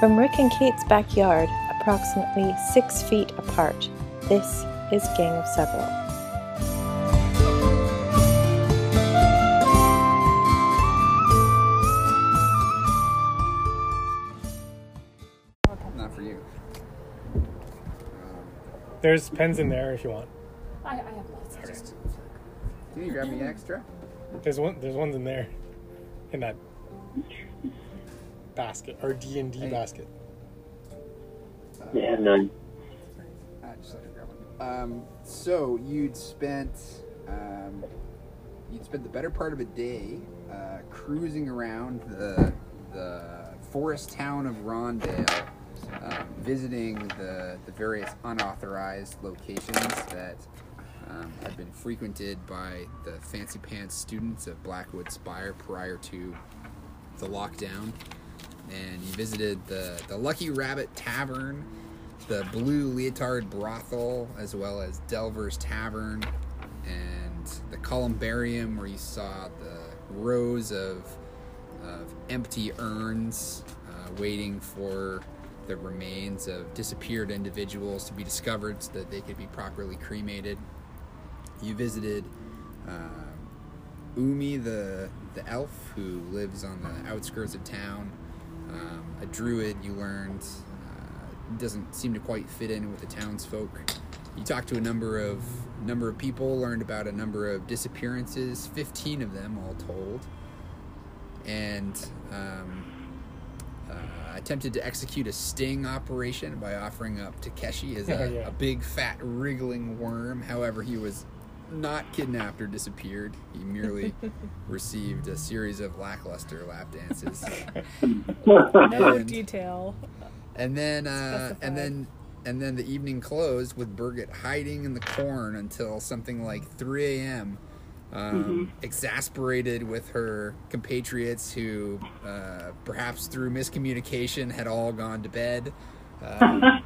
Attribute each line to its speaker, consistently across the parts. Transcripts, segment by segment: Speaker 1: From Rick and Kate's backyard, approximately six feet apart, this is Gang of Several.
Speaker 2: Not for you.
Speaker 3: There's pens in there if you want.
Speaker 4: I, I have lots. I just
Speaker 2: Can you grab me extra?
Speaker 3: There's one. There's ones in there, in that basket or D and D
Speaker 2: Hey.
Speaker 3: basket.
Speaker 5: Yeah, none.
Speaker 2: Uh, just let her grab one. Um, so you'd spent um, you'd spent the better part of a day uh, cruising around the the forest town of Rondale, um, visiting the the various unauthorized locations that um, have been frequented by the fancy pants students of Blackwood Spire prior to the lockdown. And you visited the, the Lucky Rabbit Tavern, the Blue Leotard Brothel, as well as Delver's Tavern, and the Columbarium, where you saw the rows of, of empty urns uh, waiting for the remains of disappeared individuals to be discovered so that they could be properly cremated. You visited um, Umi, the the elf who lives on the outskirts of town, um, a druid you learned uh, doesn't seem to quite fit in with the townsfolk. You talked to a number of number of people, learned about a number of disappearances, fifteen of them all told, and um, uh, attempted to execute a sting operation by offering up Takeshi as a,
Speaker 3: Yeah.
Speaker 2: a big fat wriggling worm. However, he was not kidnapped or disappeared. He merely received a series of lackluster lap dances.
Speaker 4: no
Speaker 2: And-
Speaker 4: detail.
Speaker 2: and then uh,
Speaker 4: Specified.
Speaker 2: and then and then the evening closed with Birgit hiding in the corn until something like 3 a.m. Um, Exasperated with her compatriots who, uh, perhaps through miscommunication, had all gone to bed. Uh,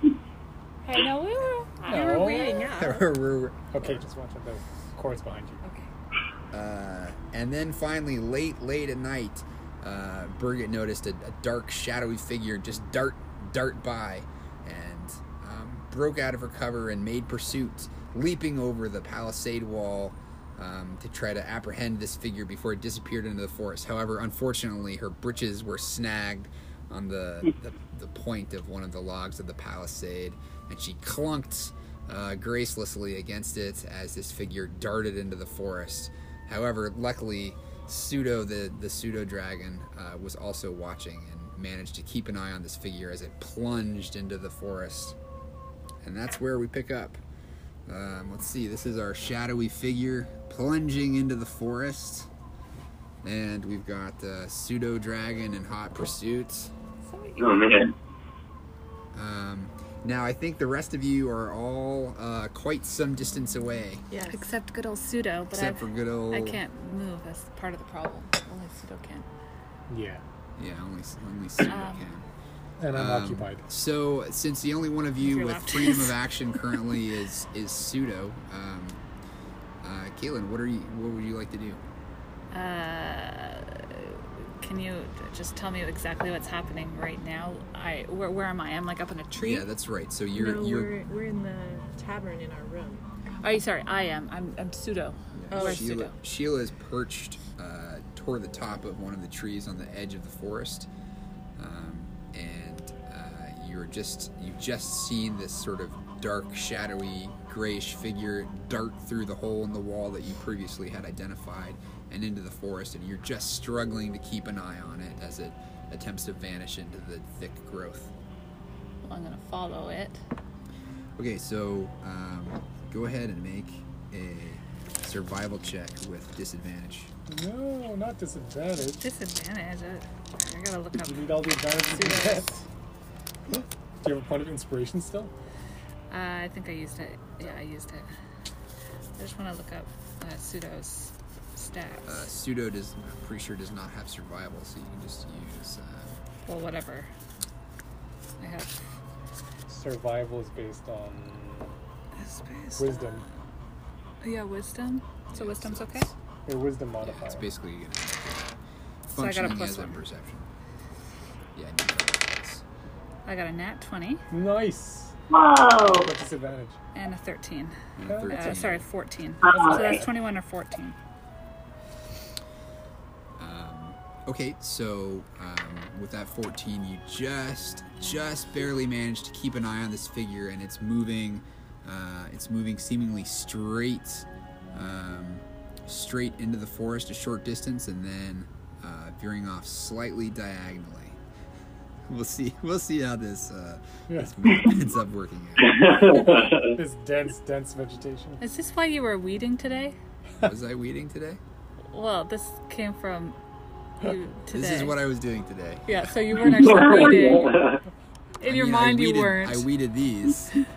Speaker 4: Hey, no, we were, we
Speaker 3: No.
Speaker 4: were reading up.
Speaker 2: there were-
Speaker 3: Okay, just watch out. The cord's behind you.
Speaker 4: Okay.
Speaker 2: Uh, and then finally, late, late at night, uh, Birgit noticed a, a dark, shadowy figure just dart, dart by, and um, broke out of her cover and made pursuit, leaping over the palisade wall um, to try to apprehend this figure before it disappeared into the forest. However, unfortunately, her breeches were snagged on the, the, the point of one of the logs of the palisade, and she clunked uh, gracelessly against it as this figure darted into the forest. However, luckily, Pseudo, the, the pseudo dragon, uh, was also watching and managed to keep an eye on this figure as it plunged into the forest. And that's where we pick up. Um, let's see, this is our shadowy figure plunging into the forest. And we've got uh, pseudo dragon in hot pursuit.
Speaker 5: Oh man.
Speaker 2: Um, now, I think the rest of you are all uh, quite some distance away,
Speaker 4: Yes.
Speaker 6: Except good old pseudo, but
Speaker 2: except for good old.
Speaker 6: I, I can't move. That's part of the problem. Only pseudo can.
Speaker 3: Yeah,
Speaker 2: Yeah, only only pseudo
Speaker 6: Um,
Speaker 2: can.
Speaker 3: and I'm
Speaker 2: Um,
Speaker 3: occupied.
Speaker 2: So, since the only one of you
Speaker 6: Your
Speaker 2: with
Speaker 6: left.
Speaker 2: freedom of action currently is is pseudo, um, uh, Caitlin, what are you? What would you like to do?
Speaker 6: Uh, can you just tell me exactly what's happening right now? I where, where am I? I'm like up in a tree.
Speaker 2: Yeah, that's right. So you're
Speaker 4: no,
Speaker 2: you're.
Speaker 4: we're, we're in the tavern in our room.
Speaker 6: oh, sorry. I am. I'm, I'm pseudo.
Speaker 7: Oh,
Speaker 2: Yeah,
Speaker 6: Where's
Speaker 2: Sheila,
Speaker 6: pseudo?
Speaker 2: Sheila is perched uh, toward the top of one of the trees on the edge of the forest, um, and uh, you're just you've just seen this sort of dark, shadowy, grayish figure dart through the hole in the wall that you previously had identified and into the forest, and you're just struggling to keep an eye on it as it attempts to vanish into the thick growth.
Speaker 6: Well, I'm gonna follow it.
Speaker 2: Okay, so um, go ahead and make a survival check with disadvantage.
Speaker 3: No, not disadvantage.
Speaker 6: Disadvantage. uh, I, I gotta look up.
Speaker 3: You need all the advantages you
Speaker 6: Pseudo.
Speaker 3: get. Do you have a point of inspiration still?
Speaker 6: Uh, I think I used it. Yeah, I used it. I just want to look up uh, pseudo's
Speaker 2: Uh,
Speaker 6: stats.
Speaker 2: pseudo does, I'm pretty sure, does not have survival, so you can just use. Uh,
Speaker 6: well, whatever. I have
Speaker 3: Survival is based on
Speaker 6: space.
Speaker 3: wisdom.
Speaker 6: Yeah, wisdom. So wisdom's okay.
Speaker 3: Your wisdom
Speaker 2: yeah,
Speaker 3: modifier.
Speaker 2: it's basically gonna
Speaker 6: So I got a
Speaker 2: functioning
Speaker 6: plus
Speaker 2: as a
Speaker 6: one.
Speaker 2: perception. Yeah, I need that.
Speaker 7: I got a nat 20
Speaker 3: Nice.
Speaker 8: Whoa!
Speaker 3: What disadvantage?
Speaker 7: and a 13.
Speaker 2: And a
Speaker 3: Uh,
Speaker 7: Uh,
Speaker 2: 13.
Speaker 7: sorry, 14.
Speaker 8: Oh,
Speaker 7: So that's
Speaker 8: okay.
Speaker 7: 21 or 14.
Speaker 2: Um, okay, so um, with that 14, you just just barely managed to keep an eye on this figure, and it's moving. Uh, it's moving seemingly straight, um, straight into the forest a short distance, and then uh, veering off slightly diagonally. We'll see. We'll see how this uh,
Speaker 3: Yeah.
Speaker 2: this move ends up working out.
Speaker 3: This dense, dense vegetation.
Speaker 7: Is this why you were weeding today?
Speaker 2: Was I weeding today?
Speaker 7: Well, this came from you today.
Speaker 2: This is what I was doing today.
Speaker 7: Yeah, so you weren't actually weeding. In
Speaker 2: I
Speaker 7: your
Speaker 2: mean, I
Speaker 7: mind, you
Speaker 2: weeded-
Speaker 7: weren't.
Speaker 2: I weeded these.
Speaker 7: you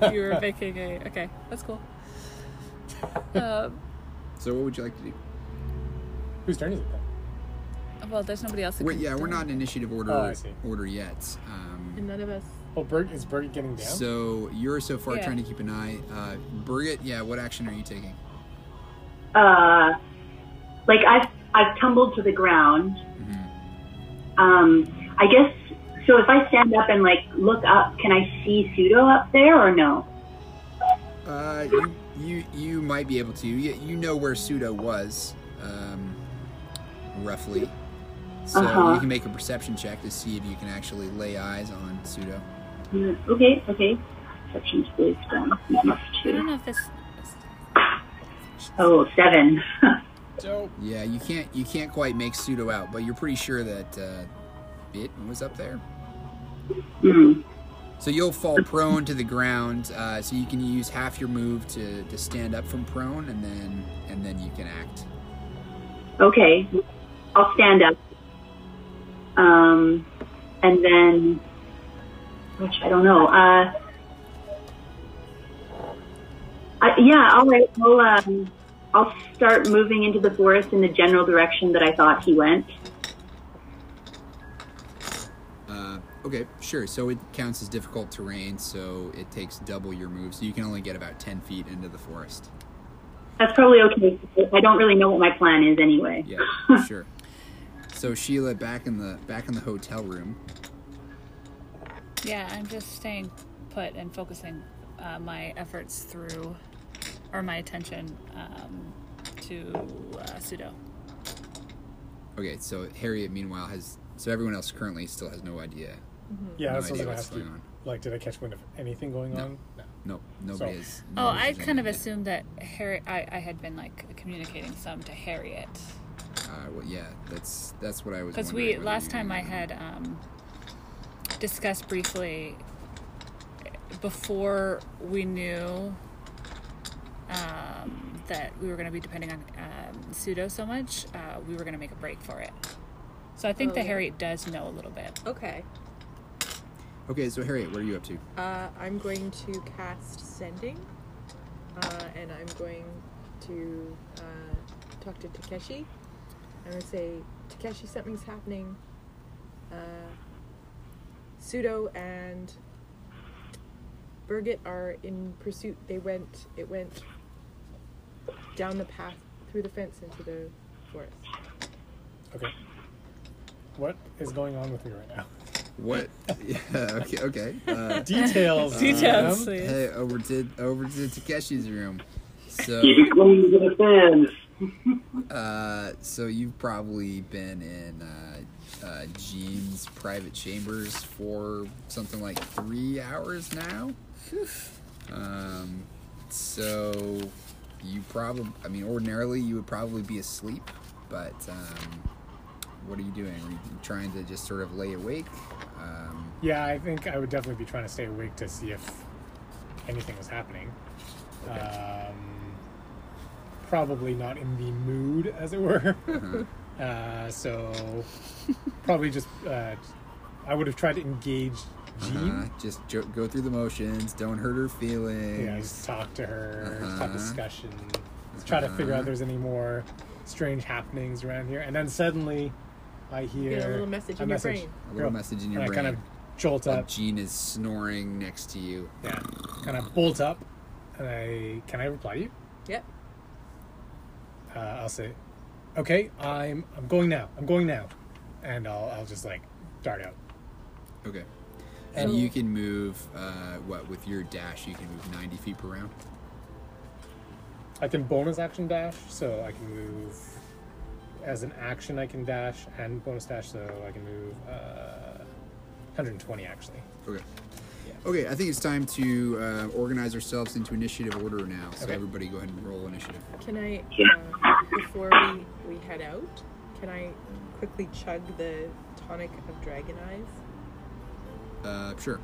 Speaker 7: were making a. Okay, that's cool. Um,
Speaker 2: So what would you like to do?
Speaker 3: Whose turn is it then?
Speaker 7: well, there's nobody else. That
Speaker 2: Wait,
Speaker 7: can
Speaker 2: yeah,
Speaker 7: do
Speaker 2: we're
Speaker 7: it.
Speaker 2: not in initiative order
Speaker 3: Oh, I see.
Speaker 2: order yet. Um,
Speaker 4: And none of us.
Speaker 3: Oh, Bert is Bert getting down?
Speaker 2: so you're so far
Speaker 7: Yeah.
Speaker 2: trying to keep an eye. Uh, Birgit, yeah, what action are you taking?
Speaker 8: Uh, like I've I've tumbled to the ground. Um, I guess so. If I stand up and like look up, can I see pseudo up there or no?
Speaker 2: Uh, you, you you might be able to. You, you know where Pseudo was, um, roughly. So
Speaker 8: Uh-huh.
Speaker 2: you can make a perception check to see if you can actually lay eyes on Pseudo.
Speaker 8: Mm, Okay, okay. Perception's based on minus
Speaker 7: I don't
Speaker 8: two.
Speaker 7: know if this.
Speaker 8: Oh, seven.
Speaker 3: Dope.
Speaker 2: Yeah, you can't you can't quite make Pseudo out, but you're pretty sure that uh, it was up there.
Speaker 8: mm.
Speaker 2: So you'll fall prone to the ground. Uh, so you can use half your move to, to stand up from prone, and then and then you can act.
Speaker 8: Okay, I'll stand up. Um, and then, which I don't know. Uh, I, yeah, I'll I'll, um, I'll start moving into the forest in the general direction that I thought he went.
Speaker 2: Uh, okay, sure. So it counts as difficult terrain, so it takes double your move. So you can only get about ten feet into the forest.
Speaker 8: That's probably okay. I don't really know what my plan is anyway.
Speaker 2: Yeah, sure. So Sheila, back in the back in the hotel room.
Speaker 7: Yeah, I'm just staying put and focusing uh, my efforts through, or my attention um, to uh, pseudo.
Speaker 2: Okay, so Harriet, meanwhile, has so everyone else currently still has no idea.
Speaker 3: Yeah,
Speaker 2: No
Speaker 3: that's what
Speaker 2: idea
Speaker 3: I was
Speaker 2: what's
Speaker 3: gonna ask
Speaker 2: going
Speaker 3: you. Like, did I catch wind of anything going on? No.
Speaker 2: No, nobody
Speaker 3: So-
Speaker 2: is.
Speaker 7: Oh,
Speaker 2: nobody
Speaker 7: I
Speaker 2: has any
Speaker 7: kind of
Speaker 2: idea.
Speaker 7: assumed that Harriet. I, I had been like communicating some to Harriet
Speaker 2: Uh, well, yeah, that's that's what I was.
Speaker 7: because
Speaker 2: wondering
Speaker 7: we
Speaker 2: whether
Speaker 7: last
Speaker 2: you
Speaker 7: time I
Speaker 2: knew.
Speaker 7: had um, discussed briefly before we knew um, that we were going to be depending on um, pseudo so much. Uh, we were going to make a break for it. So I think
Speaker 4: Oh,
Speaker 7: that
Speaker 4: yeah.
Speaker 7: Harriet does know a little bit.
Speaker 4: Okay.
Speaker 2: Okay, so Harriet, what are you up to?
Speaker 4: Uh, I'm going to cast Sending. Uh, and I'm going to uh, talk to Takeshi. I'm going to say, Takeshi, something's happening. Uh, Pseudo and Birgit are in pursuit. They went, it went down the path through the fence into the forest.
Speaker 3: Okay. What is going on with me right now?
Speaker 2: What? yeah, okay, okay. Uh,
Speaker 3: Details. Um,
Speaker 7: Details.
Speaker 3: man.
Speaker 2: hey, over to over to Takeshi's room. So,
Speaker 9: Keep it going to the fans.
Speaker 2: uh, so you've probably been in uh, uh, Jean's private chambers for something like three hours now. Um, so you probably, I mean, ordinarily you would probably be asleep, but um, what are you doing? Are you trying to just sort of lay awake? Um,
Speaker 3: Yeah, I think I would definitely be trying to stay awake to see if anything was happening. Um, probably not in the mood, as it were. uh, so probably just uh, I would have tried to engage Jean.
Speaker 2: Uh-huh. Just jo- go through the motions. Don't hurt her
Speaker 3: Yeah,
Speaker 2: feelings.
Speaker 3: just talk to her, just
Speaker 2: Uh-huh.
Speaker 3: have discussion, just try to figure out if there's any more strange happenings around here. And then suddenly, I hear
Speaker 4: get a little message in your brain.
Speaker 2: A little message in your
Speaker 3: and I kind
Speaker 2: brain.
Speaker 3: of jolt
Speaker 2: While
Speaker 3: up.
Speaker 2: Um, Gene is snoring next to you.
Speaker 3: Yeah. Kind of bolt up, and I can I reply to you?
Speaker 4: Yep.
Speaker 3: Uh, I'll say, okay, I'm I'm going now. I'm going now, and I'll I'll just like dart out.
Speaker 2: Okay. And you can move, uh, what, with your dash, you can move 90 feet per round?
Speaker 3: I can bonus action dash, so I can move. As an action, I can dash and bonus dash, so I can move uh, 120 actually.
Speaker 2: Okay. Okay, I think it's time to uh, organize ourselves into initiative order now. So
Speaker 3: Okay.
Speaker 2: everybody go ahead and roll initiative.
Speaker 4: Can I, uh, before we, we head out, can I quickly chug the tonic of dragon eyes?
Speaker 2: Uh, sure.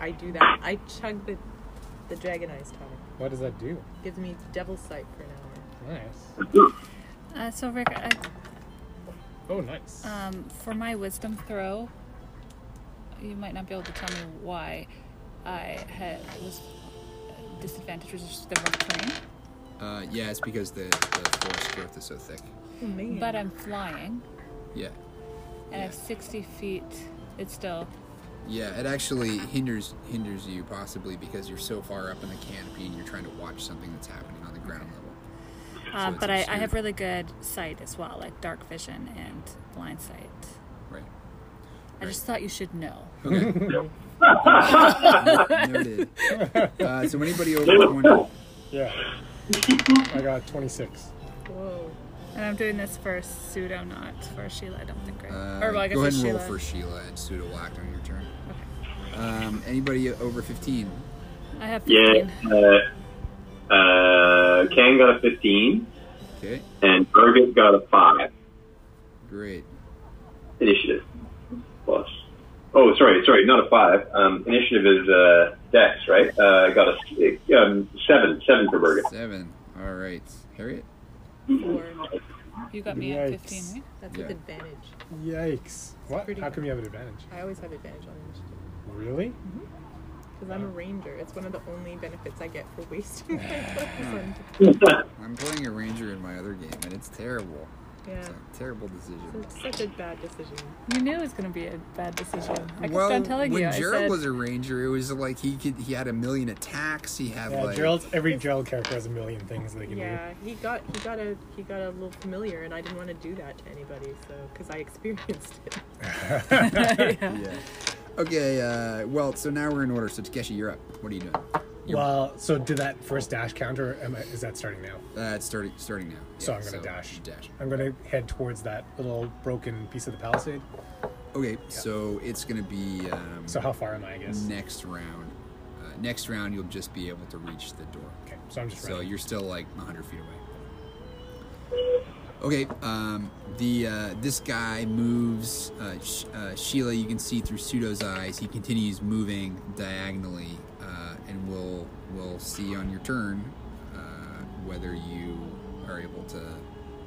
Speaker 4: I do that. I chug the the dragon eyes tonic.
Speaker 3: What does that do?
Speaker 4: Gives me devil's sight for an hour.
Speaker 3: Nice.
Speaker 7: Uh, so Rick, I,
Speaker 3: Oh, nice.
Speaker 4: Uh.
Speaker 7: um, for my wisdom throw, you might not be able to tell me why I had was disadvantaged was just the rough terrain,
Speaker 2: Uh, yeah, it's because the, the forest growth is so thick.
Speaker 4: Oh, man.
Speaker 7: but I'm flying
Speaker 2: Yeah.
Speaker 7: and I have 60 feet. It's still
Speaker 2: Yeah, it actually hinders hinders you possibly because you're so far up in the canopy and you're trying to watch something that's happening on the ground level.
Speaker 7: Uh,
Speaker 2: So it's
Speaker 7: but I, I
Speaker 2: obscured.
Speaker 7: have really good sight as well, like dark vision and blind sight.
Speaker 2: Right.
Speaker 7: I just thought you should know.
Speaker 2: Noted. uh, so anybody over 20,
Speaker 3: yeah. I got 26.
Speaker 4: Whoa.
Speaker 7: And I'm doing this for Pseudo, not for Sheila, I don't think, right?
Speaker 2: uh,
Speaker 7: or well, I guess
Speaker 2: go ahead
Speaker 7: it's
Speaker 2: and roll for
Speaker 7: Sheila.
Speaker 2: Sheila and pseudo act on your turn. Um, anybody over 15?
Speaker 7: I have 15.
Speaker 9: Yeah. Uh, uh, Ken got a 15,
Speaker 2: Okay,
Speaker 9: and Birgit got a 5.
Speaker 2: great.
Speaker 9: Initiative. Plus. Oh, sorry, sorry, not a 5. Um, initiative is uh, Dex, right? Uh, got a six- um, 7. 7 for Birgit.
Speaker 2: Seven. All right. Harriet?
Speaker 4: Four.
Speaker 7: You got me
Speaker 3: Yikes.
Speaker 7: at 15, right?
Speaker 4: That's
Speaker 2: Yeah.
Speaker 4: with advantage.
Speaker 3: Yikes. What?
Speaker 4: pretty
Speaker 3: How
Speaker 4: good.
Speaker 3: come you have an advantage?
Speaker 4: I always have advantage on initiative
Speaker 3: Really?
Speaker 4: because I'm a ranger. It's one of the only benefits I get for wasting my poison.
Speaker 2: I'm playing a ranger in my other game and it's terrible.
Speaker 4: Yeah.
Speaker 2: It's a terrible decision.
Speaker 4: It's such a bad decision.
Speaker 7: You knew it was going to be a bad decision. I kept
Speaker 2: Well,
Speaker 7: on telling
Speaker 2: when
Speaker 7: you. I
Speaker 2: Gerald
Speaker 7: said,
Speaker 2: was a ranger, it was like he could he had a million attacks. He had
Speaker 3: Yeah,
Speaker 2: like
Speaker 3: Gerald's, every Gerald character has a million things they can
Speaker 4: Yeah, he got he got a he got a little familiar, and I didn't want to do that to anybody, so because I experienced it.
Speaker 2: yeah. Okay, uh, well, so now we're in order. So Takeshi, you're up. What are you doing? Uh,
Speaker 3: do. Well, so did that first dash counter? Am I, is that starting now?
Speaker 2: Uh, it's starting starting now.
Speaker 3: so
Speaker 2: Yeah,
Speaker 3: I'm gonna dash.
Speaker 2: Dash.
Speaker 3: I'm gonna head towards that little broken piece of the palisade.
Speaker 2: Okay, so it's gonna be um,
Speaker 3: So how far am I? I guess.
Speaker 2: next round. Uh, next round, you'll just be able to reach the door.
Speaker 3: Okay. So I'm just
Speaker 2: So
Speaker 3: running.
Speaker 2: you're still like 100 feet away. Okay, um, the uh, this guy moves. Uh, Sh- uh, Sheila, you can see through Pseudo's eyes. He continues moving diagonally, uh, and we'll we'll see on your turn uh, whether you are able to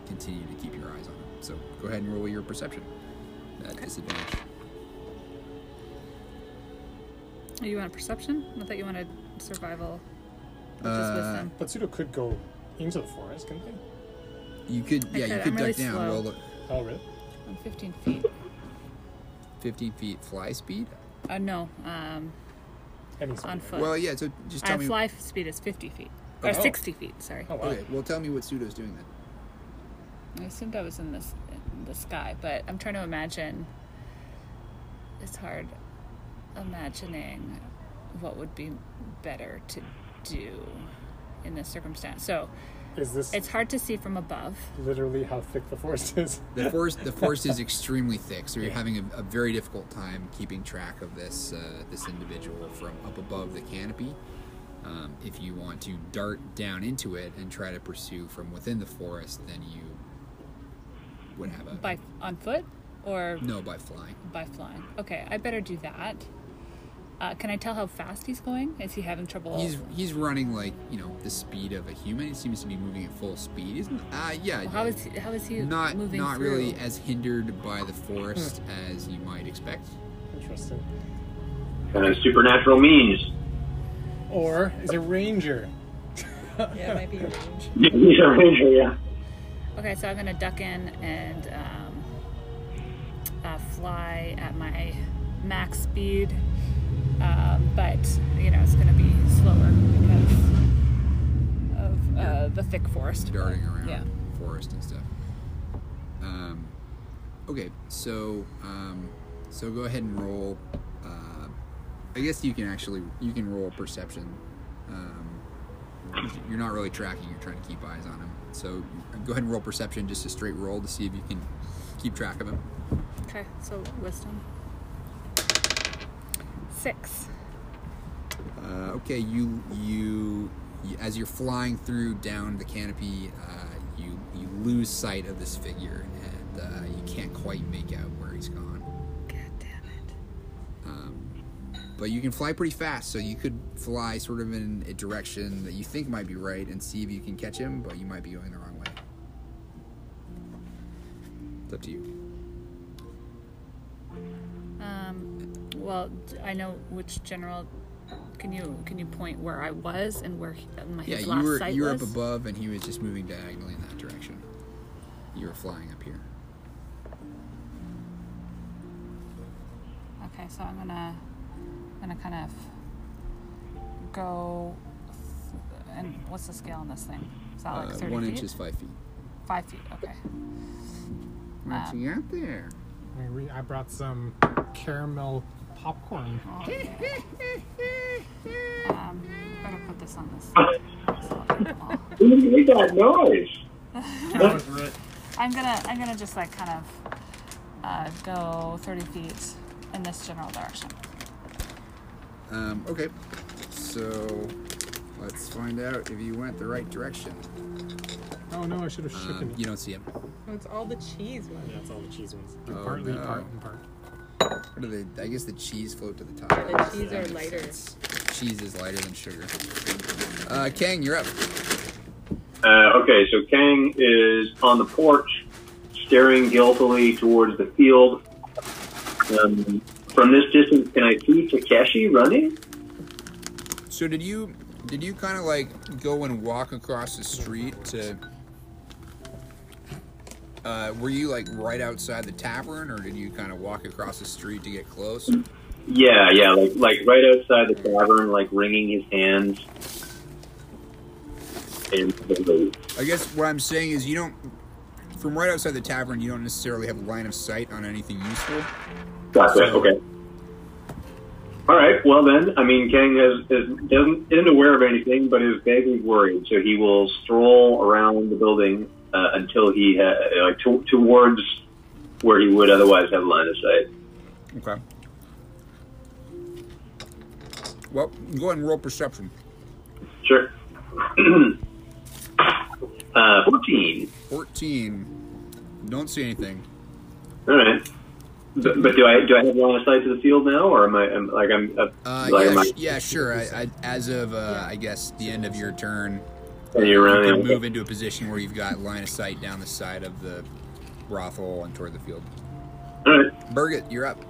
Speaker 2: continue to keep your eyes on him. So go ahead and roll your perception at disadvantage.
Speaker 7: Oh, you want a perception? I thought you wanted survival, which
Speaker 2: Uh,
Speaker 7: is wisdom.
Speaker 3: But pseudo could go into the forest, couldn't they?
Speaker 2: You could,
Speaker 7: I
Speaker 2: yeah, you
Speaker 7: could.
Speaker 2: could
Speaker 7: I'm
Speaker 2: duck
Speaker 7: really
Speaker 2: down.
Speaker 7: slow.
Speaker 2: Roll the
Speaker 3: Oh really?
Speaker 7: I'm 15 feet.
Speaker 2: 15 feet fly speed.
Speaker 7: Uh, no, um,
Speaker 3: Any speed,
Speaker 7: on
Speaker 3: right?
Speaker 7: foot.
Speaker 2: Well, yeah. So just tell
Speaker 7: I
Speaker 2: me.
Speaker 7: fly speed is 50 feet. Or
Speaker 3: Oh.
Speaker 7: 60 feet, sorry.
Speaker 3: Oh wow.
Speaker 2: Okay, well, tell me what Pseudo's doing then.
Speaker 7: I assumed I was in this in the sky, but I'm trying to imagine. It's hard imagining what would be better to do in this circumstance. So
Speaker 3: Is this
Speaker 7: it's hard to see from above.
Speaker 3: literally how thick the forest is?
Speaker 2: The forest, the forest is extremely thick, so you're having a, a very difficult time keeping track of this uh, this individual from up above the canopy. Um, if you want to dart down into it and try to pursue from within the forest, then you would have a
Speaker 7: By on foot or
Speaker 2: no by flying.
Speaker 7: by flying. Okay, I better do that. Uh, can I tell how fast he's going? Is he having trouble?
Speaker 2: He's he's running like you know the speed of a human. He seems to be moving at full speed, isn't? Uh, yeah.
Speaker 7: how is he, how is he
Speaker 2: not
Speaker 7: moving
Speaker 2: not
Speaker 7: through? Hmm.
Speaker 2: really as hindered by the forest as you might expect.
Speaker 3: Interesting.
Speaker 9: And supernatural means.
Speaker 3: Or is a ranger?
Speaker 4: Yeah, it might be a range.
Speaker 10: He's a ranger, yeah.
Speaker 7: Okay, so I'm gonna duck in and um, uh, fly at my max speed, um, but you know it's gonna be slower because of uh, the thick forest.
Speaker 2: darting around
Speaker 7: Yeah.
Speaker 2: forest and stuff. Um, okay, so um, so go ahead and roll uh, I guess you can actually you can roll perception. Um, you're not really tracking. You're trying to keep eyes on him. So go ahead and roll perception, just a straight roll to see if you can keep track of him.
Speaker 6: Okay, so wisdom. Six.
Speaker 2: Uh, okay, you, you you as you're flying through down the canopy, uh, you you lose sight of this figure, and uh, you can't quite make out where he's gone.
Speaker 6: God damn it.
Speaker 2: Um, but you can fly pretty fast, so you could fly sort of in a direction that you think might be right and see if you can catch him, but you might be going the wrong way. It's up to you.
Speaker 6: Um, well, d- I know which general. Can you can you point where I was and where he, uh, my
Speaker 2: Yeah,
Speaker 6: his
Speaker 2: you
Speaker 6: last
Speaker 2: were
Speaker 6: sight
Speaker 2: you were up
Speaker 6: was?
Speaker 2: above, and he was just moving diagonally in that direction. You were flying up here.
Speaker 6: Okay, so I'm gonna gonna kind of go. th- And what's the scale on this thing? Is that like
Speaker 2: Uh,
Speaker 6: 30
Speaker 2: one
Speaker 6: feet?
Speaker 2: inch is five feet.
Speaker 6: Five feet. Okay.
Speaker 2: What
Speaker 6: Um,
Speaker 2: you got there?
Speaker 3: I re- I brought some caramel popcorn.
Speaker 6: Um, better put this on this. side.
Speaker 9: Who made that noise?
Speaker 3: That was Oh, right.
Speaker 6: I'm gonna I'm gonna just like kind of uh, go 30 feet in this general direction.
Speaker 2: Um, okay, so let's find out if you went the right direction.
Speaker 3: Oh no, I should have
Speaker 2: Um,
Speaker 3: shaken it.
Speaker 2: you don't see him.
Speaker 4: Oh, it's all the cheese ones.
Speaker 3: That's all the cheese ones.
Speaker 2: Oh,
Speaker 3: partly,
Speaker 2: no.
Speaker 3: part, and part.
Speaker 2: What are the? I guess the cheese float to the top.
Speaker 4: The cheese are lighter.
Speaker 2: Cheese is lighter than sugar. Uh, Kang, you're up.
Speaker 9: Uh, okay, so Kang is on the porch, staring guiltily towards the field. Um, from this distance, can I see Takeshi running?
Speaker 2: So did you did you kind of like go and walk across the street to? Uh, were you like right outside the tavern, or did you kind of walk across the street to get close?
Speaker 9: Yeah, yeah, like like right outside the tavern, like wringing his hands. And
Speaker 2: I guess what I'm saying is you don't. From right outside the tavern, you don't necessarily have line of sight on anything useful.
Speaker 9: gotcha. Okay. All right. Well, then, I mean, Kang has, is, doesn't isn't aware of anything, but is vaguely worried. So he will stroll around the building uh, until he ha- like to- towards where he would otherwise have line of sight.
Speaker 2: Okay. Well, go ahead and roll perception.
Speaker 9: Sure. uh, Fourteen.
Speaker 2: 14. Don't see anything.
Speaker 9: All right. But, but do I do I have line of sight to the field now, or am I am, like I'm uh,
Speaker 2: Uh,
Speaker 9: like am
Speaker 2: yeah,
Speaker 9: I,
Speaker 2: sh- yeah, sure. I, I, as of, uh, I guess, the end of your turn,
Speaker 9: are you
Speaker 2: you
Speaker 9: running?
Speaker 2: can move into a position where you've got line of sight down the side of the brothel and toward the field.
Speaker 9: All right.
Speaker 2: Birgit, you're up.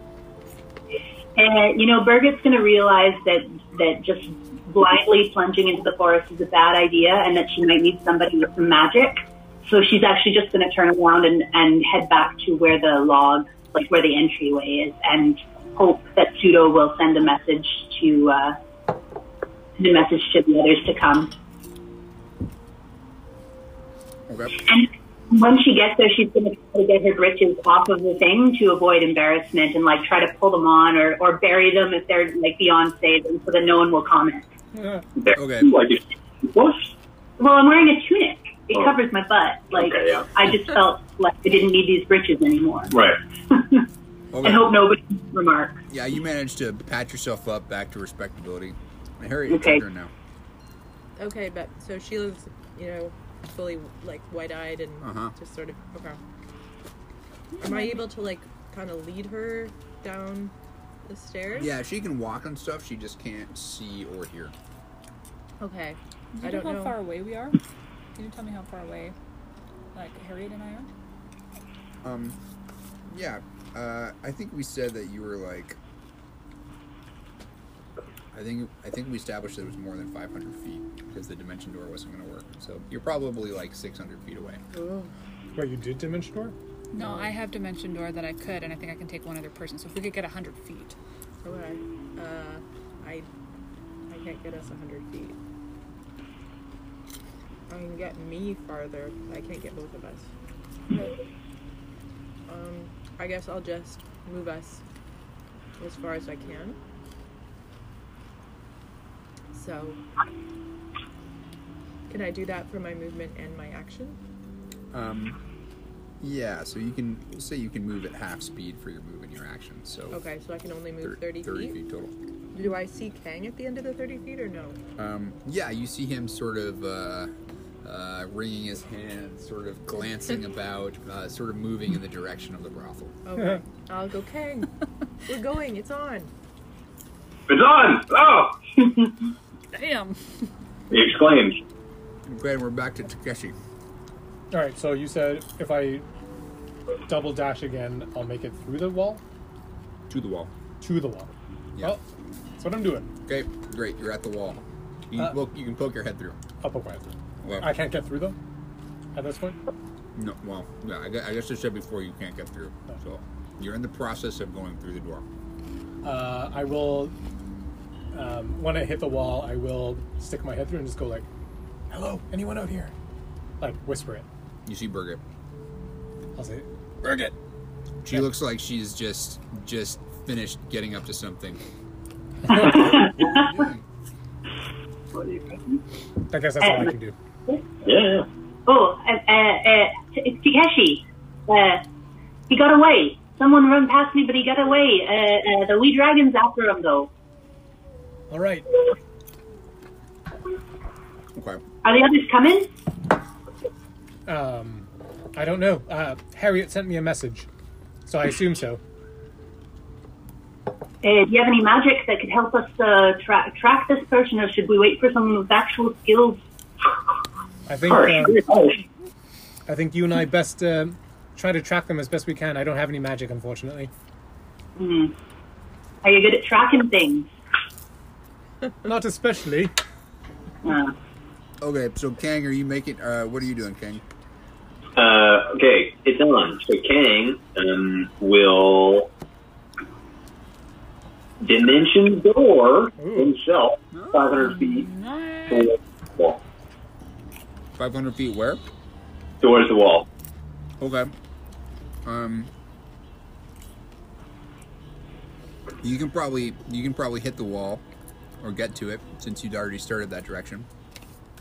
Speaker 8: Uh, you know, Birgit's going to realize that that just blindly plunging into the forest is a bad idea, and that she might need somebody with some magic. So she's actually just going to turn around and, and head back to where the log, like where the entryway is, and hope that Pseudo will send a message to uh, send a message to the others to come.
Speaker 2: Okay.
Speaker 8: And when she gets there, she's going to try to get her britches off of the thing to avoid embarrassment and like try to pull them on or, or bury them if they're like beyond saving so that no one will comment.
Speaker 9: There.
Speaker 2: Okay.
Speaker 9: Like if- what?
Speaker 8: Well, I'm wearing a tunic. It
Speaker 9: Oh.
Speaker 8: covers my butt. Like
Speaker 9: Okay, yeah.
Speaker 8: I just felt like I didn't need these britches anymore.
Speaker 9: Right.
Speaker 8: I
Speaker 2: okay.
Speaker 8: hope nobody remarks.
Speaker 2: Yeah, you managed to pat yourself up back to respectability. Harry, it's
Speaker 8: Okay.
Speaker 2: your turn now.
Speaker 4: Okay, but so Sheila's, you know, fully like wide-eyed and
Speaker 2: Uh-huh.
Speaker 4: just sort of okay. Am I able to like kind of lead her down the stairs?
Speaker 2: Yeah, she can walk on stuff. She just can't see or hear.
Speaker 4: Okay.
Speaker 6: Do
Speaker 4: I
Speaker 6: you know
Speaker 4: don't
Speaker 6: how
Speaker 4: know.
Speaker 6: far away we are? Can you tell me how far away, like Harriet and I are?
Speaker 2: Um, yeah. Uh, I think we said that you were like. I think I think we established that it was more than 500 feet because the dimension door wasn't going to work. So you're probably like 600 feet away.
Speaker 3: What you did, Dimension Door?
Speaker 6: No, I have dimension door that I could, and I think I can take one other person. So if we could get hundred feet,
Speaker 4: Okay. Uh, I I can't get us hundred feet. I can get me farther. but I can't get both of us. um, I guess I'll just move us as far as I can. So, can I do that for my movement and my action?
Speaker 2: Um, yeah, so you can we'll say you can move at half speed for your move and your action. So
Speaker 4: Okay, so I can only
Speaker 2: thir-
Speaker 4: move 30, feet.
Speaker 2: total.
Speaker 4: Do I see Kang at the end of the 30 feet or no?
Speaker 2: Um, yeah, you see him sort of uh, uh, wringing his hands, sort of glancing about, uh, sort of moving in the direction of the brothel.
Speaker 4: Okay. I'll go, Kang, we're going, it's on.
Speaker 9: It's on! Oh!
Speaker 6: Damn.
Speaker 9: He exclaims.
Speaker 2: I'm glad we're back to Takeshi.
Speaker 3: All right. So you said if I double dash again, I'll make it through the wall
Speaker 2: To the wall.
Speaker 3: to the wall.
Speaker 2: Yeah.
Speaker 3: Well, that's what I'm doing.
Speaker 2: Okay, great. You're at the wall. You, can
Speaker 3: Uh,
Speaker 2: poke- you can poke your head through.
Speaker 3: Up a way.
Speaker 2: Well,
Speaker 3: I can't get through though. At this point. Uh,
Speaker 2: no, well, yeah, I, gu- I guess I said before you can't get through.
Speaker 3: Oh.
Speaker 2: So you're in the process of going through the door.
Speaker 3: uh, I will, um, when I hit the wall, I will stick my head through and just go like, "Hello, anyone out here?" Like whisper it.
Speaker 2: You see Birgit.
Speaker 3: I'll say,
Speaker 2: Birgit. She
Speaker 3: Yeah.
Speaker 2: looks like she's just just finished getting up to something.
Speaker 3: "I guess that's all I can do."
Speaker 9: Yeah.
Speaker 8: Oh, uh, uh, uh, T- it's Takeshi. Uh, he got away. Someone run past me, but he got away. Uh, uh, the wee dragon's after him, though.
Speaker 3: All right.
Speaker 2: Okay.
Speaker 8: Are the others coming?
Speaker 3: Um, I don't know. Uh, Harriet sent me a message, so I assume so.
Speaker 8: Uh, do you have any magic that could help us uh, tra- track this person, or should we wait for someone with actual skills?
Speaker 3: I think
Speaker 9: Harsh.
Speaker 3: uh,
Speaker 9: Very harsh.
Speaker 3: I think you and I best um try to track them as best we can. I don't have any magic, unfortunately.
Speaker 8: Are you good at tracking things?
Speaker 3: Not especially.
Speaker 8: Uh,
Speaker 2: Okay, so Kang, are you making? Uh, what are you doing, Kang?
Speaker 9: Uh, okay, it's on. So Kang um, will dimension door
Speaker 3: Ooh.
Speaker 9: himself
Speaker 2: Oh,
Speaker 9: 500 feet
Speaker 6: Nice.
Speaker 9: towards the wall.
Speaker 2: Five hundred feet where?
Speaker 9: Towards the wall.
Speaker 2: Okay. Um. You can probably you can probably hit the wall, or get to it since you'd already started that direction.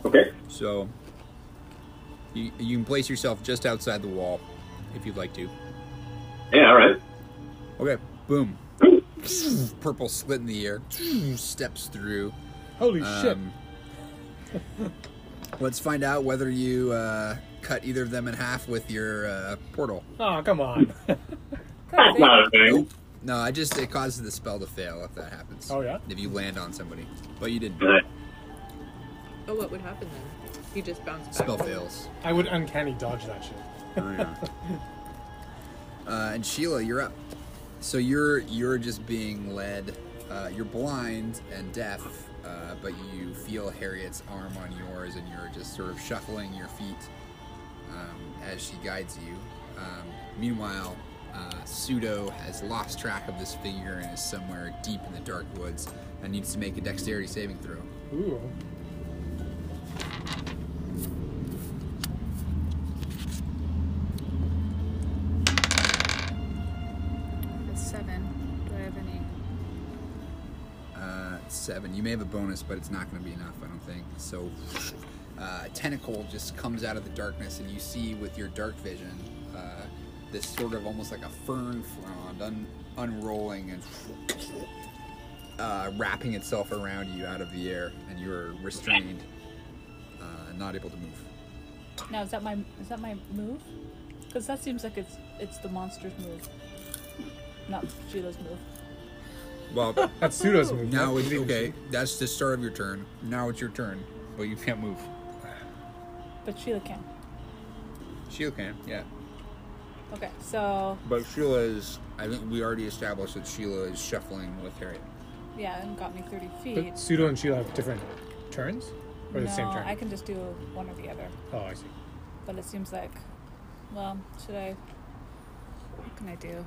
Speaker 9: Okay.
Speaker 2: So you you can place yourself just outside the wall if you'd like to.
Speaker 9: Yeah, all right.
Speaker 2: Okay. Boom. Purple slit in the air. Steps through.
Speaker 3: Holy shit!
Speaker 2: Um, let's find out whether you uh, cut either of them in half with your uh, portal.
Speaker 3: Oh come on!
Speaker 9: That's not a thing.
Speaker 2: Nope. No, I just it causes the spell to fail if that happens.
Speaker 3: Oh, yeah?
Speaker 2: If you land on somebody, but you didn't.
Speaker 9: All right.
Speaker 4: Oh, what would happen then? He just bounced back.
Speaker 2: Spell fails.
Speaker 3: I would uncanny dodge that shit.
Speaker 2: Oh, yeah. uh, and Sheila, you're up. So you're you're just being led. Uh, you're blind and deaf, uh, but you feel Harriet's arm on yours, and you're just sort of shuffling your feet um, as she guides you. Um, meanwhile, uh, Pseudo has lost track of this figure and is somewhere deep in the dark woods and needs to make a dexterity saving throw.
Speaker 3: Ooh.
Speaker 6: That's seven. Do I have any?
Speaker 2: uh, seven. You may have a bonus, but it's not going to be enough, I don't think. So, uh, a tentacle just comes out of the darkness, and you see with your dark vision uh, this sort of almost like a fern frond un- unrolling and uh, wrapping itself around you out of the air, and you're restrained, uh, not able to move.
Speaker 6: Now is that my is that my move? Because that seems like it's it's the monster's move, not Sheila's move.
Speaker 2: Well,
Speaker 3: That's pseudo's move.
Speaker 2: now
Speaker 3: right?
Speaker 2: it's okay. That's the start of your turn. Now it's your turn, but you can't move.
Speaker 6: But Sheila can.
Speaker 2: Sheila can, yeah.
Speaker 6: Okay, so
Speaker 2: But Sheila is, I think we already established that Sheila is shuffling with Harriet.
Speaker 6: yeah, and got me thirty feet.
Speaker 3: But pseudo and Sheila have different turns, or
Speaker 6: no,
Speaker 3: the same turn.
Speaker 6: I can just do one or the other.
Speaker 3: Oh, I see.
Speaker 6: But it seems like, well, should I? What can I do?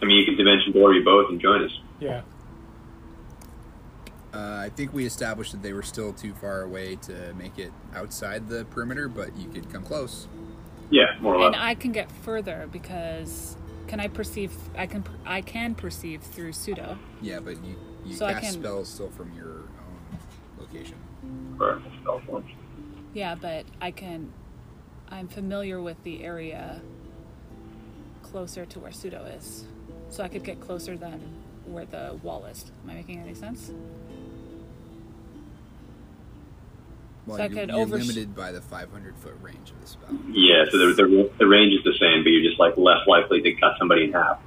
Speaker 9: I mean, you can dimension door you both and join us.
Speaker 3: Yeah.
Speaker 2: Uh, I think we established that they were still too far away to make it outside the perimeter, but you could come close.
Speaker 9: Yeah, more or
Speaker 6: And
Speaker 9: less.
Speaker 6: I can get further because can I perceive? I can I can perceive through pseudo.
Speaker 2: Yeah, but you You
Speaker 6: So I
Speaker 2: cast
Speaker 6: can-
Speaker 2: spells still from your own location.
Speaker 9: Or spell point.
Speaker 6: Yeah, but I can. I'm familiar with the area closer to where Pseudo is, so I could get closer than where the wall is. Am I making any sense?
Speaker 2: Well,
Speaker 6: So I
Speaker 2: you,
Speaker 6: could
Speaker 2: you're
Speaker 6: over-
Speaker 2: limited by the 500 foot range of the spell.
Speaker 9: Yeah, so the, the, the range is the same, but you're just like less likely to cut somebody in half.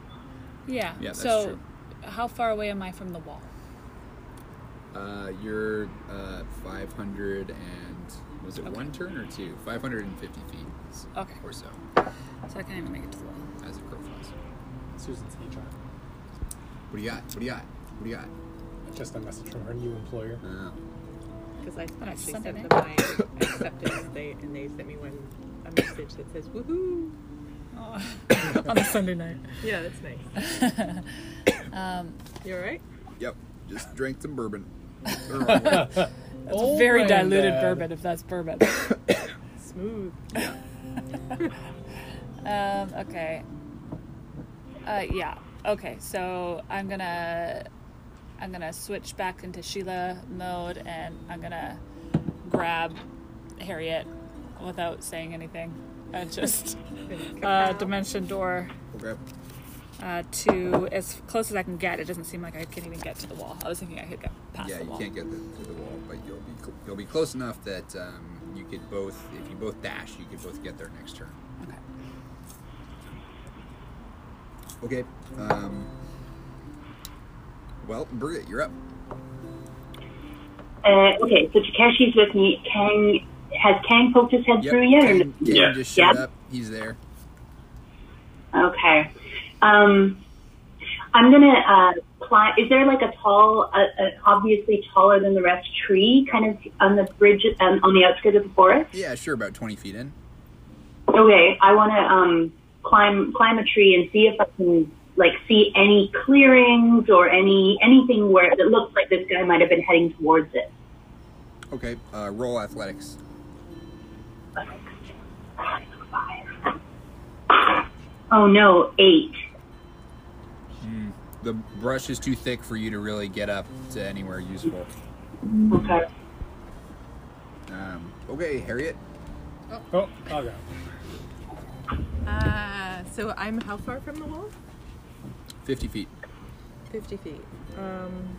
Speaker 6: Yeah.
Speaker 2: Yeah, that's
Speaker 6: so,
Speaker 2: true.
Speaker 6: how far away am I from the wall?
Speaker 2: Uh, you're uh, 500 and was it
Speaker 6: Okay.
Speaker 2: one turn or two? 550 feet s-
Speaker 6: Okay.
Speaker 2: or so
Speaker 6: So I can't even make it to the wall.
Speaker 2: as a crow flies.
Speaker 3: Susan's knee chart.
Speaker 2: What do you got? What do you got? What do you got?
Speaker 3: Just a message from her new employer.
Speaker 2: Uh,
Speaker 4: Because I
Speaker 6: I
Speaker 4: actually
Speaker 6: sent
Speaker 4: sent
Speaker 6: it
Speaker 4: them
Speaker 6: in.
Speaker 4: my acceptance, they, and they sent me one a message that says "woohoo."
Speaker 6: Oh, on a Sunday night.
Speaker 4: Yeah, that's nice.
Speaker 6: Um,
Speaker 4: You all right?
Speaker 2: yep. Just drank some bourbon. Or wine.
Speaker 6: that's
Speaker 3: Oh
Speaker 6: very
Speaker 3: my
Speaker 6: diluted
Speaker 3: God.
Speaker 6: bourbon, if that's bourbon.
Speaker 4: Smooth.
Speaker 6: Um, okay. Uh, yeah. Okay. So I'm gonna I'm gonna switch back into Sheila mode, and I'm gonna grab Harriet without saying anything. and just uh, dimension door
Speaker 2: okay.
Speaker 6: uh, to as close as I can get. It doesn't seem like I can even get to the wall. I was thinking I could get past
Speaker 2: Yeah,
Speaker 6: the
Speaker 2: you
Speaker 6: wall.
Speaker 2: can't get the, to the wall, but you'll be cl- you'll be close enough that um, you could both, if you both dash, you could both get there next turn.
Speaker 6: Okay.
Speaker 2: Okay. Um, well, Brigitte, you're up.
Speaker 8: Uh, okay, so Takeshi's with me. Kang has Kang poked his head through yet? Or
Speaker 2: Kane,
Speaker 8: no?
Speaker 2: Kane
Speaker 9: Yeah.
Speaker 2: just showed
Speaker 8: Yeah.
Speaker 2: up. He's there.
Speaker 8: Okay. Um, I'm gonna uh, climb. Is there like a tall, uh, uh, obviously taller than the rest tree, kind of on the bridge um, on the outskirts of the forest?
Speaker 2: Yeah, sure. About 20 feet in.
Speaker 8: Okay, I want to um, climb climb a tree and see if I can like see any clearings or any anything where that looks like this guy might have been heading towards it.
Speaker 2: Okay. Uh, roll athletics.
Speaker 8: Oh no, eight.
Speaker 2: The brush is too thick for you to really get up to anywhere useful.
Speaker 8: Okay.
Speaker 2: Um, okay, Harriet.
Speaker 3: Oh, I'll go.
Speaker 4: Uh, so I'm how far from the wall?
Speaker 2: 50 feet.
Speaker 4: 50 feet. Um,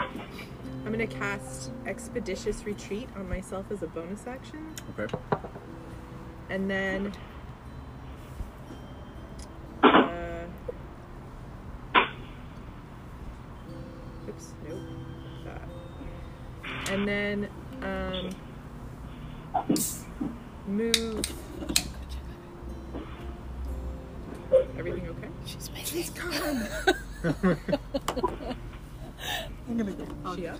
Speaker 4: I'm going to cast Expeditious Retreat on myself as a bonus action.
Speaker 2: Okay.
Speaker 4: And then. Uh, oops, nope. That. And then um, move. Everything okay? She up?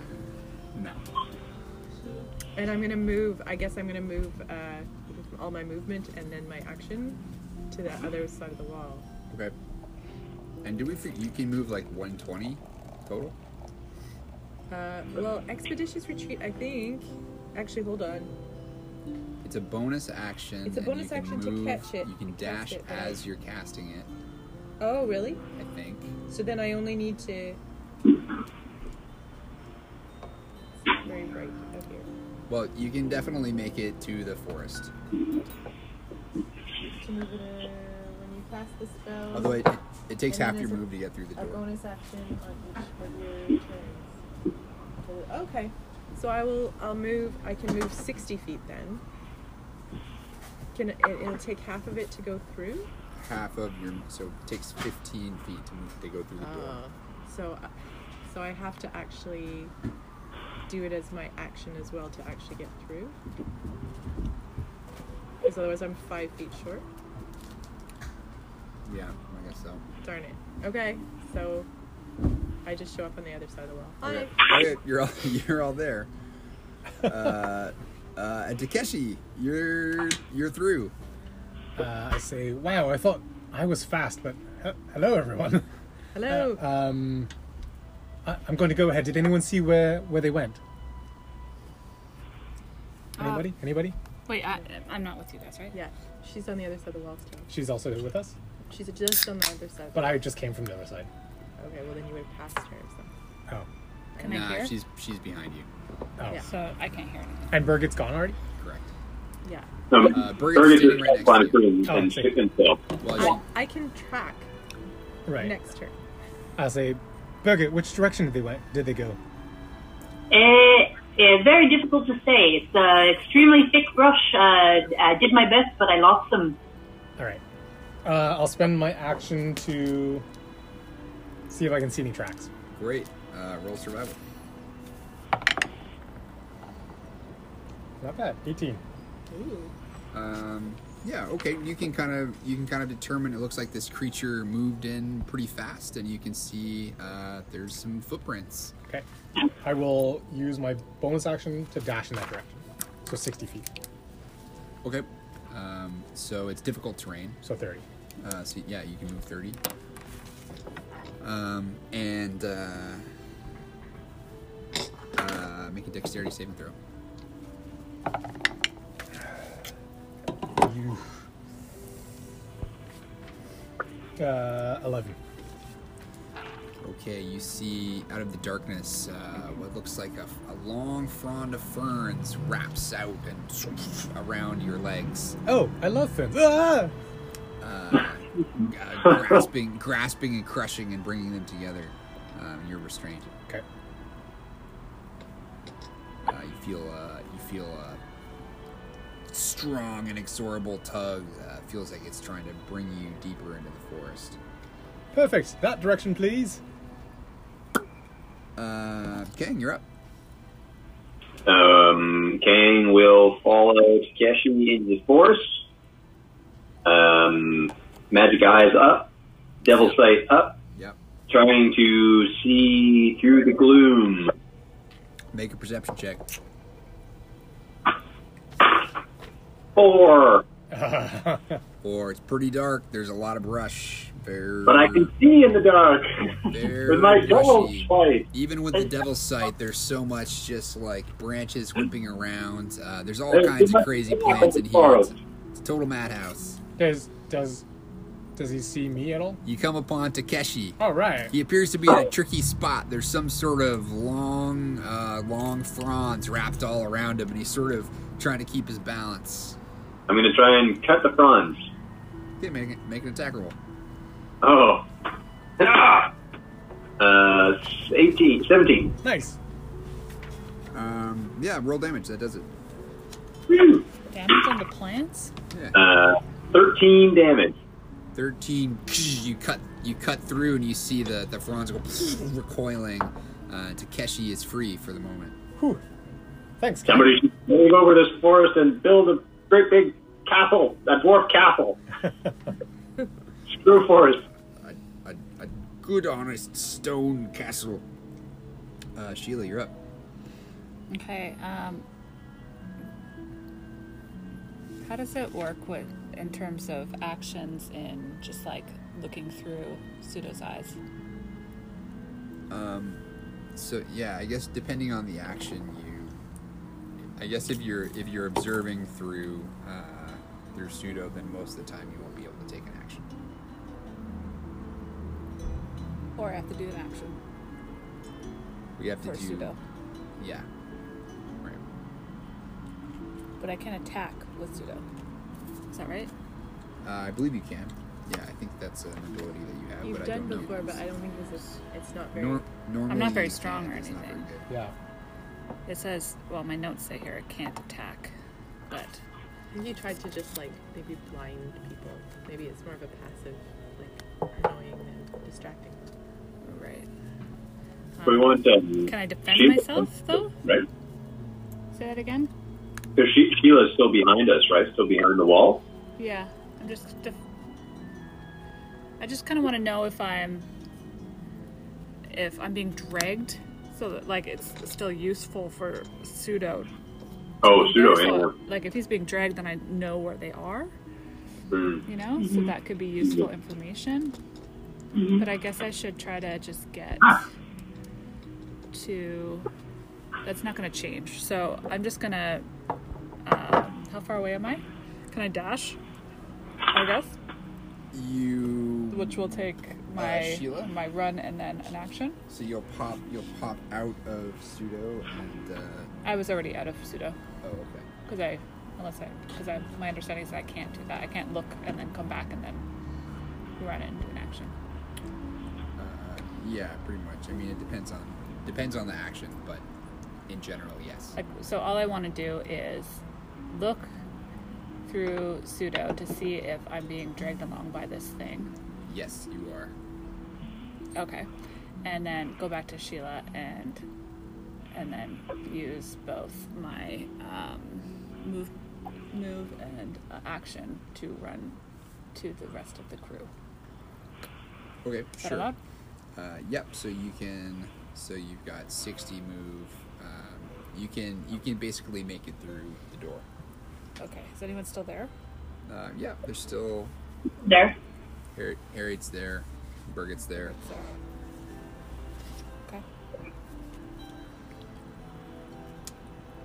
Speaker 2: No.
Speaker 4: And I'm gonna move. I guess I'm gonna move uh, with all my movement and then my action to the other side of the wall.
Speaker 2: Okay. And do we think you can move like 120 total?
Speaker 4: Uh, well, expeditious retreat. I think. Actually, hold on.
Speaker 2: It's a bonus action.
Speaker 4: It's a
Speaker 2: and you
Speaker 4: bonus
Speaker 2: can
Speaker 4: action to
Speaker 2: move-
Speaker 4: catch it
Speaker 2: You can
Speaker 4: and cast
Speaker 2: dash
Speaker 4: it, right?
Speaker 2: as you're casting it,
Speaker 4: Oh, really?
Speaker 2: I think.
Speaker 4: So then I only need to. It's Very bright up here.
Speaker 2: Well, you can definitely make it to the forest.
Speaker 4: To move it, uh, when you cast the spell.
Speaker 2: Although it, it, it takes
Speaker 4: And
Speaker 2: half
Speaker 4: then
Speaker 2: your
Speaker 4: there's a-
Speaker 2: move to get through the
Speaker 4: a
Speaker 2: door.
Speaker 4: bonus action on each of your turns. Okay, so I will. I'll move. I can move sixty feet then. Can it, it'll take half of it to go through?
Speaker 2: Half of your so it takes 15 feet to, move, to go through the door.
Speaker 4: So, I- so I have to actually do it as my action as well to actually get through. Because otherwise, I'm five feet short.
Speaker 2: Yeah, I guess so.
Speaker 4: Darn it. Okay, so I just show up on the other side of the wall.
Speaker 2: Okay.
Speaker 4: Hi.
Speaker 2: Okay, you're all you're all there. Uh, uh, and Takeshi, you're you're through.
Speaker 3: Uh, I say, wow, I thought I was fast, but he- hello, everyone.
Speaker 4: Hello.
Speaker 2: uh,
Speaker 3: Um, I- I'm going to go ahead. Did anyone see where, where they went?
Speaker 6: Uh,
Speaker 3: Anybody? Anybody?
Speaker 6: Wait, I, I'm not with you guys, right?
Speaker 4: yeah, she's on the other side of the wall still.
Speaker 3: She's also with us,
Speaker 4: She's just on the other side.
Speaker 3: but I just came from the other side.
Speaker 4: okay, well then you would have passed her. So.
Speaker 3: Oh,
Speaker 6: Can I
Speaker 2: Nah,
Speaker 6: hear?
Speaker 2: she's she's behind you.
Speaker 3: Oh.
Speaker 4: Yeah.
Speaker 6: So I can't hear anything.
Speaker 3: And Birgit's gone already?
Speaker 2: Correct.
Speaker 4: Yeah.
Speaker 9: Um,
Speaker 2: Uh, Berg's
Speaker 9: Bergen
Speaker 2: sitting
Speaker 9: just
Speaker 2: right next
Speaker 9: up
Speaker 2: to
Speaker 9: on a tree
Speaker 3: Oh,
Speaker 9: and
Speaker 3: see.
Speaker 9: shit himself.
Speaker 2: Well,
Speaker 4: I,
Speaker 2: she-
Speaker 4: I can track
Speaker 3: Right.
Speaker 4: next turn.
Speaker 3: I'll say, Birgit, which direction did they went? Did they go?
Speaker 8: Eh, eh, very difficult to say. It's uh, extremely thick brush. Uh, I did my best, but I lost some.
Speaker 3: All right. Uh, I'll spend my action to see if I can see any tracks.
Speaker 2: great. Uh, roll survival.
Speaker 3: Not bad. 18.
Speaker 4: Ooh.
Speaker 2: Um, yeah. Okay. You can kind of you can kind of determine. It looks like this creature moved in pretty fast, and you can see uh, there's some footprints.
Speaker 3: Okay. I will use my bonus action to dash in that direction. So 60 feet.
Speaker 2: Okay. Um, so it's difficult terrain.
Speaker 3: So 30.
Speaker 2: Uh, so yeah, you can move thirty. Um, and uh, uh, make a dexterity saving throw.
Speaker 3: Uh, 11.
Speaker 2: Okay, you see out of the darkness uh, what looks like a, a long frond of ferns wraps out and around your legs,
Speaker 3: Oh, I love fins. Ah!
Speaker 2: uh, uh, grasping, grasping and crushing and bringing them together. Um, you're restrained.
Speaker 3: Okay.
Speaker 2: Uh, you feel uh, you feel a strong and inexorable tug. Uh, feels like it's trying to bring you deeper into the forest.
Speaker 3: Perfect. That direction, please.
Speaker 2: Uh, Kang, you're up.
Speaker 9: Um, Kang will follow Takeshi in his force. Um, magic eyes up, devil sight up,
Speaker 2: Yep.
Speaker 9: trying to see through the gloom.
Speaker 2: Make a perception check.
Speaker 9: Four,
Speaker 2: Or it's pretty dark. There's a lot of brush. Very.
Speaker 9: but I can see in the dark
Speaker 2: very
Speaker 9: with my devil's
Speaker 2: brushy.
Speaker 9: sight.
Speaker 2: Even with the devil's sight, there's so much just like branches whipping around. Uh, there's all
Speaker 9: There's
Speaker 2: kinds
Speaker 9: too
Speaker 2: of
Speaker 9: much
Speaker 2: crazy
Speaker 9: going on
Speaker 2: plants
Speaker 9: in
Speaker 2: in
Speaker 9: the
Speaker 2: here. It's,
Speaker 9: forest.
Speaker 2: it's a total madhouse.
Speaker 3: Does does does he see me at all?
Speaker 2: You come upon Takeshi.
Speaker 3: All right.
Speaker 2: He appears to be in a tricky spot. There's some sort of long, uh, long fronds wrapped all around him, and he's sort of trying to keep his balance.
Speaker 9: I'm going to try and cut the fronds.
Speaker 2: Okay, make, it- make an attack roll.
Speaker 9: Oh. Ah! Uh, 18, 17.
Speaker 3: Nice.
Speaker 2: Um, yeah, roll damage. That does it.
Speaker 6: Damage onto plants?
Speaker 2: Yeah.
Speaker 9: Uh, 13 damage.
Speaker 2: 13 you cut you cut through and you see the the fronds go recoiling uh, takeshi is free for the moment
Speaker 3: Whew. Thanks, Ken.
Speaker 9: Somebody should move over this forest and build a great big castle, a dwarf castle. Screw forest.
Speaker 2: a, a, a good honest stone castle uh, sheila you're up
Speaker 6: Okay. Um, how does it work with in terms of actions in just like looking through pseudo's eyes?
Speaker 2: um, so yeah i guess depending on the action you i guess if you're if you're observing through uh, through pseudo then most of the time you won't be able to take an action
Speaker 6: Or I have to do an action
Speaker 2: we have to
Speaker 6: for
Speaker 2: do
Speaker 6: pseudo.
Speaker 2: yeah right
Speaker 6: But I can attack with pseudo. Is that right?
Speaker 2: uh, i believe you can yeah i think that's an ability that you have
Speaker 4: You've
Speaker 2: but i
Speaker 4: done
Speaker 2: don't know
Speaker 4: before, but I don't think this is. It's not very.
Speaker 2: Nor- normally
Speaker 6: not very
Speaker 2: you
Speaker 6: strong
Speaker 2: can't.
Speaker 6: or
Speaker 2: It's not very
Speaker 6: anything.
Speaker 3: Yeah.
Speaker 6: It says, well, my notes say here I can't attack, but
Speaker 4: You tried to just like maybe blind people. Maybe it's more of a passive, like annoying and distracting.
Speaker 6: right.
Speaker 9: We
Speaker 6: Um,
Speaker 9: want um,
Speaker 6: Can I defend
Speaker 9: Sheila,
Speaker 6: myself though?
Speaker 9: right?
Speaker 6: Say that again.
Speaker 9: Because she, Sheila's still behind us, right? Still behind the wall.
Speaker 6: Yeah, I'm just. Def- I just kind of want to know if I'm, if I'm being dragged, so that like it's still useful for pseudo.
Speaker 9: Oh, pseudo
Speaker 6: So,
Speaker 9: animal.
Speaker 6: like if he's being dragged, then I know where they are.
Speaker 9: Hmm.
Speaker 6: You know, so that could be useful information. But I guess I should try to just get to. That's not going to change. So I'm just going to. Um, how far away am I? Can I dash? I guess
Speaker 2: You
Speaker 6: which will take my
Speaker 2: Sheila?
Speaker 6: my run and then an action.
Speaker 2: So you'll pop you'll pop out of pseudo and uh,
Speaker 6: I was already out of pseudo
Speaker 2: oh okay.
Speaker 6: because I unless I because I my understanding is that I can't do that. I can't look and then come back and then run and do an action.
Speaker 2: Uh, yeah, pretty much. I mean it depends on depends on the action, but in general, yes.
Speaker 6: Like, so all I want to do is look through pseudo to see if I'm being dragged along by this thing.
Speaker 2: Yes, you are.
Speaker 6: Okay. And then go back to Sheila and and then use both my um, move move and uh, action to run to the rest of the crew.
Speaker 2: Okay,
Speaker 6: Is that
Speaker 2: sure.
Speaker 6: allowed?
Speaker 2: Uh, yep. So you can. So you've got sixty move. Um, you can. You can basically make it through the door.
Speaker 6: Okay. Is anyone still there?
Speaker 2: Uh, yeah. There's still.
Speaker 8: There.
Speaker 2: Harriet, Harriet's there. Birgit's there.
Speaker 6: So. Okay.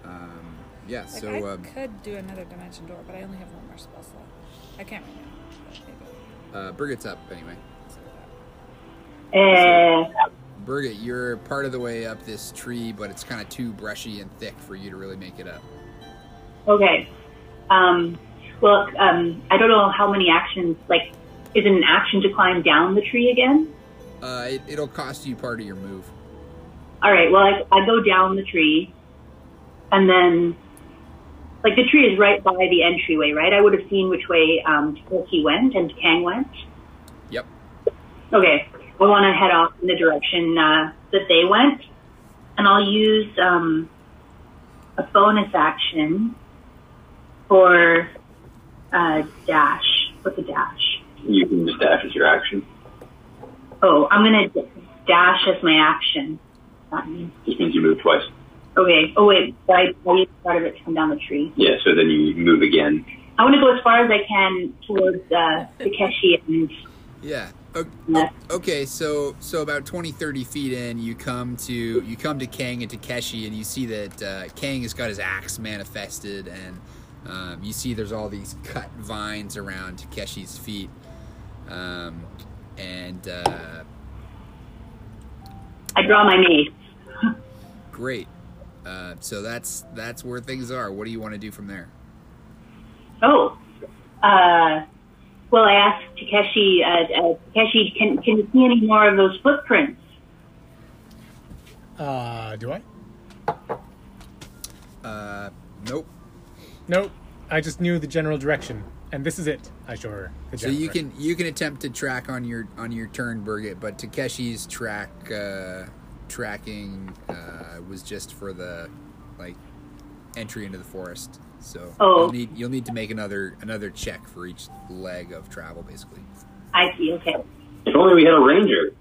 Speaker 2: Um, yeah.
Speaker 6: Like,
Speaker 2: So
Speaker 6: I
Speaker 2: um,
Speaker 6: could do another dimension door, but I only have one more spell slot. I can't right now. but maybe I'll
Speaker 2: uh, Birgit's up anyway.
Speaker 6: consider that.
Speaker 8: Uh,
Speaker 2: Birgit, you're part of the way up this tree, but it's kind of too brushy and thick for you to really make it up.
Speaker 8: okay. Um, well, um, I don't know how many actions, like, is it an action to climb down the tree again?
Speaker 2: Uh, it, it'll cost you part of your move.
Speaker 8: All right. Well, I, I go down the tree, and then, like, the tree is right by the entryway, right? I would have seen which way um, Tolki went and Kang went.
Speaker 2: Yep.
Speaker 8: Okay. I want to head off in the direction uh, that they went, and I'll use um, a bonus action for uh, dash. What's a dash?
Speaker 9: You can just dash as your action.
Speaker 8: Oh, I'm gonna d- dash as my action. That means
Speaker 9: Just means you move twice.
Speaker 8: okay. Oh wait, I, I used part of it to come down the tree.
Speaker 9: Yeah, so then you move again.
Speaker 8: I want to go as far as I can towards uh, Takeshi and
Speaker 2: Yeah. O-
Speaker 8: Yeah.
Speaker 2: o- Okay, so so about 20, 30 feet in, you come to you come to Kang and Takeshi, and you see that uh, Kang has got his axe manifested, and um, you see there's all these cut vines around Takeshi's feet, um, and uh,
Speaker 8: I draw my mace.
Speaker 2: great. Uh, so that's that's where things are. What do you want to do from there?
Speaker 8: Oh, uh, well, I asked Takeshi. Uh, uh, Takeshi, can can you see any more of those footprints?
Speaker 3: Uh, do I?
Speaker 2: Uh, nope.
Speaker 3: Nope. I just knew the general direction, and this is it. I show her. The
Speaker 2: So
Speaker 3: general
Speaker 2: you
Speaker 3: direction.
Speaker 2: can you can attempt to track on your on your turn, Birgit, but Takeshi's track uh, tracking uh, was just for the like entry into the forest. So
Speaker 8: Oh.
Speaker 2: you'll need you'll need to make another another check for each leg of travel, basically.
Speaker 8: I see. Okay.
Speaker 9: If only we had a ranger.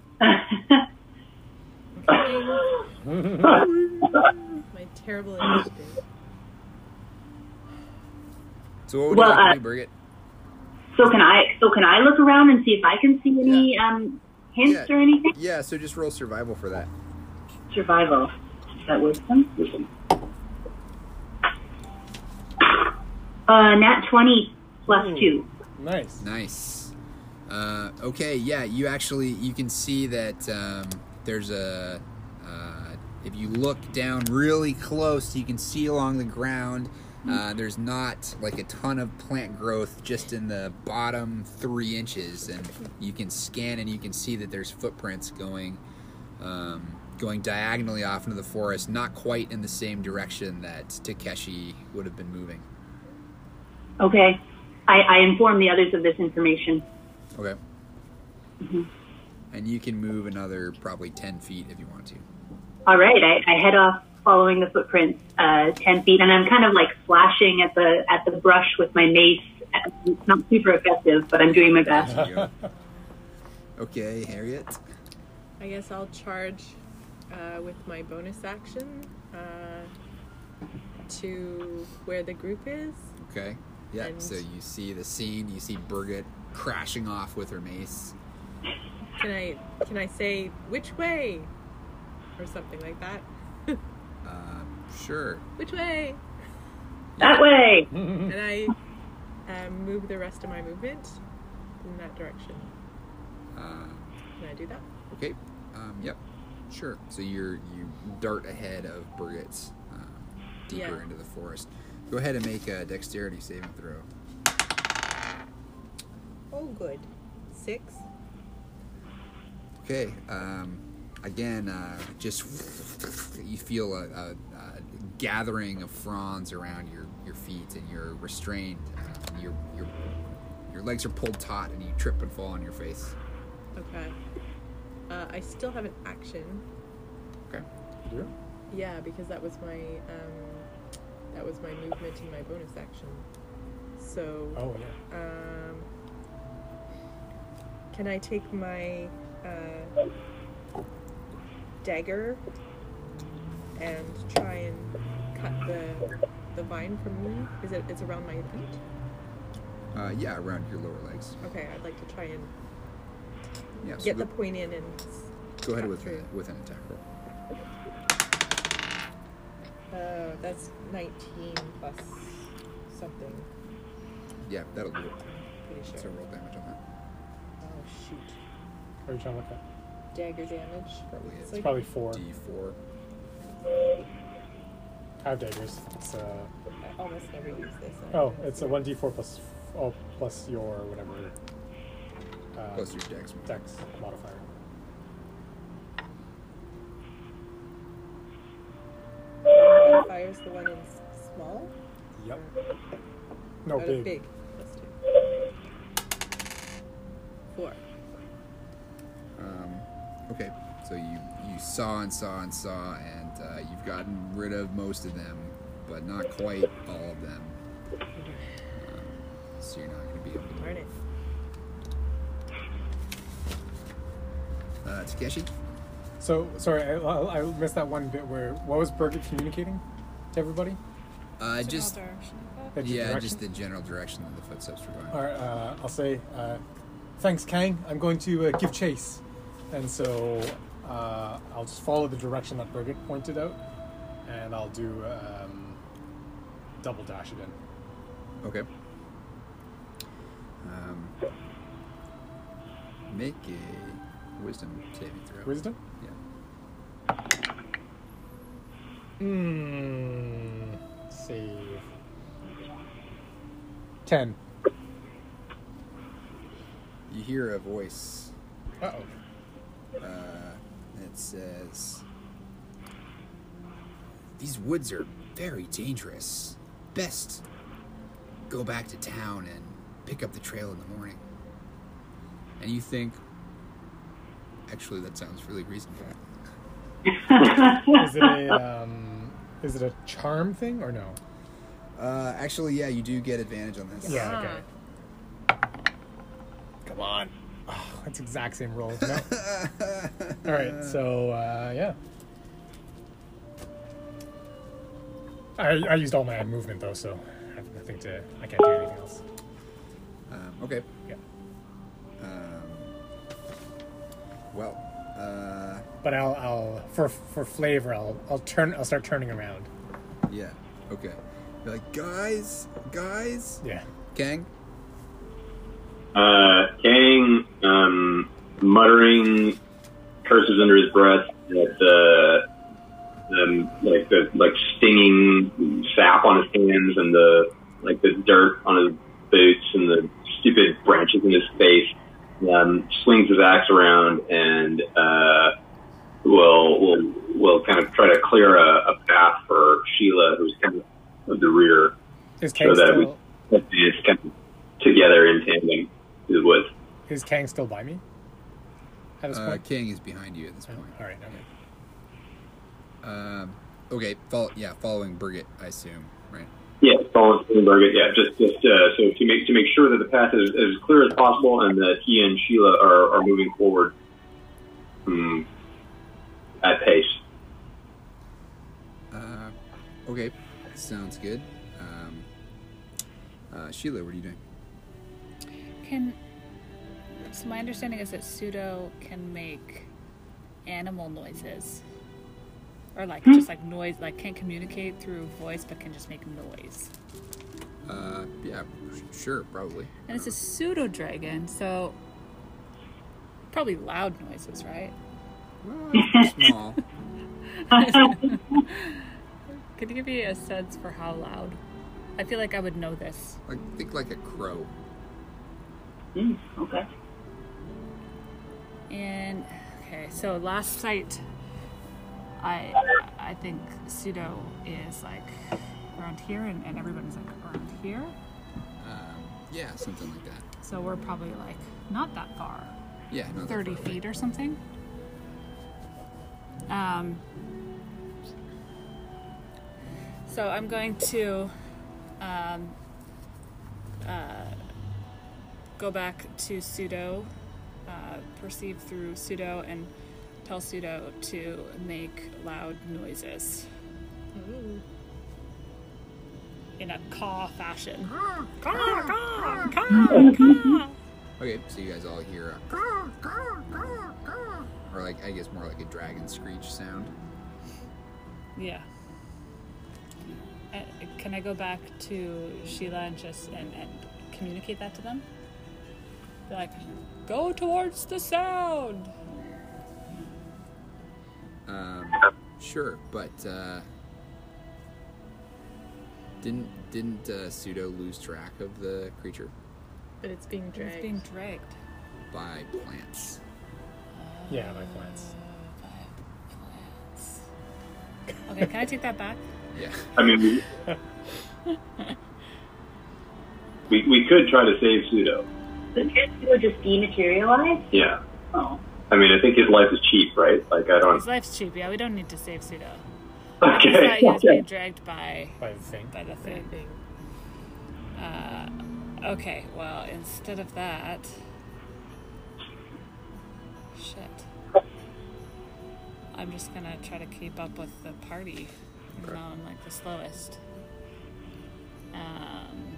Speaker 4: My terrible initiative.
Speaker 2: So what would
Speaker 8: Well,
Speaker 2: you like
Speaker 8: uh,
Speaker 2: to do, Birgit?
Speaker 8: so can I? So can I look around and see if I can see any um, hints
Speaker 2: Yeah.
Speaker 8: or anything?
Speaker 2: Yeah, so just roll survival for that.
Speaker 8: Survival. Is that wisdom? Uh, nat twenty plus
Speaker 3: Ooh.
Speaker 8: two.
Speaker 3: Nice.
Speaker 2: Nice. Uh, okay, yeah, you actually you can see that um, there's a. Uh, if you look down really close, you can see along the ground. Uh, there's not like a ton of plant growth just in the bottom three inches, and you can scan and you can see that there's footprints going, um, going diagonally off into the forest, not quite in the same direction that Takeshi would have been moving.
Speaker 8: Okay. I, I inform the others of this information.
Speaker 2: Okay.
Speaker 8: Mm-hmm.
Speaker 2: And you can move another probably 10 feet if you want to.
Speaker 8: All right, I, I head off following the footprints uh, ten feet, and I'm kind of like slashing at the at the brush with my mace. It's not super effective, but I'm doing my best.
Speaker 2: There you go. okay, Harriet.
Speaker 4: I guess I'll charge uh, with my bonus action uh, to where the group is.
Speaker 2: Okay. Yeah,
Speaker 4: And-
Speaker 2: so you see the scene, you see Birgit crashing off with her mace.
Speaker 4: Can I can I say which way or something like that?
Speaker 2: Uh, sure.
Speaker 4: Which way?
Speaker 8: That way.
Speaker 4: And I uh, um, move the rest of my movement in that direction.
Speaker 2: Uh,
Speaker 4: Can I do that?
Speaker 2: Okay. Um, yep. Sure. So you're you dart ahead of Burgett's um, deeper
Speaker 4: Yeah.
Speaker 2: into the forest. Go ahead and make a dexterity saving throw.
Speaker 4: Oh, good. Six.
Speaker 2: Okay. Um, again, uh, just you feel a, a, a gathering of fronds around your, your feet, and you're restrained. Um, your your your legs are pulled taut, and you trip and fall on your face.
Speaker 4: Okay. Uh, I still have an action.
Speaker 2: Okay.
Speaker 3: Yeah.
Speaker 4: Yeah, because that was my um, that was my movement and my bonus action. So
Speaker 3: Oh yeah.
Speaker 4: Um, can I take my uh, dagger and try and cut the the vine from me? Is it? It's around my feet.
Speaker 2: Uh, yeah, around your lower legs.
Speaker 4: Okay, I'd like to try and
Speaker 2: Yeah. So
Speaker 4: get
Speaker 2: go,
Speaker 4: the point in and. s-
Speaker 2: go ahead
Speaker 4: cut
Speaker 2: with
Speaker 4: through.
Speaker 2: a, with an attack roll.
Speaker 4: Uh, that's nineteen plus something.
Speaker 2: Yeah, that'll do it.
Speaker 4: Pretty
Speaker 2: So
Speaker 4: sure.
Speaker 2: roll damage on that.
Speaker 4: Oh shoot!
Speaker 3: What are you trying to look at?
Speaker 4: Dagger damage.
Speaker 2: Probably is.
Speaker 4: It's
Speaker 3: It's
Speaker 4: like
Speaker 3: probably four.
Speaker 2: D4.
Speaker 3: I have daggers. It's uh
Speaker 4: I almost never use this. I-
Speaker 3: oh, it's a one d four plus oh plus your whatever. Uh,
Speaker 2: Plus your dex. mod.
Speaker 3: dex modifier.
Speaker 4: Fire's the one in s- small.
Speaker 3: Yep. No
Speaker 4: Uh,
Speaker 3: Oh, big.
Speaker 4: Let's do four.
Speaker 2: Um, okay, so you you saw and saw and saw, and uh, you've gotten rid of most of them, but not quite all of them. Um, so you're not going to be able to.
Speaker 4: Darn it.
Speaker 2: Uh, Takeshi,
Speaker 3: So sorry, I, I I missed that one bit where what was Birgit communicating to everybody?
Speaker 2: uh,
Speaker 6: General
Speaker 2: just
Speaker 6: direction.
Speaker 3: The
Speaker 2: yeah,
Speaker 3: direction?
Speaker 2: just the general direction that the footsteps were going.
Speaker 3: All right, uh, I'll say, uh, thanks, Kang. I'm going to uh, give chase. And so uh, I'll just follow the direction that Birgit pointed out, and I'll do um, double dash again.
Speaker 2: Okay. Um, make a wisdom saving throw.
Speaker 3: Wisdom?
Speaker 2: Yeah.
Speaker 3: Mmm. Save. 10.
Speaker 2: You hear a voice
Speaker 3: Uh oh.
Speaker 2: uh, that says, These woods are very dangerous. Best go back to town and pick up the trail in the morning. And you think, Actually, that sounds really reasonable.
Speaker 3: Is it a, um, is it a charm thing or no?
Speaker 2: Uh, actually, yeah, you do get advantage on this.
Speaker 3: Yeah,
Speaker 4: Ah.
Speaker 3: okay. Come on. Oh, that's exact same roll. No. All right, so uh, yeah. I, I used all my movement though, so I have nothing to. I can't do anything else.
Speaker 2: Um, okay.
Speaker 3: Yeah,
Speaker 2: Um, well, uh,
Speaker 3: but I'll I'll for for flavor I'll I'll turn I'll start turning around.
Speaker 2: yeah, okay. You're like, guys, guys,
Speaker 3: Yeah.
Speaker 2: gang,
Speaker 9: Uh, Kang, um, muttering curses under his breath at the, um, like the like stinging sap on his hands and the like the dirt on his boots and the stupid branches in his face. Um, swings his axe around and uh, will will will kind of try to clear a, a path for Sheila, who's kind of of the rear
Speaker 3: Is Kang
Speaker 9: that we-
Speaker 3: still
Speaker 9: it's kind of together in tandem through the woods.
Speaker 3: is Kang still by me? At this
Speaker 2: uh,
Speaker 3: point. Oh,
Speaker 2: King is behind you at this point.
Speaker 3: All right. Okay.
Speaker 2: Um, okay, follow, yeah, following Birgit, I assume, right?
Speaker 9: Yeah, following Steinberg. Yeah, just just uh, so to make to make sure that the path is as clear as possible and that he and Sheila are, are moving forward um, at pace.
Speaker 2: Uh, okay, sounds good. Um, uh, Sheila, what are you doing?
Speaker 6: Can so my understanding is that pseudo can make animal noises, or like just like noise, like can't communicate through voice, but can just make noise.
Speaker 2: Uh, yeah, sure, probably.
Speaker 6: And it's a pseudo dragon, so probably loud noises, right?
Speaker 2: Well, small.
Speaker 6: Could you give me a sense for how loud? I feel like I would know this.
Speaker 2: Like think like a crow.
Speaker 8: Mm, okay.
Speaker 6: And okay, so last sight, I I think pseudo is like around here, and, and everybody's like around here.
Speaker 2: Um, yeah, something like that.
Speaker 6: So we're probably like not that far,
Speaker 2: Yeah, no, they're
Speaker 6: thirty
Speaker 2: far away.
Speaker 6: feet or something. Um. So I'm going to um, uh, go back to pseudo, uh, perceive through pseudo, and tell pseudo to make loud noises in a caw fashion. Caw, caw, caw, caw.
Speaker 2: Okay, so you guys all hear a caw, caw, caw, caw, or like I guess more like a dragon screech sound.
Speaker 6: Yeah. Uh, can I go back to Sheila and just and, and communicate that to them? Be like, go towards the sound.
Speaker 2: Um, sure, but uh, didn't didn't uh, pseudo lose track of the creature
Speaker 4: But it's being dragged.
Speaker 6: It's being dragged.
Speaker 2: by plants?
Speaker 3: Yeah, my plants.
Speaker 6: Okay, can I take that back?
Speaker 2: Yeah,
Speaker 9: I mean, we, we, we could try to save Pseudo.
Speaker 8: So can't you just dematerialize?
Speaker 9: Yeah.
Speaker 8: Oh.
Speaker 9: I mean, I think his life is cheap, right? Like, I don't.
Speaker 6: His life's cheap. Yeah, we don't need to save Pseudo. I thought
Speaker 9: Okay.
Speaker 6: he was
Speaker 9: okay.
Speaker 6: being dragged by
Speaker 3: By the thing.
Speaker 6: by the
Speaker 4: That
Speaker 6: thing.
Speaker 4: thing.
Speaker 6: Uh, okay, well, instead of that, shit. I'm just gonna try to keep up with the party, even though I'm like the slowest. Um,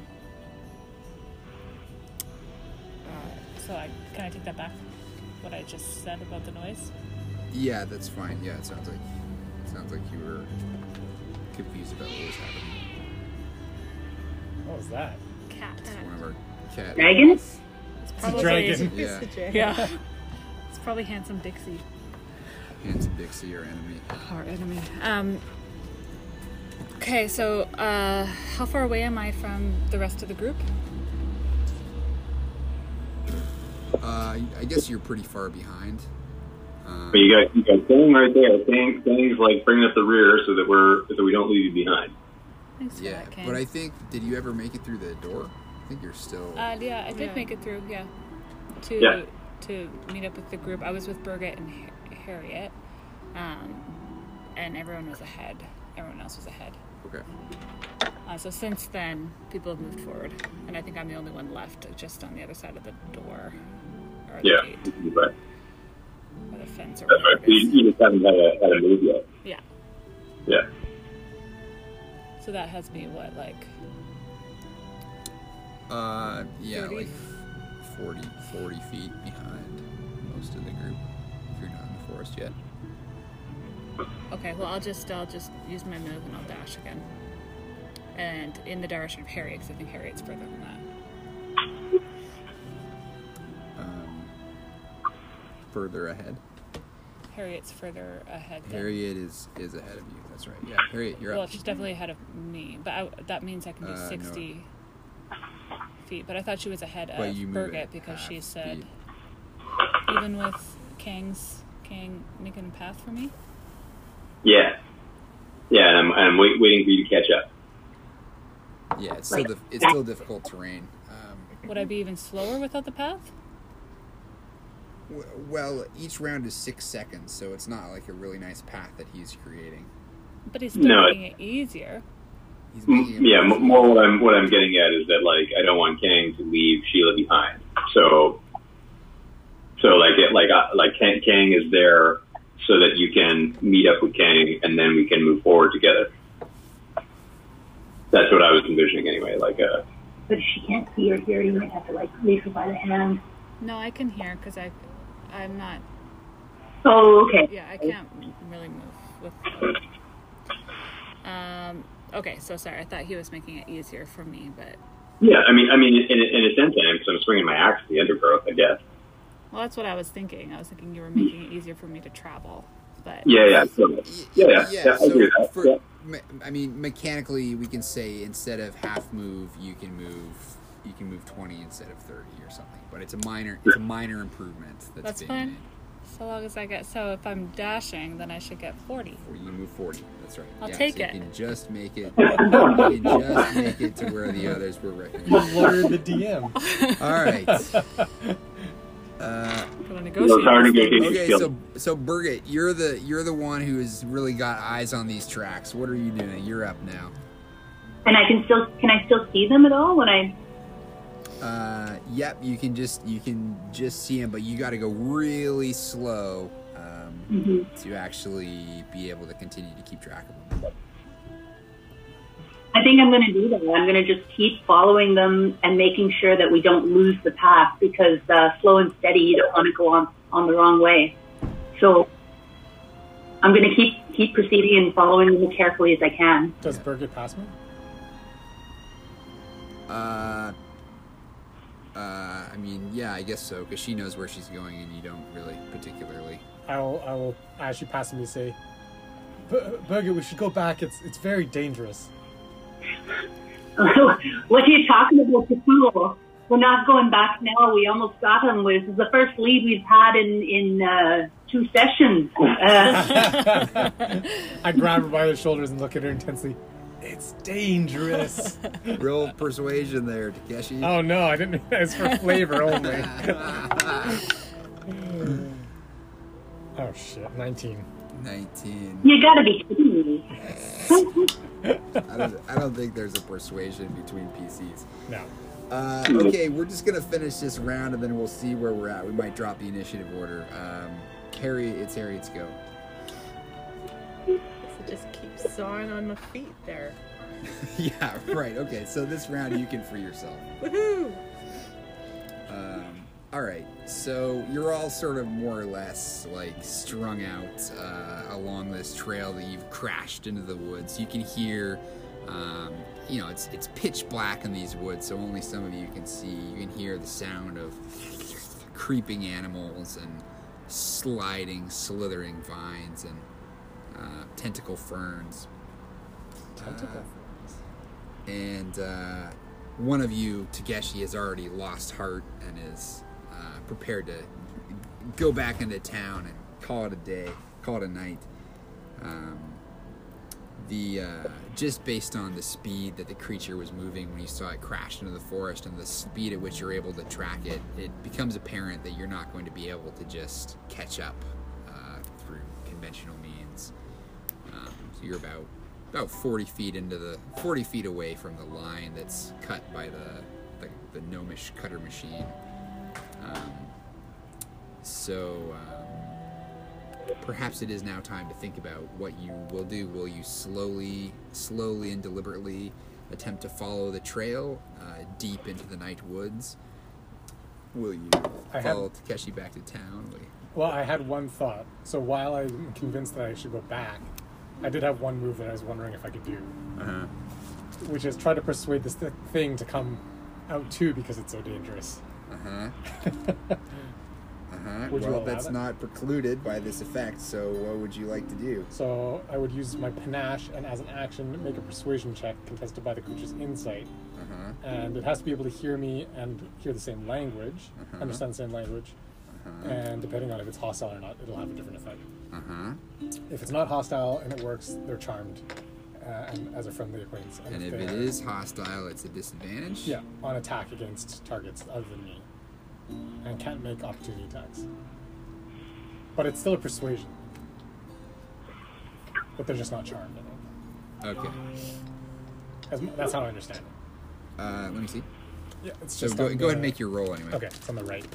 Speaker 6: uh, so I can I take that back? What I just said about the noise?
Speaker 2: yeah, that's fine. Yeah, it sounds like sounds like you were confused about what was happening.
Speaker 3: What was that?
Speaker 6: Cat.
Speaker 2: It's one of our cat.
Speaker 8: Dragons?
Speaker 6: It's
Speaker 3: a
Speaker 6: probably
Speaker 3: dragon.
Speaker 2: Yeah,
Speaker 4: It's a dragon.
Speaker 6: yeah. it's probably handsome Dixie.
Speaker 2: handsome Dixie, your enemy.
Speaker 6: Our enemy. Um, okay, so uh, how far away am I from the rest of the group?
Speaker 2: Uh, I guess you're pretty far behind. Um,
Speaker 9: But you got you got Thing right there. Thing, Thing's like bringing up the rear so that we're so we don't leave you behind.
Speaker 6: Thanks for
Speaker 2: yeah,
Speaker 6: that, Ken.
Speaker 2: but I think did you ever make it through the door? I think you're still.
Speaker 6: uh, yeah, I did
Speaker 4: Yeah.
Speaker 6: make it through. Yeah, to
Speaker 9: Yeah.
Speaker 6: to meet up with the group. I was with Birgit and Har- Harriet, um, and everyone was ahead. Everyone else was ahead.
Speaker 2: okay.
Speaker 6: Uh, so since then, people have moved forward, and I think I'm the only one left, just on the other side of the door, or the
Speaker 9: Yeah.
Speaker 6: gate,
Speaker 9: But
Speaker 6: or the fence, or
Speaker 9: that's right.
Speaker 6: whatever it
Speaker 9: You,
Speaker 6: is.
Speaker 9: you just haven't had a, had a move yet.
Speaker 6: Yeah.
Speaker 9: Yeah.
Speaker 6: So that has me what like
Speaker 2: Uh, yeah,
Speaker 6: 30?
Speaker 2: like 40, 40 feet behind most of the group. If you're not in the forest yet.
Speaker 6: Okay, well, I'll just I'll just use my move and I'll dash again, and in the direction of Harriet because I think Harriet's further than that.
Speaker 2: Um, further ahead.
Speaker 6: Harriet's further ahead. Than,
Speaker 2: Harriet is is ahead of you. That's right. Yeah, Harriet, you're
Speaker 6: Well,
Speaker 2: up.
Speaker 6: she's definitely ahead of me, but I, that means I can do
Speaker 2: Uh, no.
Speaker 6: sixty feet. But I thought she was ahead
Speaker 2: But
Speaker 6: of
Speaker 2: you move
Speaker 6: Birgit
Speaker 2: at
Speaker 6: because
Speaker 2: half
Speaker 6: she said
Speaker 2: speed.
Speaker 6: even with Kang's Kang making a path for me.
Speaker 9: Yeah. Yeah, and I'm, I'm wait, waiting for you to catch up.
Speaker 2: Yeah, it's still dif- it's still difficult terrain. Um,
Speaker 6: Would I be even slower without the path?
Speaker 2: w- well, each round is six seconds, so it's not like a really nice path that he's creating.
Speaker 6: But he's still
Speaker 9: No.
Speaker 6: making it easier.
Speaker 2: He's making it
Speaker 9: M- Mm, Yeah, m- more what I'm what I'm getting at is that like I don't want Kang to leave Sheila behind. So, so like it, like uh, like Kang, Kang is there so that you can meet up with Kang and then we can move forward together. That's what I was envisioning anyway. Like uh
Speaker 8: But if she can't see or hear, you might have to like leave her by the hand.
Speaker 6: No, I can hear because I I'm not
Speaker 8: Oh, okay.
Speaker 6: Yeah, I can't really move with. Um. Okay, so sorry. I thought he was making it easier for me, but
Speaker 9: Yeah, I mean, I mean, in, in a sense, I am. So I'm swinging my axe at the undergrowth, I guess.
Speaker 6: Well, that's what I was thinking. I was thinking you were making it easier for me to travel, but
Speaker 9: Yeah, yeah, totally. yeah, yeah, yeah. I
Speaker 2: so
Speaker 9: agree with that.
Speaker 2: for-
Speaker 9: yeah.
Speaker 2: me- I mean, mechanically, we can say instead of half move, you can move, you can move twenty instead of thirty or something. But it's a minor, it's a minor improvement. That's,
Speaker 6: That's
Speaker 2: being
Speaker 6: fine.
Speaker 2: made.
Speaker 6: so long as I get so if I'm dashing, then I should get forty.
Speaker 2: Or you can move forty. That's right.
Speaker 6: I'll
Speaker 2: yeah,
Speaker 6: take
Speaker 2: so
Speaker 6: it.
Speaker 2: You can just make it. you can just make it to where the others were
Speaker 3: You
Speaker 2: recognized.
Speaker 3: lured the DM.
Speaker 2: All right. Uh,
Speaker 6: Gonna
Speaker 9: Those are
Speaker 6: negotiate.
Speaker 9: negotiation
Speaker 2: okay,
Speaker 9: skills.
Speaker 2: so so Birgit, you're the you're the one who has really got eyes on these tracks. What are you doing? You're up now.
Speaker 8: And I can still can I still see them at all when I?
Speaker 2: Uh, yep, you can just you can just see him, but you got to go really slow um,
Speaker 8: Mhm.
Speaker 2: to actually be able to continue to keep track of him.
Speaker 8: I think I'm going to do that. I'm going to just keep following them and making sure that we don't lose the path because uh, slow and steady, you don't want to go on on the wrong way. So I'm going to keep keep proceeding and following them as carefully as I can.
Speaker 3: Does Birgit pass me?
Speaker 2: Uh, uh, I mean, yeah, I guess so, because she knows where she's going, and you don't really particularly.
Speaker 3: I will. I will. As she passes me, say, "Bir- "Birgit, we should go back. It's it's very dangerous."
Speaker 8: what are you talking about, the fool? We're not going back now. We almost got him. This is the first lead we've had in in uh, two sessions. Uh,
Speaker 3: I grab her by the shoulders and look at her intensely. It's dangerous.
Speaker 2: Real persuasion there, Takeshi.
Speaker 3: oh no, I didn't. It's for flavor only. Oh shit, nineteen.
Speaker 2: Nineteen.
Speaker 8: you got to be kidding me.
Speaker 2: I don't, I don't think there's a persuasion between PCs.
Speaker 3: No.
Speaker 2: Uh, okay, we're just gonna finish this round and then we'll see where we're at. We might drop the initiative order. Um, Harry, it's Harriet's go.
Speaker 4: So just keep sawing on my feet there.
Speaker 2: yeah, right. Okay, so this round you can free yourself.
Speaker 4: Woohoo!
Speaker 2: Um, all right, so you're all sort of more or less like strung out uh, along this trail that you've crashed into the woods. You can hear, um, you know, it's it's pitch black in these woods, so only some of you can see. You can hear the sound of creeping animals and sliding, slithering vines and uh, tentacle ferns.
Speaker 3: Tentacle.
Speaker 2: and uh, one of you, Takeshi, has already lost heart and is uh, prepared to go back into town and call it a day, call it a night. Um, the uh, just based on the speed that the creature was moving when you saw it crash into the forest and the speed at which you're able to track it, it becomes apparent that you're not going to be able to just catch up uh, through conventional means. Um, so you're about about 40 feet into the 40 feet away from the line that's cut by the the, the gnomish cutter machine. Um, so um, perhaps it is now time to think about what you will do. Will you slowly, slowly and deliberately attempt to follow the trail uh, deep into the night woods? Will you
Speaker 3: I
Speaker 2: follow Takeshi back to town? Will you-
Speaker 3: Well, I had one thought. So while I'm convinced that I should go back, I did have one move that I was wondering if I could do, which is try to persuade this th- thing to come out too because it's so dangerous.
Speaker 2: Uh-huh. uh-huh.
Speaker 3: Would you
Speaker 2: well,
Speaker 3: allow
Speaker 2: that's
Speaker 3: that?
Speaker 2: not precluded by this effect, so what would you like to do?
Speaker 3: So I would use my panache and, as an action, make a persuasion check contested by the creature's insight,
Speaker 2: Uh-huh.
Speaker 3: and it has to be able to hear me and hear the same language,
Speaker 2: Mm-hmm.
Speaker 3: understand the same language, and depending on if it's hostile or not, it'll have a different effect.
Speaker 2: Uh-huh.
Speaker 3: If it's not hostile and it works, they're charmed uh, and as a friendly acquaintance.
Speaker 2: And if
Speaker 3: they
Speaker 2: it
Speaker 3: are-
Speaker 2: is hostile, it's a disadvantage?
Speaker 3: Yeah, on attack against targets other than me. And can't make opportunity attacks. But it's still a persuasion. But they're just not charmed, I think.
Speaker 2: Okay.
Speaker 3: As, m- that's how I understand it.
Speaker 2: Uh, let me see.
Speaker 3: Yeah, it's
Speaker 2: So
Speaker 3: just
Speaker 2: go,
Speaker 3: on
Speaker 2: go ahead and
Speaker 3: the-
Speaker 2: make your roll anyway.
Speaker 3: Okay, it's on the right.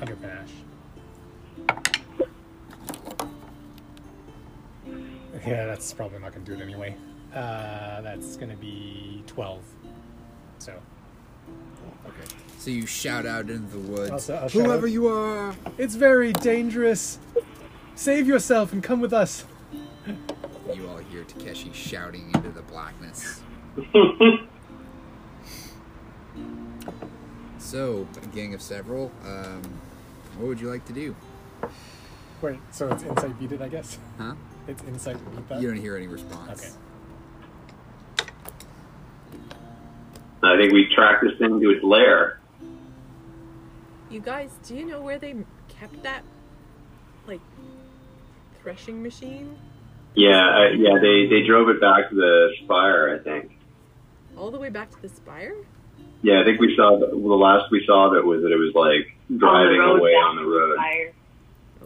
Speaker 3: Under Panache. Yeah, that's probably not going to do it anyway. Uh, that's going to be 12. So,
Speaker 2: Okay. So you shout out into the woods.
Speaker 3: Also, I'll shout
Speaker 2: Whoever
Speaker 3: out-
Speaker 2: you are.
Speaker 3: It's very dangerous. Save yourself and come with us.
Speaker 2: You all hear Takeshi shouting into the blackness. So, a gang of several. Um, what would you like to do?
Speaker 3: Wait, so it's insight beat it, I guess.
Speaker 2: Huh?
Speaker 3: It's insight beat that.
Speaker 2: You don't hear any response.
Speaker 3: Okay.
Speaker 9: I think we track this thing to its lair.
Speaker 4: You guys, do you know where they kept that, like, threshing machine?
Speaker 9: Yeah, I, yeah. They they drove it back to the spire. I think.
Speaker 4: All the way back to the spire?
Speaker 9: Yeah, I think we saw the, the last we saw of it was that it was like driving
Speaker 8: road
Speaker 9: away
Speaker 8: down
Speaker 9: on the road.
Speaker 8: Fire.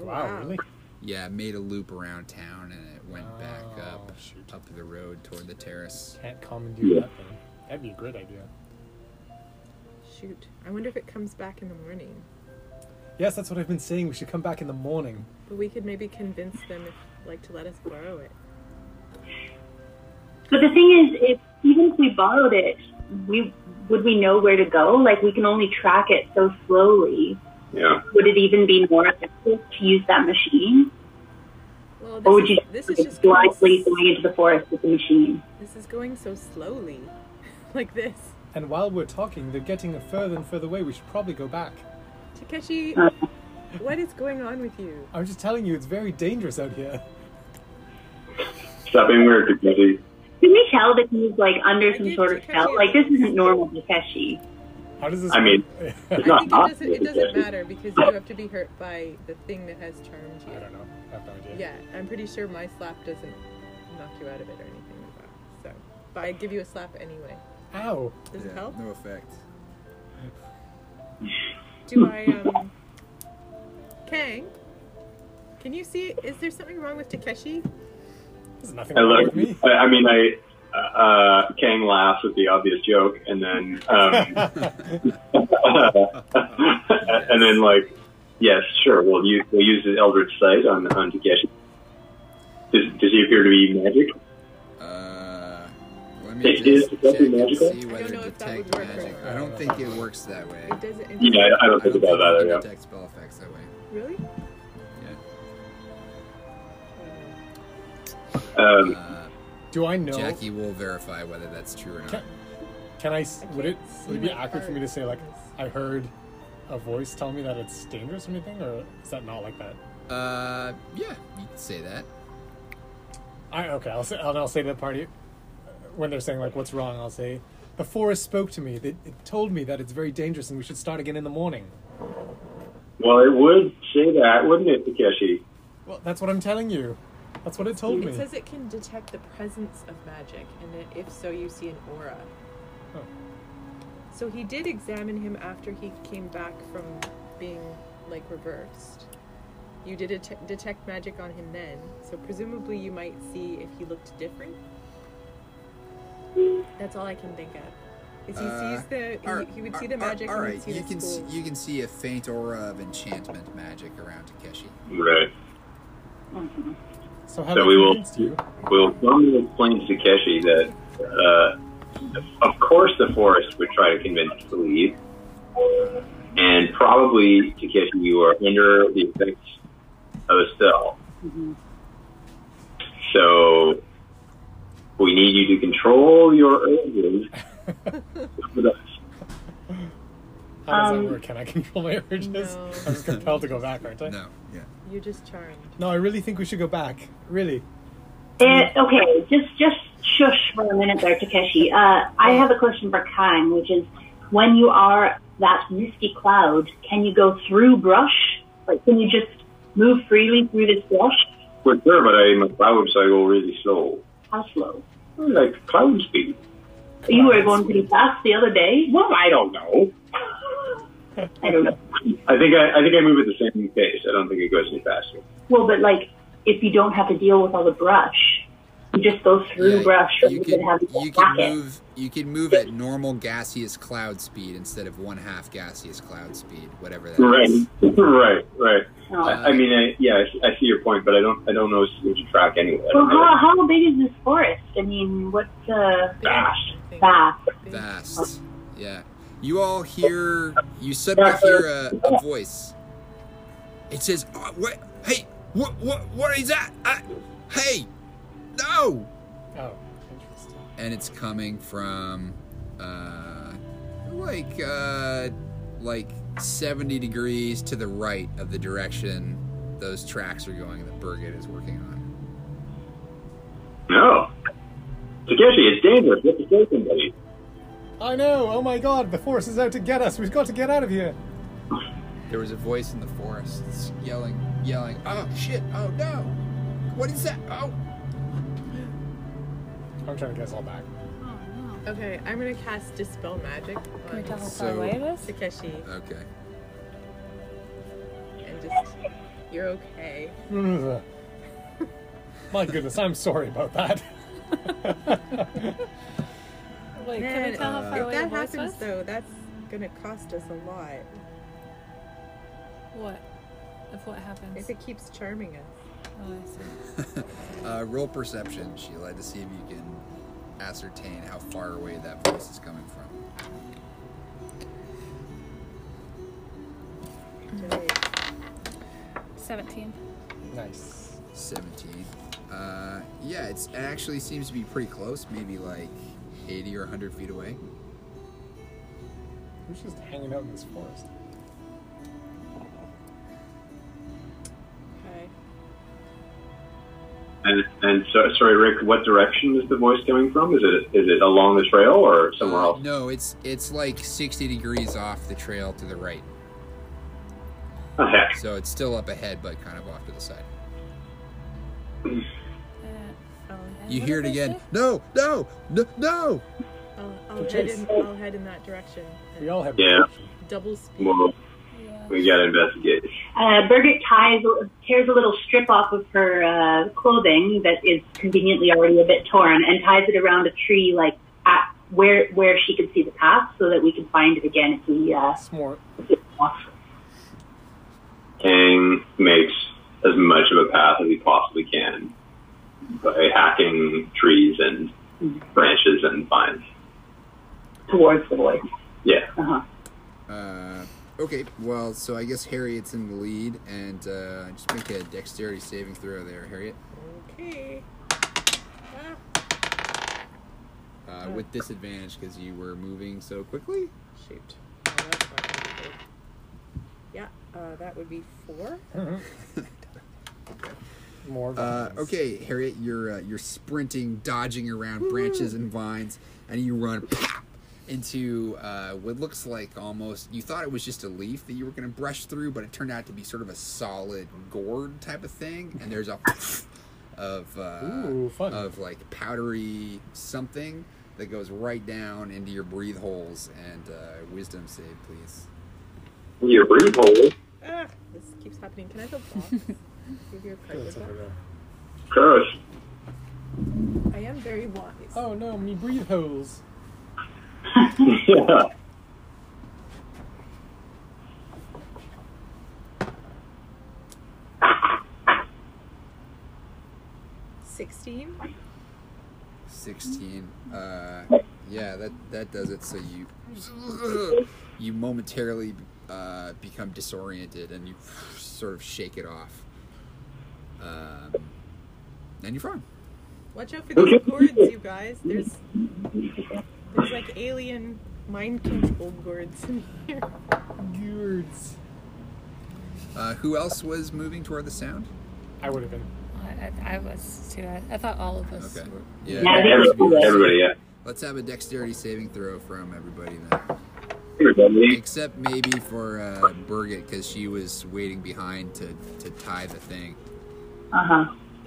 Speaker 4: Oh,
Speaker 3: Wow, really?
Speaker 2: Yeah, it made a loop around town and it went back up,
Speaker 3: Oh, shoot.
Speaker 2: up the road toward the terrace.
Speaker 3: Can't commandeer
Speaker 9: Yeah.
Speaker 3: that thing. That'd be a great idea.
Speaker 4: Shoot. I wonder if it comes back in the morning.
Speaker 3: Yes, that's what I've been saying. We should come back in the morning.
Speaker 4: But we could maybe convince them, if, like, to let us borrow it.
Speaker 8: But the thing is, if even if we borrowed it, we would we know where to go? Like we can only track it so slowly.
Speaker 9: Yeah.
Speaker 8: Would it even be more effective to use that machine,
Speaker 4: Well, this,
Speaker 8: or Oh, would
Speaker 4: is,
Speaker 8: you
Speaker 4: this is just going,
Speaker 8: blindly going into the forest with the machine?
Speaker 4: this is going so slowly. like this.
Speaker 3: And while we're talking, they're getting further and further away. We should probably go back.
Speaker 4: Takeshi,
Speaker 8: Uh.
Speaker 4: what is going on with you?
Speaker 3: I'm just telling you, it's very dangerous out here.
Speaker 9: Stop being weird, Takeshi.
Speaker 8: Can we tell that he's like under
Speaker 4: I
Speaker 8: some
Speaker 4: did
Speaker 8: sort of
Speaker 4: Takeshi
Speaker 8: spell?
Speaker 4: a-
Speaker 8: Like this isn't normal Takeshi.
Speaker 3: How does this?
Speaker 9: I mean-
Speaker 3: work?
Speaker 9: It's not
Speaker 4: I think it doesn't,
Speaker 9: possible,
Speaker 4: it doesn't
Speaker 9: Takeshi.
Speaker 4: matter because you have to be hurt by the thing that has charmed
Speaker 3: I
Speaker 4: you.
Speaker 3: don't know. I have no idea.
Speaker 4: Yeah, I'm pretty sure my slap doesn't knock you out of it or anything like that. So, but I give you a slap anyway.
Speaker 3: Ow!
Speaker 4: Does
Speaker 2: yeah,
Speaker 4: it help?
Speaker 2: No effect.
Speaker 4: Do I um Kang? Can you see is there something wrong with Takeshi?
Speaker 3: There's nothing
Speaker 9: I
Speaker 3: wrong
Speaker 9: look.
Speaker 3: with me.
Speaker 9: I, I mean, I. Uh, Kang laughs at the obvious joke, and then, um, and then like, yes, sure. We'll use we'll use the Eldritch Sight on on Takeshi. Does, does he appear to be magic?
Speaker 2: Uh, let me
Speaker 9: It
Speaker 2: just
Speaker 9: is
Speaker 2: check
Speaker 9: definitely
Speaker 2: and
Speaker 9: magical.
Speaker 2: see
Speaker 4: I
Speaker 2: whether
Speaker 4: don't know if that
Speaker 2: detect
Speaker 4: would work or
Speaker 2: magic.
Speaker 4: not.
Speaker 2: I don't think it works that way.
Speaker 4: It doesn't
Speaker 9: Yeah, I, I don't think about
Speaker 2: you
Speaker 9: that.
Speaker 2: can
Speaker 9: Yeah.
Speaker 2: detect spell effects that way.
Speaker 4: really?
Speaker 9: Um,
Speaker 2: Uh,
Speaker 3: Do I know?
Speaker 2: Jackie will verify whether that's true or not.
Speaker 3: Can- Can I? s-
Speaker 4: I
Speaker 3: Would it?
Speaker 4: can't see
Speaker 3: Would it be
Speaker 4: my
Speaker 3: accurate for me to
Speaker 4: cards.
Speaker 3: say like I heard a voice tell me that it's dangerous or anything, or is that not like that?
Speaker 2: Uh, yeah, you can say that.
Speaker 3: I okay. I'll say. I'll, I'll say to the party uh, when they're saying like what's wrong. I'll say the forest spoke to me. It, it told me that it's very dangerous and we should start again in the morning.
Speaker 9: well, it would say that, wouldn't it, Takeshi?
Speaker 3: Well, that's what I'm telling you. That's what it told
Speaker 4: It
Speaker 3: me.
Speaker 4: says it can detect the presence of magic and that if so you see an aura.
Speaker 3: Oh.
Speaker 4: So he did examine him after he came back from being like reversed. You did det- detect magic on him then, so presumably you might see if he looked different. That's all I can think of. Is he
Speaker 2: Uh,
Speaker 4: sees the he-
Speaker 2: Ar-
Speaker 4: he, would see
Speaker 2: ar-
Speaker 4: the
Speaker 2: ar-
Speaker 4: magic.
Speaker 2: all
Speaker 4: and he'd
Speaker 2: right,
Speaker 4: see
Speaker 2: you
Speaker 4: the
Speaker 2: can see,
Speaker 4: school.
Speaker 2: you can see a faint aura of enchantment magic around Takeshi.
Speaker 9: Right.
Speaker 3: so how
Speaker 9: So
Speaker 3: they
Speaker 9: we will-
Speaker 3: convinced you?
Speaker 9: Well, Bumble explained to Takeshi that, uh, of course, the forest would try to convince you to leave. And probably, Takeshi, you are under the effects of a spell. So, we need you to control your urges. with us.
Speaker 3: How does
Speaker 8: Um,
Speaker 3: that work? Can I control my urges?
Speaker 4: No.
Speaker 3: I'm just compelled to go back, aren't I?
Speaker 2: No, yeah.
Speaker 4: You're just charmed.
Speaker 3: No, I really think we should go back. Really.
Speaker 8: It, Uh, okay, just just shush for a minute there, Takeshi. Uh, I have a question for Kang, which is, when you are that misty cloud, can you go through brush? Like, can you just move freely through this brush?
Speaker 9: We're sure, but I am a cloud, so I go really slow.
Speaker 8: How slow?
Speaker 9: Like cloud speed.
Speaker 8: You were going pretty fast the other day.
Speaker 9: Well, I don't know.
Speaker 8: I don't know.
Speaker 9: I think I, I think I move at the same pace. I don't think it goes any faster.
Speaker 8: Well, but like, if you don't have to deal with all the brush, you just go through
Speaker 2: Yeah,
Speaker 8: brush.
Speaker 2: you
Speaker 8: rather than
Speaker 2: can
Speaker 8: having to
Speaker 2: you
Speaker 8: track
Speaker 2: can
Speaker 8: it.
Speaker 2: move you can move at normal gaseous cloud speed instead of one half gaseous cloud speed, whatever that is.
Speaker 9: Right, right, right.
Speaker 8: Oh.
Speaker 2: uh,
Speaker 9: I, I mean, I, yeah, I, see- I see your point, but I don't, I don't know what to track anyway. I
Speaker 8: Well,
Speaker 9: don't
Speaker 8: how,
Speaker 9: know.
Speaker 8: how big is this forest? I mean, what's uh,
Speaker 4: Big,
Speaker 9: Fast.
Speaker 4: I think.
Speaker 8: fast?
Speaker 4: Big.
Speaker 2: Fast. Yeah. You all hear you suddenly hear a, a voice. It says, "Uh, "What? Hey, what? What? What is that? Uh, hey, no!"
Speaker 3: Oh, interesting.
Speaker 2: And it's coming from, uh, like, uh, like 70 degrees to the right of the direction those tracks are going that Birgit is working on.
Speaker 9: No. Takeshi, it's dangerous. You have to save somebody.
Speaker 3: I know. Oh my God! The force is out to get us. We've got to get out of here.
Speaker 2: There was a voice in the forest that's yelling, yelling, oh shit, oh no! What is that? Oh!
Speaker 3: I'm trying to get us all back.
Speaker 6: Oh, no.
Speaker 4: Okay, I'm gonna cast Dispel Magic
Speaker 1: Can we tell
Speaker 4: on
Speaker 1: how far
Speaker 2: So-
Speaker 1: away it is?
Speaker 4: Takeshi
Speaker 2: Okay.
Speaker 4: and just, you're okay.
Speaker 3: Uh, Ugh. My goodness, I'm sorry about that.
Speaker 1: Wait, can
Speaker 4: Man,
Speaker 1: we tell how
Speaker 2: uh,
Speaker 1: far
Speaker 4: if
Speaker 1: away
Speaker 4: that
Speaker 1: the voice
Speaker 4: happens,
Speaker 1: was?
Speaker 4: though, that's gonna cost us a lot.
Speaker 6: What? If what happens?
Speaker 4: If it keeps charming us.
Speaker 6: Oh, I see.
Speaker 2: Uh, roll perception, Sheila, to see if you can ascertain how far away that voice is coming from.
Speaker 4: Today.
Speaker 6: 17.
Speaker 3: Nice.
Speaker 2: 17. Uh, yeah, it's, it actually seems to be pretty close, maybe like 80 or 100 feet away.
Speaker 3: Who's just hanging out in this forest?
Speaker 4: Okay.
Speaker 9: And, and so, sorry, Rick, what direction is the voice coming from? Is it is it along the trail or somewhere
Speaker 2: Uh,
Speaker 9: else?
Speaker 2: No, it's it's like 60 degrees off the trail to the right.
Speaker 9: Oh, heck.
Speaker 2: So it's still up ahead, but kind of off to the side.
Speaker 6: Uh, and
Speaker 2: You
Speaker 6: what
Speaker 2: hear it
Speaker 6: did they
Speaker 2: again.
Speaker 6: say?
Speaker 2: No, no, no, no.
Speaker 4: I'll, I'll,
Speaker 3: Good
Speaker 4: head
Speaker 3: choice.
Speaker 4: in, I'll head in that direction.
Speaker 3: Oh. We all have.
Speaker 9: Yeah.
Speaker 4: Double speed.
Speaker 9: Well,
Speaker 6: Yeah.
Speaker 9: we gotta investigate.
Speaker 8: Uh, Birgit ties, tears a little strip off of her uh, clothing that is conveniently already a bit torn and ties it around a tree, like at where where she could see the path, so that we can find it again if we uh,
Speaker 3: Smart.
Speaker 8: if we lost.
Speaker 9: Kang makes as much of a path as he possibly can by hacking trees and branches and vines.
Speaker 8: towards the voice.
Speaker 9: Yeah.
Speaker 8: Uh-huh.
Speaker 2: Uh, okay, well, so I guess Harriet's in the lead, and uh, just make a dexterity saving throw there, Harriet,
Speaker 4: Okay. Ah,
Speaker 2: uh, with disadvantage because you were moving so quickly.
Speaker 4: shoot. Oh, that's not gonna be good. Yeah, uh, that would be four.
Speaker 3: More.
Speaker 2: Uh,
Speaker 3: vines.
Speaker 2: okay, Harriet, you're uh, you're sprinting, dodging around branches and vines, and you run pop, into uh, what looks like almost you thought it was just a leaf that you were going to brush through, but it turned out to be sort of a solid gourd type of thing, and there's a of uh,
Speaker 3: Ooh, fun.
Speaker 2: of like powdery something that goes right down into your breathe holes and uh, wisdom save, please.
Speaker 9: Your breathe hole.
Speaker 4: Ah, this keeps happening. Can I have a box? Give your card
Speaker 3: That's
Speaker 4: with
Speaker 3: not
Speaker 4: that.
Speaker 3: real.
Speaker 9: Curse.
Speaker 4: I am very wise.
Speaker 3: Oh no, me breathe holes.
Speaker 9: yeah.
Speaker 4: Sixteen.
Speaker 2: Sixteen. Uh, yeah, that that does it. So you you momentarily uh, become disoriented and you sort of shake it off. Um, and you're fine.
Speaker 4: Watch out for these gourds, you guys. There's there's like alien mind control gourds in here.
Speaker 3: Gourds.
Speaker 2: Uh, who else was moving toward the sound?
Speaker 3: I would have been.
Speaker 6: I, I, I was too. I, I thought all of us
Speaker 2: Okay.
Speaker 6: were.
Speaker 2: Yeah.
Speaker 8: Yeah,
Speaker 9: Everybody, everybody, yeah.
Speaker 2: Let's have a dexterity saving throw from everybody then.
Speaker 9: Everybody.
Speaker 2: Except maybe for uh, Birgit because she was waiting behind to, to tie the thing.
Speaker 8: Uh-huh.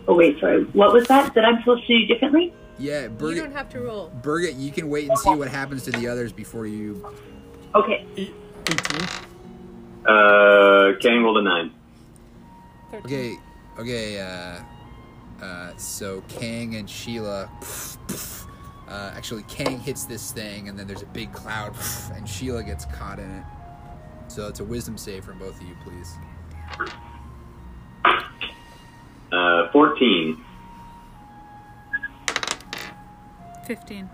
Speaker 8: Oh wait, sorry. What was that that I'm supposed to do differently?
Speaker 2: Yeah,
Speaker 4: You don't
Speaker 2: Birgit.
Speaker 4: have to roll.
Speaker 2: Birgit, you can wait and see what happens to the others before you
Speaker 8: Okay.
Speaker 3: Eight- 18.
Speaker 9: Uh, Kang rolled a nine.
Speaker 6: 13.
Speaker 2: Okay, okay. Uh, uh, so Kang and Sheila. uh, actually, Kang hits this thing, and then there's a big cloud, and Sheila gets caught in it. So it's a wisdom save from both of you, please.
Speaker 9: Uh, 14.
Speaker 6: 15.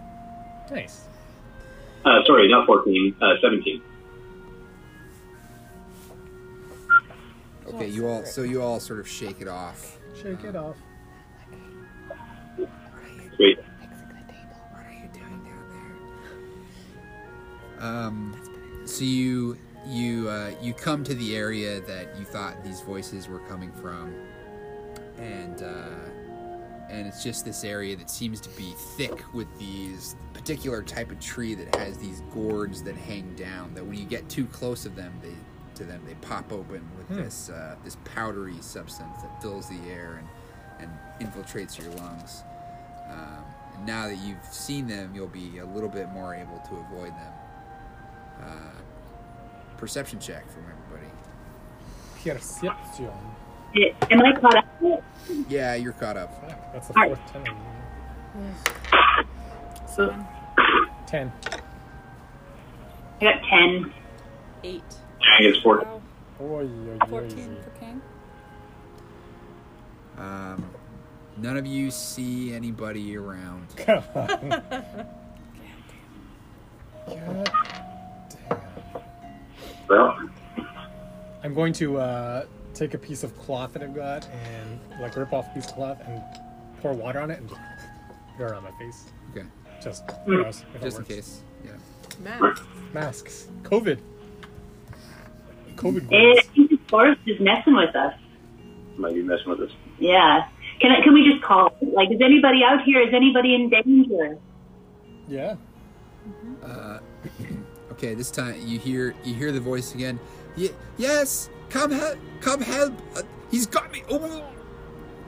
Speaker 3: Nice.
Speaker 9: Uh, sorry, not 14, uh, 17.
Speaker 2: Okay, you all. So you all sort of shake it off.
Speaker 3: Shake it off.
Speaker 9: Sweet.
Speaker 2: What are you doing down there? Um, so you you uh, you come to the area that you thought these voices were coming from, and uh, and it's just this area that seems to be thick with these particular type of tree that has these gourds that hang down. That when you get too close of them, they to them they pop open with
Speaker 3: Hmm.
Speaker 2: this uh, this powdery substance that fills the air and and infiltrates your lungs. Um, and now that you've seen them, you'll be a little bit more able to avoid them. Uh, perception check from everybody.
Speaker 3: Perception.
Speaker 8: Am I caught up?
Speaker 2: Yeah, you're caught up.
Speaker 3: Fuck, that's the
Speaker 8: Alright.
Speaker 3: fourth time.
Speaker 6: Seven.
Speaker 3: Ten.
Speaker 8: I got 10.
Speaker 4: Eight.
Speaker 9: Dang, it's four.
Speaker 4: Wow.
Speaker 3: Oy, oy, oy.
Speaker 6: Fourteen for King.
Speaker 2: Um, none of you see anybody around.
Speaker 3: Come on. God damn.
Speaker 9: Well,
Speaker 3: I'm going to uh, take a piece of cloth that I've got and like rip off a piece of cloth and pour water on it and go around my face.
Speaker 2: Okay,
Speaker 3: Just gross. if it
Speaker 2: just in
Speaker 3: works.
Speaker 2: case. Yeah.
Speaker 4: Max.
Speaker 3: Masks. COVID. COVID.
Speaker 8: Eh,
Speaker 3: gross.
Speaker 8: I think the forest is messing with us.
Speaker 9: might be messing with us.
Speaker 8: Yeah. Can, I, can we just call? it? Like, is anybody out here? Is anybody in danger?
Speaker 3: Yeah.
Speaker 2: Okay, this time you hear you hear the voice again. Ye- yes, come help! Come help! Uh, he's got me! Oh!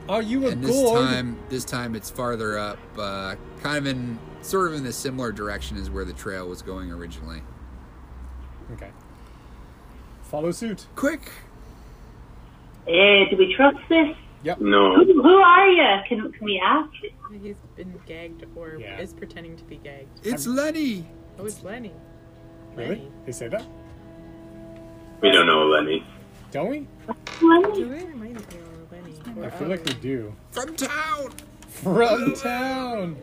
Speaker 3: Are you a
Speaker 2: And this
Speaker 3: gourd?
Speaker 2: time, this time it's farther up, uh, kind of in sort of in a similar direction as where the trail was going originally.
Speaker 3: Okay. Follow suit.
Speaker 2: Quick!
Speaker 8: Eh, do we trust this?
Speaker 9: No.
Speaker 8: Who, who are you? Can, can we ask?
Speaker 4: He's been gagged or
Speaker 3: Yeah.
Speaker 4: is pretending to be gagged.
Speaker 2: It's Lenny.
Speaker 4: Oh, it's Lenny.
Speaker 3: Really? They say that?
Speaker 9: We don't know Lenny.
Speaker 3: Don't we?
Speaker 4: Do we? It might be all Lenny.
Speaker 3: I
Speaker 4: Or uh,
Speaker 3: feel like we
Speaker 4: Ollie.
Speaker 3: do.
Speaker 2: from town.
Speaker 3: From town.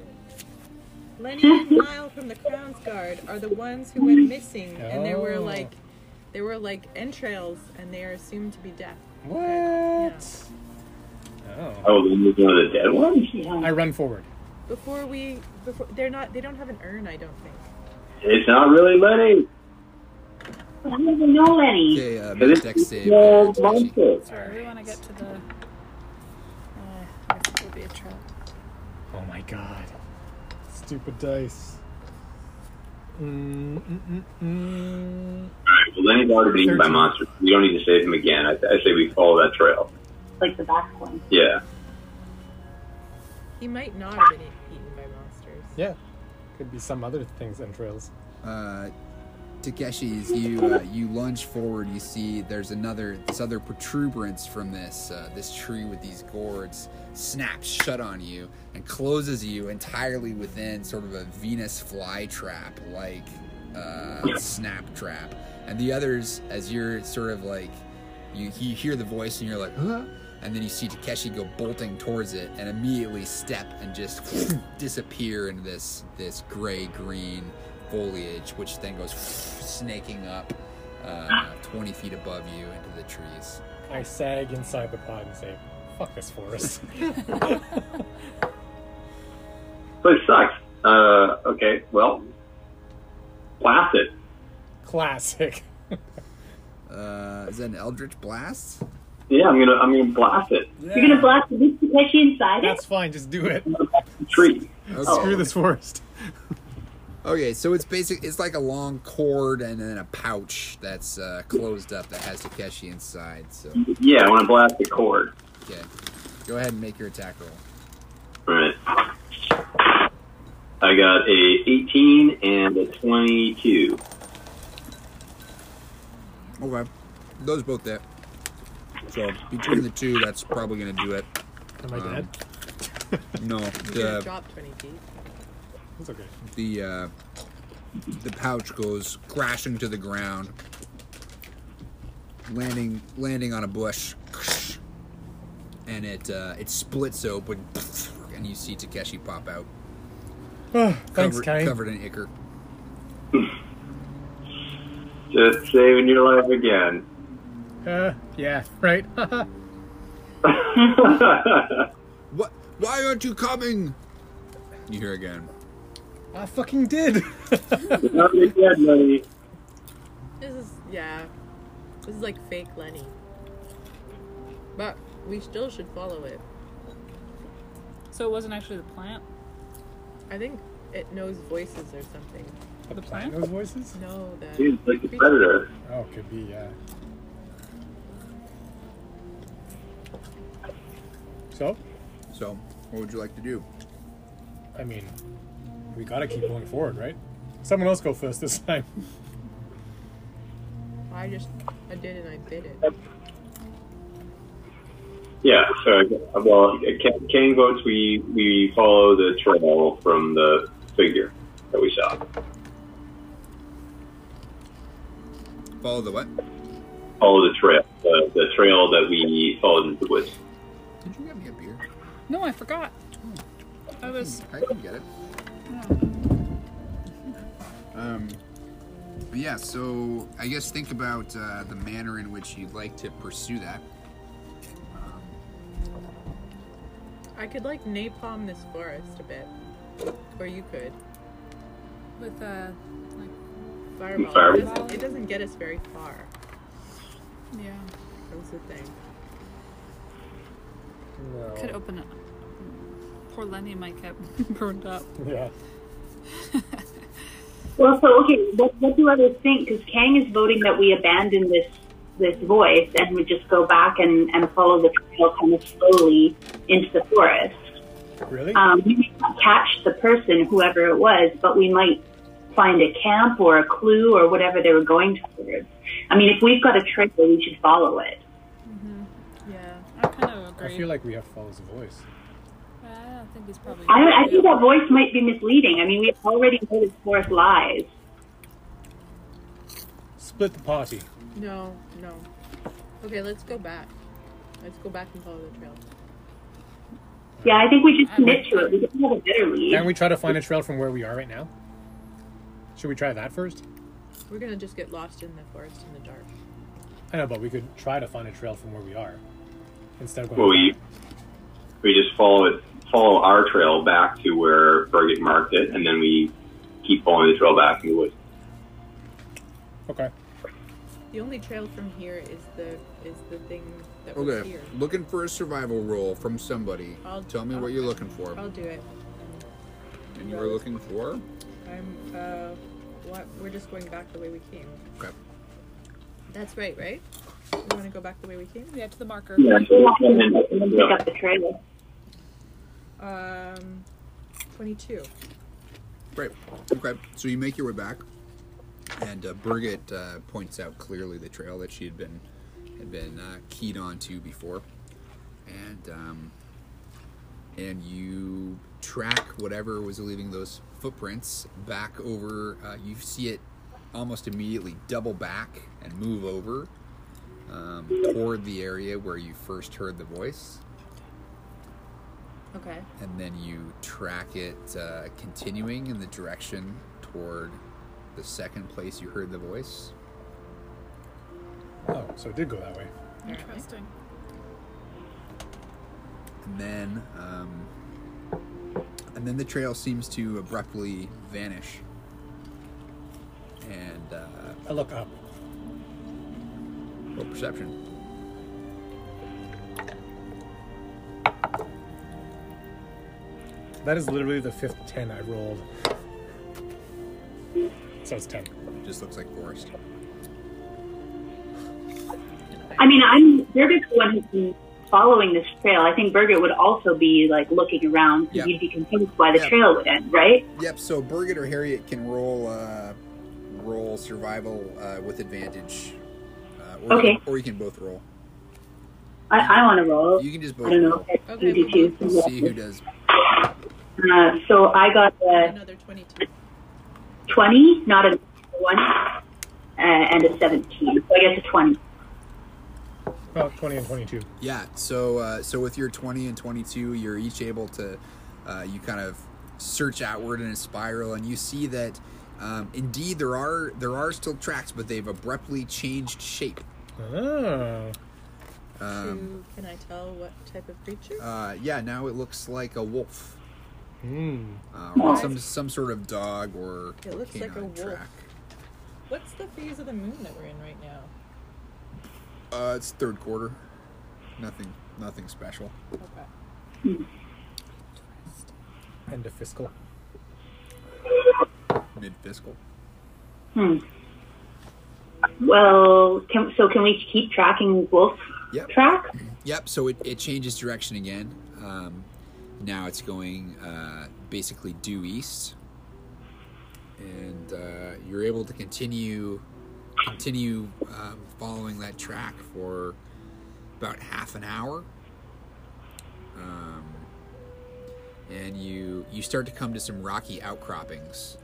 Speaker 4: Lenny and Lyle from the Crown's Guard are the ones who went missing, and there were
Speaker 3: Oh.
Speaker 4: like, there were like entrails, and they are assumed to be death.
Speaker 3: What? Oh.
Speaker 9: Oh, Lenny's one of the dead ones?
Speaker 3: I run forward.
Speaker 4: Before we, before they're not, they don't have an urn, I don't think.
Speaker 9: It's not really Lenny.
Speaker 8: I don't even know any.
Speaker 2: Okay, uh, make a
Speaker 9: It's
Speaker 2: deck save.
Speaker 9: the
Speaker 2: uh,
Speaker 9: old
Speaker 2: Takashi.
Speaker 9: monster.
Speaker 6: Sorry, we want to get to the. Uh, I guess it would be a trap.
Speaker 3: Oh my god. Stupid dice. Mm, mm, mm, mm.
Speaker 9: Alright, well, Lenny's already been eaten by
Speaker 3: Thirteen.
Speaker 9: monsters. We don't need to save him again. I, I say we follow that trail.
Speaker 8: Like the back one.
Speaker 9: Yeah.
Speaker 4: He might not have been e- eaten by monsters.
Speaker 3: Yeah. Could be some other things entrails.
Speaker 2: Uh, Takeshi, as you uh, you lunge forward, you see there's another this other protuberance from this uh, this tree with these gourds snaps shut on you and closes you entirely within sort of a Venus flytrap like uh, snap trap. And the others, as you're sort of like you, you hear the voice and you're like, huh? And then you see Takeshi go bolting towards it and immediately step and just disappear into this this gray green foliage, which then goes snaking up uh, 20 feet above you into the trees.
Speaker 3: I sag inside the pod and say, fuck this forest.
Speaker 9: But it sucks. Uh, okay, well, blast it.
Speaker 3: Classic.
Speaker 2: Uh, is that an Eldritch Blast?
Speaker 9: Yeah, I'm gonna, I'm gonna blast it.
Speaker 8: You're gonna blast the big Takeshi inside it?
Speaker 3: That's fine, just do it.
Speaker 9: Tree.
Speaker 3: Screw
Speaker 2: Okay.
Speaker 3: this forest.
Speaker 2: okay, so it's basic. It's like a long cord and then a pouch that's uh, closed up that has Takeshi inside. So,
Speaker 9: Yeah, I want to blast the cord.
Speaker 2: okay. Go ahead and make your attack roll.
Speaker 9: All right. I got a 18 and a 22.
Speaker 2: Okay. Those both there. So between the two, that's probably gonna do it.
Speaker 3: Am I
Speaker 2: Um,
Speaker 3: dead?
Speaker 2: No,
Speaker 4: He's gonna
Speaker 2: the
Speaker 4: drop twenty feet.
Speaker 3: It's okay.
Speaker 2: the uh, the pouch goes crashing to the ground, landing landing on a bush, and it uh, it splits open, and you see Takeshi pop out,
Speaker 3: Oh, thanks,
Speaker 2: covered,
Speaker 3: Kane.
Speaker 2: covered in ichor.
Speaker 9: Just saving your life again.
Speaker 3: Uh, yeah, right.
Speaker 2: What? Why aren't you coming? You hear again.
Speaker 3: I fucking did.
Speaker 9: Not again, Oh, buddy.
Speaker 4: This is Yeah. This is like fake Lenny. But we still should follow it.
Speaker 6: So it wasn't actually the plant.
Speaker 4: I think it knows voices or something.
Speaker 3: The,
Speaker 6: The
Speaker 3: plant
Speaker 6: plant?
Speaker 3: knows voices?
Speaker 4: No, the
Speaker 9: He's like a predator.
Speaker 3: Oh, could be, yeah. So,
Speaker 2: So, what would you like to do?
Speaker 3: I mean, we gotta keep going forward, right? Someone else go first this time.
Speaker 4: I just I did and I bit it.
Speaker 9: Yeah, so well, Kane Kane votes we we follow the trail from the figure that we saw.
Speaker 2: Follow the what?
Speaker 9: Follow the trail, the, the trail that we followed into the woods.
Speaker 2: Did you get me a beer?
Speaker 6: No, I forgot. I was.
Speaker 2: I can get it. Um, but yeah, so I guess think about uh, the manner in which you'd like to pursue that. Um,
Speaker 4: I could like napalm this forest a bit. Or you could.
Speaker 6: with uh like
Speaker 4: Fireball.
Speaker 9: Fire-
Speaker 4: It, doesn't, it doesn't get us very far.
Speaker 6: yeah
Speaker 4: That's the thing.
Speaker 3: No.
Speaker 6: could open it poor lenny might get burned up
Speaker 3: Yeah.
Speaker 8: Well, so okay, what, what do others think? Because Kang is voting that we abandon this this voice and we just go back and, and follow the trail kind of slowly into the forest.
Speaker 3: Really?
Speaker 8: Um, we may not catch the person, whoever it was, but we might find a camp or a clue or whatever they were going towards. I mean, if we've got a trail, we should follow it.
Speaker 4: Yeah.
Speaker 6: i kind of agree
Speaker 3: I feel like we have follows the voice.
Speaker 6: i don't think he's probably
Speaker 8: I, don't- I think that voice might be misleading. I mean, we already know this forest lies.
Speaker 3: Split the party.
Speaker 4: No, no. Okay, let's go back. Let's go back and follow the trail.
Speaker 8: Yeah, I think we just commit to it. We don't have a better lead.
Speaker 3: Can we try to find a trail from where we are right now? Should we try that first?
Speaker 4: We're gonna just get lost in the forest in the dark.
Speaker 3: I know, but we could try to find a trail from where we are instead of going.
Speaker 9: Well, we we just follow it, follow our trail back to where Birgit marked it, and then we keep following the trail back in the woods.
Speaker 3: Okay.
Speaker 4: The only trail from here is the is the thing that was
Speaker 2: okay,
Speaker 4: here.
Speaker 2: looking for a survival roll from somebody.
Speaker 4: I'll-
Speaker 2: Tell me what you're looking for.
Speaker 4: I'll do it.
Speaker 2: and you were looking for?
Speaker 4: I'm uh what we're just going back the way we came.
Speaker 2: Okay.
Speaker 4: That's right, right? We wanna go back the way we came?
Speaker 6: yeah to the marker
Speaker 9: Yeah,
Speaker 8: We
Speaker 9: so-
Speaker 8: have to and then pick up the trail.
Speaker 4: Um twenty two.
Speaker 2: Right. Okay. So you make your way back, and uh, Birgit uh, points out clearly the trail that she had been had been uh, keyed onto before, and um, and you track whatever was leaving those footprints back over. Uh, you see it almost immediately double back and move over um, toward the area where you first heard the voice
Speaker 4: Okay.
Speaker 2: and then you track it uh, continuing in the direction toward the second place you heard the voice.
Speaker 3: Oh, so it did go that way.
Speaker 6: interesting
Speaker 2: And then, um, and then the trail seems to abruptly vanish. And uh,
Speaker 3: I look up.
Speaker 2: roll perception.
Speaker 3: That is literally the fifth ten I rolled. So it's ten.
Speaker 2: It just looks like forest.
Speaker 8: I mean, I'm Birgit's the one who's been following this trail. I think Birgit would also be like looking around because
Speaker 2: Yeah.
Speaker 8: you'd be confused why the
Speaker 2: Yeah.
Speaker 8: trail would end, right?
Speaker 2: Yep. So Birgit or Harriet can roll uh, roll survival uh, with advantage. Uh, or You
Speaker 8: Okay.
Speaker 2: can, or you can both roll.
Speaker 8: I, I want to roll.
Speaker 2: You can just both
Speaker 8: I don't know
Speaker 2: roll.
Speaker 8: if I
Speaker 4: Okay,
Speaker 8: can do two.
Speaker 2: See who does.
Speaker 8: Uh, so I got a
Speaker 4: Another twenty two.
Speaker 8: 20, not a 1, uh, and a 17. So I guess a 20.
Speaker 3: Well, Oh, twenty and twenty-two.
Speaker 2: Yeah. So uh, so with your twenty and twenty two, you're each able to uh, you kind of search outward in a spiral, and you see that um, indeed there are there are still tracks, but they've abruptly changed shape.
Speaker 3: Oh.
Speaker 2: Um,
Speaker 4: Who can I tell what type of creature?
Speaker 2: uh, yeah. Now it looks like a wolf,
Speaker 3: Hmm.
Speaker 2: uh, or some some sort of dog or
Speaker 4: It looks like a
Speaker 2: canine
Speaker 4: wolf.
Speaker 2: track.
Speaker 4: What's the phase of the moon that we're in right now?
Speaker 2: Uh, it's third quarter. Nothing, nothing special.
Speaker 4: Okay.
Speaker 3: End of fiscal.
Speaker 2: Mid fiscal.
Speaker 8: Hmm. Well, can, so can we keep tracking wolf
Speaker 2: Yep.
Speaker 8: track?
Speaker 2: Yep. So it, it changes direction again. Um, now it's going uh, basically due east, and uh, you're able to continue continue um, following that track for about half an hour. Um, and you you start to come to some rocky outcroppings,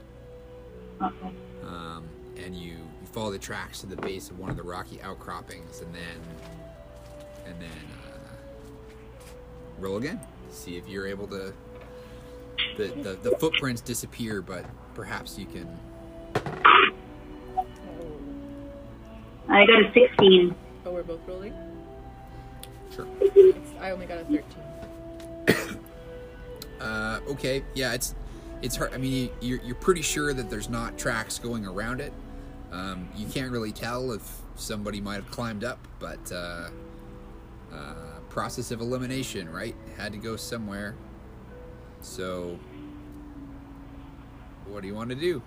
Speaker 8: Okay.
Speaker 2: um, and you, you follow the tracks to the base of one of the rocky outcroppings, and then and then uh, roll again. See if you're able to. The, the, the footprints disappear, but perhaps you can.
Speaker 8: I got a 16.
Speaker 4: Oh, we're both rolling?
Speaker 2: Sure.
Speaker 4: It's, I only got a 13.
Speaker 2: Uh, okay, yeah, it's it's hard. I mean, you, you're you're pretty sure that there's not tracks going around it. Um, you can't really tell if somebody might have climbed up, but uh, uh, process of elimination, right? Had to go somewhere. So, what do you want to do?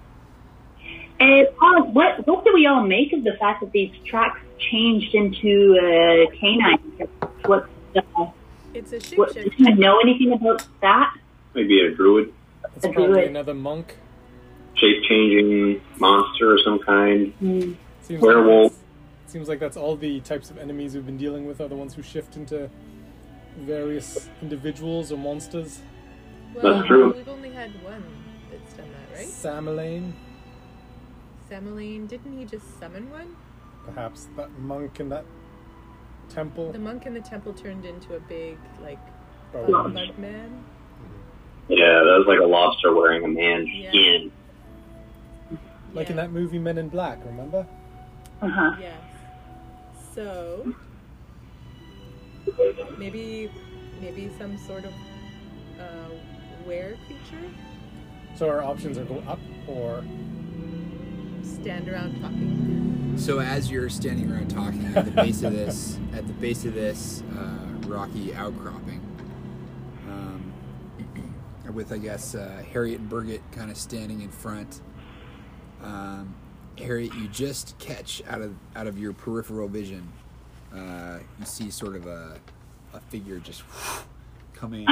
Speaker 8: Uh, Paul, what what do we all make of the fact that these tracks changed into uh, canine? tracks? What, uh,
Speaker 4: It's a
Speaker 8: what do
Speaker 4: shapeshift.
Speaker 8: you know anything about that?
Speaker 9: Maybe a druid,
Speaker 3: It's
Speaker 8: do
Speaker 3: probably
Speaker 8: it.
Speaker 3: another monk.
Speaker 9: shape changing monster of some kind.
Speaker 8: Hmm.
Speaker 3: Seems
Speaker 9: Werewolf.
Speaker 3: Like that's- seems like that's all the types of enemies we've been dealing with are the ones who shift into various individuals or monsters.
Speaker 4: Well,
Speaker 9: That's true.
Speaker 4: We've only had one that's done that, right?
Speaker 3: Sameline,
Speaker 4: Sameline, didn't he just summon one?
Speaker 3: perhaps that monk in that temple.
Speaker 4: The monk in the temple turned into a big, like,
Speaker 3: Oh,
Speaker 4: bug bug man.
Speaker 9: Yeah, that was like a lobster wearing a man's
Speaker 4: Yeah.
Speaker 9: skin.
Speaker 3: Like in
Speaker 4: Yeah.
Speaker 3: that movie Men in Black, remember?
Speaker 8: Uh-huh.
Speaker 4: Yes. So maybe maybe some sort of uh, were creature
Speaker 3: So our options are go up or
Speaker 4: stand around talking.
Speaker 2: So as you're standing around talking at the base of this, at the base of this uh, rocky outcropping, um, with I guess uh, Harriet and Birgit kind of standing in front. Um, Harriet, you just catch out of out of your peripheral vision, uh, you see sort of a a figure just coming,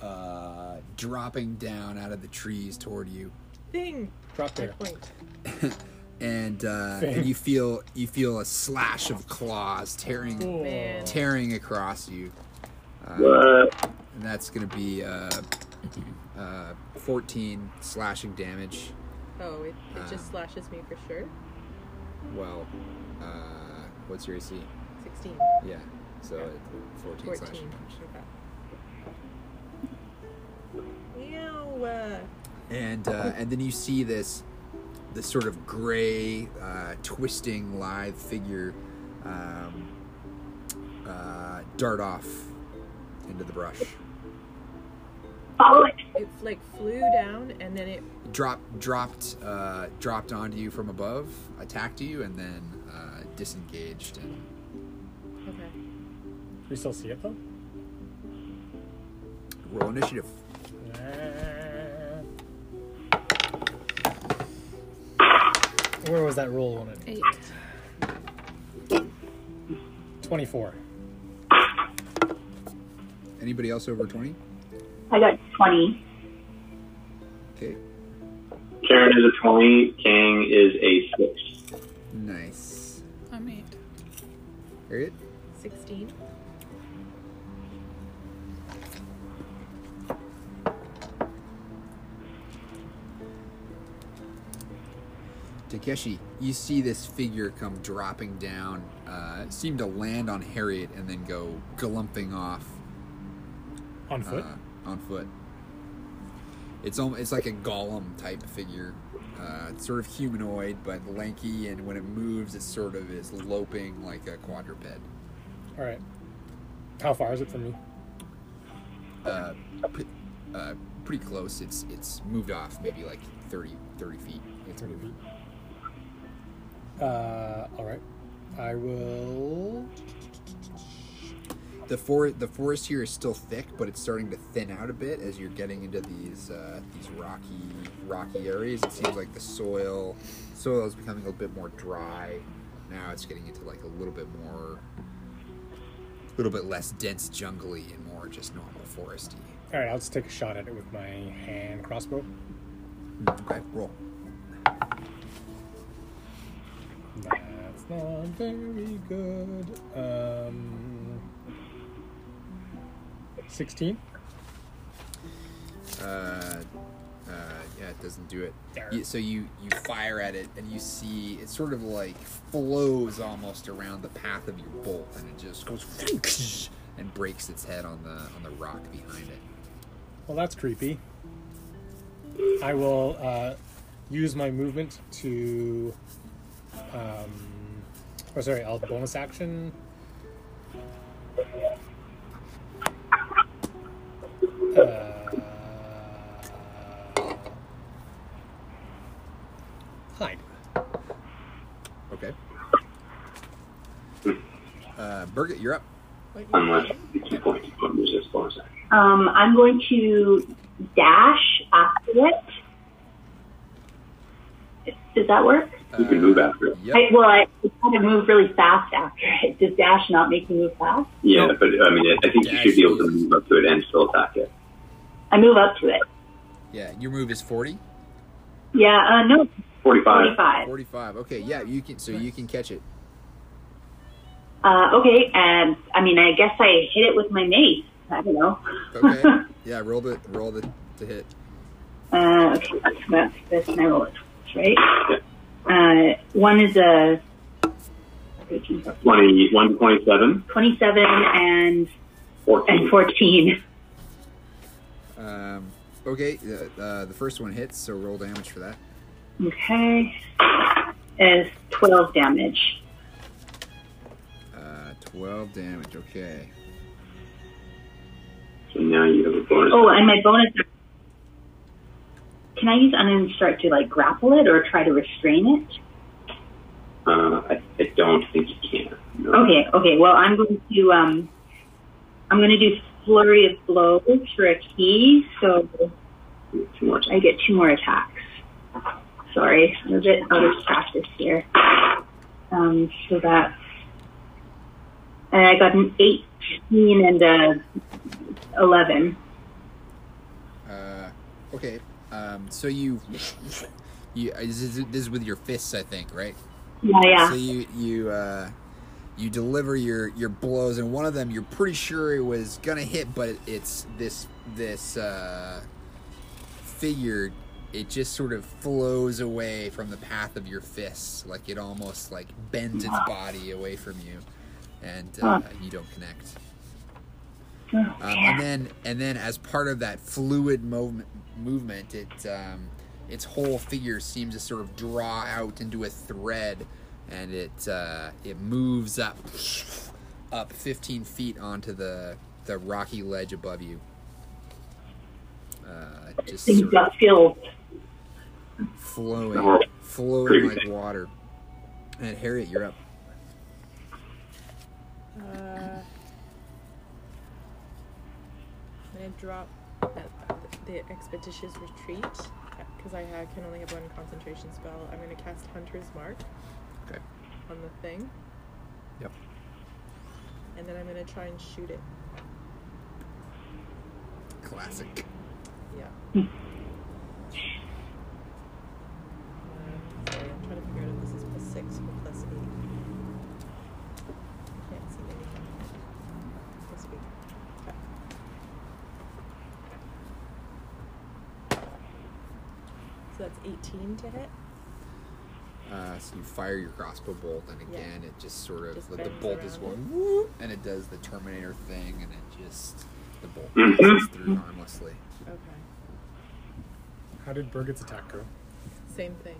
Speaker 2: uh, dropping down out of the trees toward you
Speaker 4: Thing.
Speaker 3: drop
Speaker 4: I
Speaker 3: there.
Speaker 4: point.
Speaker 2: and uh,
Speaker 3: Fair.
Speaker 2: and you feel you feel a slash of claws tearing
Speaker 4: Man.
Speaker 2: tearing across you,
Speaker 9: What?
Speaker 2: and that's gonna be uh, uh, 14 slashing damage.
Speaker 4: Oh, it, it just slashes me for sure.
Speaker 2: Well, uh, what's your AC?
Speaker 4: Sixteen.
Speaker 2: Yeah, so it, 14, slashing
Speaker 4: Fourteen.
Speaker 2: damage.
Speaker 4: Okay. Ew. uh,
Speaker 2: And uh, and then you see this this sort of gray uh, twisting lithe figure um, uh, dart off into the brush.
Speaker 8: Follow it.
Speaker 4: It like flew down and then it
Speaker 2: drop dropped uh, dropped onto you from above, attacked you, and then uh, disengaged. And
Speaker 4: okay.
Speaker 3: We still see it though.
Speaker 2: roll initiative.
Speaker 3: Where was that roll on it?
Speaker 6: Eight.
Speaker 3: 24.
Speaker 2: Anybody else over twenty?
Speaker 8: I got 20.
Speaker 2: Okay,
Speaker 9: Karen is a 20, Kang is a 6.
Speaker 2: nice.
Speaker 6: I'm eight.
Speaker 2: Harriet,
Speaker 4: Sixteen.
Speaker 2: Takeshi, you see this figure come dropping down, uh, seem to land on Harriet, and then go glumping off
Speaker 3: On
Speaker 2: uh,
Speaker 3: foot.
Speaker 2: on foot. It's almost, it's like a golem type figure. Uh, it's sort of humanoid, but lanky, and when it moves, it sort of is loping like a quadruped.
Speaker 3: All right. How far is it from me?
Speaker 2: uh, p- uh, pretty close. It's it's moved off maybe like 30, 30 feet. It's
Speaker 3: 30
Speaker 2: moved.
Speaker 3: feet. Uh, all right. I will.
Speaker 2: The for the forest here is still thick, but it's starting to thin out a bit as you're getting into these uh, these rocky rocky areas. It seems like the soil soil is becoming a little bit more dry. Now it's getting into like a little bit more, a little bit less dense jungly and more just normal foresty.
Speaker 3: All right. I'll just take a shot at it with my hand crossbow.
Speaker 2: Okay, roll.
Speaker 3: That's not very good. Um, sixteen.
Speaker 2: uh, yeah, it doesn't do it.
Speaker 3: There.
Speaker 2: You, so you you fire at it, and you see it sort of like flows almost around the path of your bolt, and it just goes and breaks its head on the on the rock behind it.
Speaker 3: Well, that's creepy. I will uh, use my movement to. Um, or sorry, I'll bonus action. Uh, hide.
Speaker 2: Okay. Uh, Birgit, you're up.
Speaker 4: What you
Speaker 9: Unless it's going to put resist bonus action.
Speaker 8: Um, I'm going to dash after it. Does that work?
Speaker 9: You can move after it.
Speaker 2: Yep.
Speaker 8: I, well, I kind of move really fast after it. Does dash not make me move fast?
Speaker 9: Yeah, but I mean, I, I think you should be able to move up to it and still attack it.
Speaker 8: I move up to it.
Speaker 2: Yeah, your move is 40,
Speaker 8: Yeah, uh, no,
Speaker 9: 45.
Speaker 8: 45.
Speaker 2: 45. Okay, yeah, you can. So you can catch it.
Speaker 8: Uh, okay, and I mean, I guess I hit it with my mace. I don't know.
Speaker 2: Okay. yeah, roll the roll the to hit.
Speaker 8: Uh, okay, let's come out to this and I roll it twice, right? Uh, one is a
Speaker 9: 20, 127,
Speaker 8: 27 and,
Speaker 9: 14.
Speaker 8: and 14.
Speaker 2: Um, okay, uh, uh, the first one hits, so roll damage for that.
Speaker 8: Okay. Is 12 damage.
Speaker 2: Uh, 12 damage, okay.
Speaker 9: So now you have a bonus.
Speaker 8: Oh, and my bonus. Can I use Uninstruct to like grapple it or try to restrain it?
Speaker 9: Uh, I, I don't think you can. No.
Speaker 8: Okay, okay. Well, I'm going to um, I'm going to do flurry of blows for a key, so
Speaker 9: Two more.
Speaker 8: I get two more attacks. Sorry, I'm a bit out of practice here. Um, so that uh, I got an 18 and a 11.
Speaker 2: Uh, okay, um, so you. you uh, this, is, this is with your fists, I think, right?
Speaker 8: Yeah, yeah.
Speaker 2: So you. you uh, you deliver your, your blows, and one of them you're pretty sure it was gonna hit, but it, it's this this uh, figure. It just sort of flows away from the path of your fists, like it almost like bends its body away from you, and uh, you don't connect.
Speaker 8: Oh,
Speaker 2: Um, and then, and then, as part of that fluid movement, movement, it um, its whole figure seems to sort of draw out into a thread, and it uh, it moves up up 15 feet onto the the rocky ledge above you. Uh, just
Speaker 8: He's
Speaker 2: sort of
Speaker 8: got skills.
Speaker 2: flowing, flowing like water. And Harriet, you're up.
Speaker 4: Uh, I'm gonna drop that, the expeditious retreat because I ha can only have one concentration spell. I'm gonna cast Hunter's Mark.
Speaker 2: Okay.
Speaker 4: On the thing.
Speaker 2: Yep.
Speaker 4: And then I'm gonna try and shoot it.
Speaker 2: Classic.
Speaker 4: Yeah. Uh, sorry, I'm trying to figure out if this is plus six or plus eight. Can't see anything. Plus eight. Okay. So that's 18 to hit.
Speaker 2: Uh, so you fire your crossbow bolt, and
Speaker 4: Yeah.
Speaker 2: again, it just sort of
Speaker 4: Just
Speaker 2: the, the
Speaker 4: bends
Speaker 2: bolt is
Speaker 4: around.
Speaker 2: going, whoop, and it does the Terminator thing, and it just the bolt
Speaker 9: Mm-hmm.
Speaker 2: passes through harmlessly.
Speaker 4: Okay.
Speaker 3: How did Birgit's attack go?
Speaker 4: Same thing.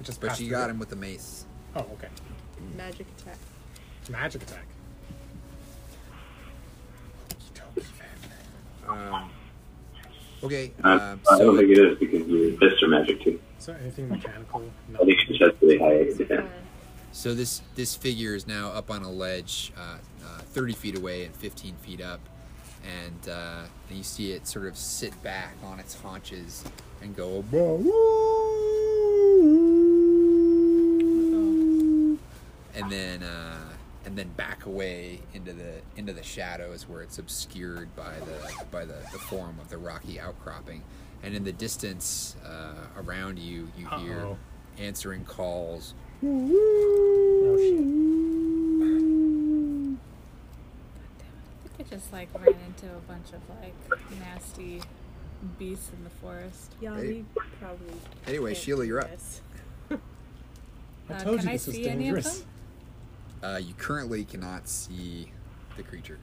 Speaker 3: It just
Speaker 2: But
Speaker 3: passed
Speaker 2: you
Speaker 3: through
Speaker 2: got him with the mace.
Speaker 3: Oh, okay.
Speaker 4: Magic attack.
Speaker 3: Magic attack.
Speaker 2: Um, okay,
Speaker 9: Uh,
Speaker 2: um,
Speaker 9: I don't
Speaker 2: so
Speaker 9: think it is because your fists are magic too.
Speaker 3: So anything mechanical? No.
Speaker 9: I think it just has really high
Speaker 4: So
Speaker 9: defense.
Speaker 4: far,
Speaker 2: So this this figure is now up on a ledge, uh, uh, 30 feet away and 15 feet up, and, uh, and you see it sort of sit back on its haunches and go.
Speaker 6: Oh,
Speaker 2: And then uh, and then back away into the into the shadows where it's obscured by the by the, the form of the rocky outcropping. And in the distance uh, around you, you hear
Speaker 3: Uh-oh.
Speaker 2: answering calls.
Speaker 3: Oh, shit.
Speaker 6: I think I just like ran into a bunch of like nasty beasts in the forest.
Speaker 4: Yeah,
Speaker 2: Hey.
Speaker 4: we probably.
Speaker 2: Anyway,
Speaker 4: can't
Speaker 2: Sheila,
Speaker 4: do
Speaker 2: you're up.
Speaker 4: this.
Speaker 3: I
Speaker 6: Uh,
Speaker 3: told
Speaker 6: can
Speaker 3: you
Speaker 6: I
Speaker 3: this was
Speaker 6: see any of
Speaker 3: dangerous.
Speaker 6: them?
Speaker 2: Uh, you currently cannot see the creature.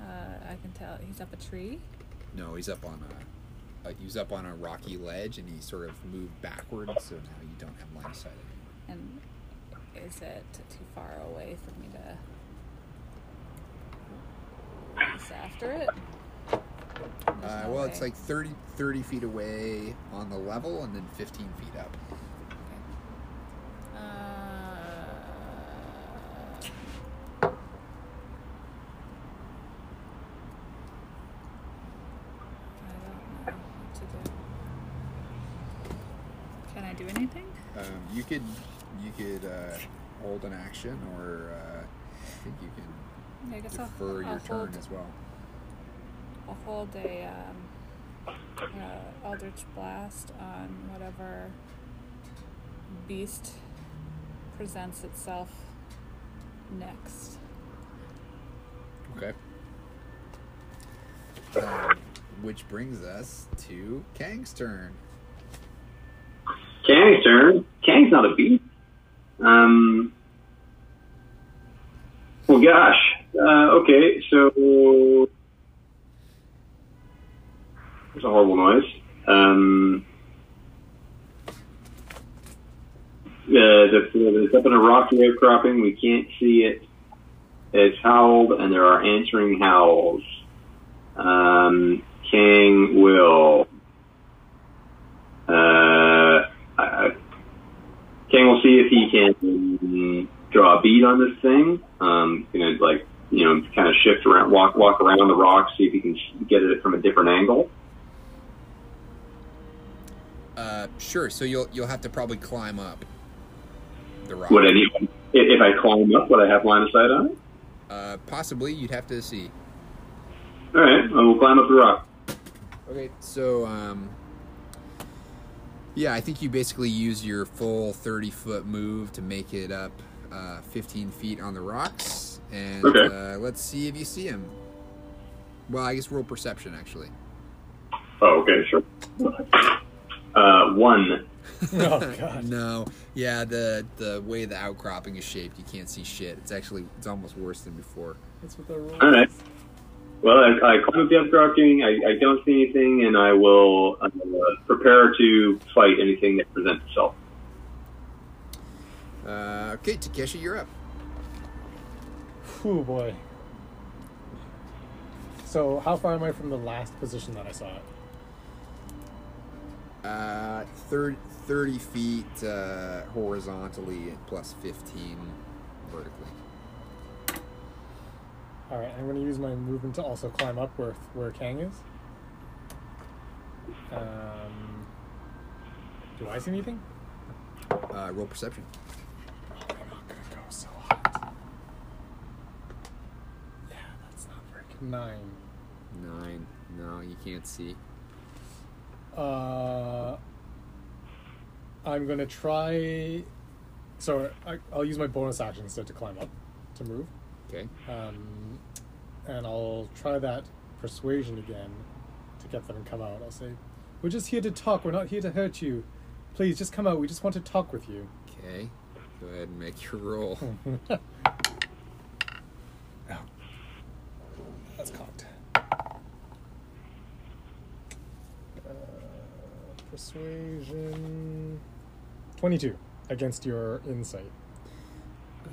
Speaker 6: Uh, I can tell he's up a tree.
Speaker 2: No, he's up on a, uh, he's up on a rocky ledge, and he sort of moved backward, so now you don't have line of sight. anymore.
Speaker 6: And is it too far away for me to race after it? There's
Speaker 2: Uh,
Speaker 6: no
Speaker 2: well, it's
Speaker 6: way.
Speaker 2: like 30, 30 feet away on the level, and then fifteen feet up.
Speaker 6: Uh, I don't know what to do. Can I do anything?
Speaker 2: Um, you could you could uh, hold an action, or uh, I think you can
Speaker 6: I guess I'll,
Speaker 2: defer
Speaker 6: I'll
Speaker 2: your
Speaker 6: hold,
Speaker 2: turn as well.
Speaker 6: I'll hold a um, uh, Eldritch Blast on whatever beast presents itself next.
Speaker 2: Okay. Um, which brings us to Kang's turn.
Speaker 9: Kang's turn. Kang's not a beast. Um. Well, gosh. Uh, okay, so it's a horrible noise. Um. Uh, the, it's up in a rocky outcropping. We can't see it. It's howled, and there are answering howls. Um, Kang will. Uh, uh, Kang will see if he can draw a bead on this thing. Um, gonna like you know kind of shift around, walk walk around the rock, see if he can sh- get at it from a different angle.
Speaker 2: Uh, sure. So you'll you'll have to probably climb up the rock.
Speaker 9: Would anyone, if, if I climb up, would I have line of sight on it?
Speaker 2: Uh, possibly, you'd have to see.
Speaker 9: All right, I will climb up the rock.
Speaker 2: Okay. So, um, yeah, I think you basically use your full thirty foot move to make it up uh, fifteen feet on the rocks, and
Speaker 9: Okay.
Speaker 2: uh, let's see if you see him. Well, I guess roll perception actually.
Speaker 9: Oh, okay, sure. Uh, one.
Speaker 3: Oh, God.
Speaker 2: No, yeah, the the way the outcropping is shaped, you can't see shit. It's actually it's almost worse than before.
Speaker 3: That's what the rule
Speaker 9: All right.
Speaker 3: is.
Speaker 9: Well, I, I climb up the outcropping. I, I don't see anything, and I will uh, prepare to fight anything that presents itself.
Speaker 2: Uh, okay, Takeshi, you're up.
Speaker 3: Oh boy. So how far am I from the last position that I saw it?
Speaker 2: Uh, third, 30 feet uh, horizontally and plus 15 vertically.
Speaker 3: All right, I'm going to use my movement to also climb up where where Kang is. Um, do I see anything?
Speaker 2: Uh, roll perception.
Speaker 3: I'm not gonna go so hot. Yeah, that's not working. Nine.
Speaker 2: Nine. No, you can't see.
Speaker 3: Uh, I'm gonna try. So I, I'll use my bonus action instead to climb up, to move,
Speaker 2: Okay.
Speaker 3: um, and I'll try that persuasion again to get them to come out. I'll say, "We're just here to talk. We're not here to hurt you. Please, just come out. We just want to talk with you."
Speaker 2: Okay. Go ahead and make your roll.
Speaker 3: Oh. That's cocked. Uh, persuasion. 22 against your insight.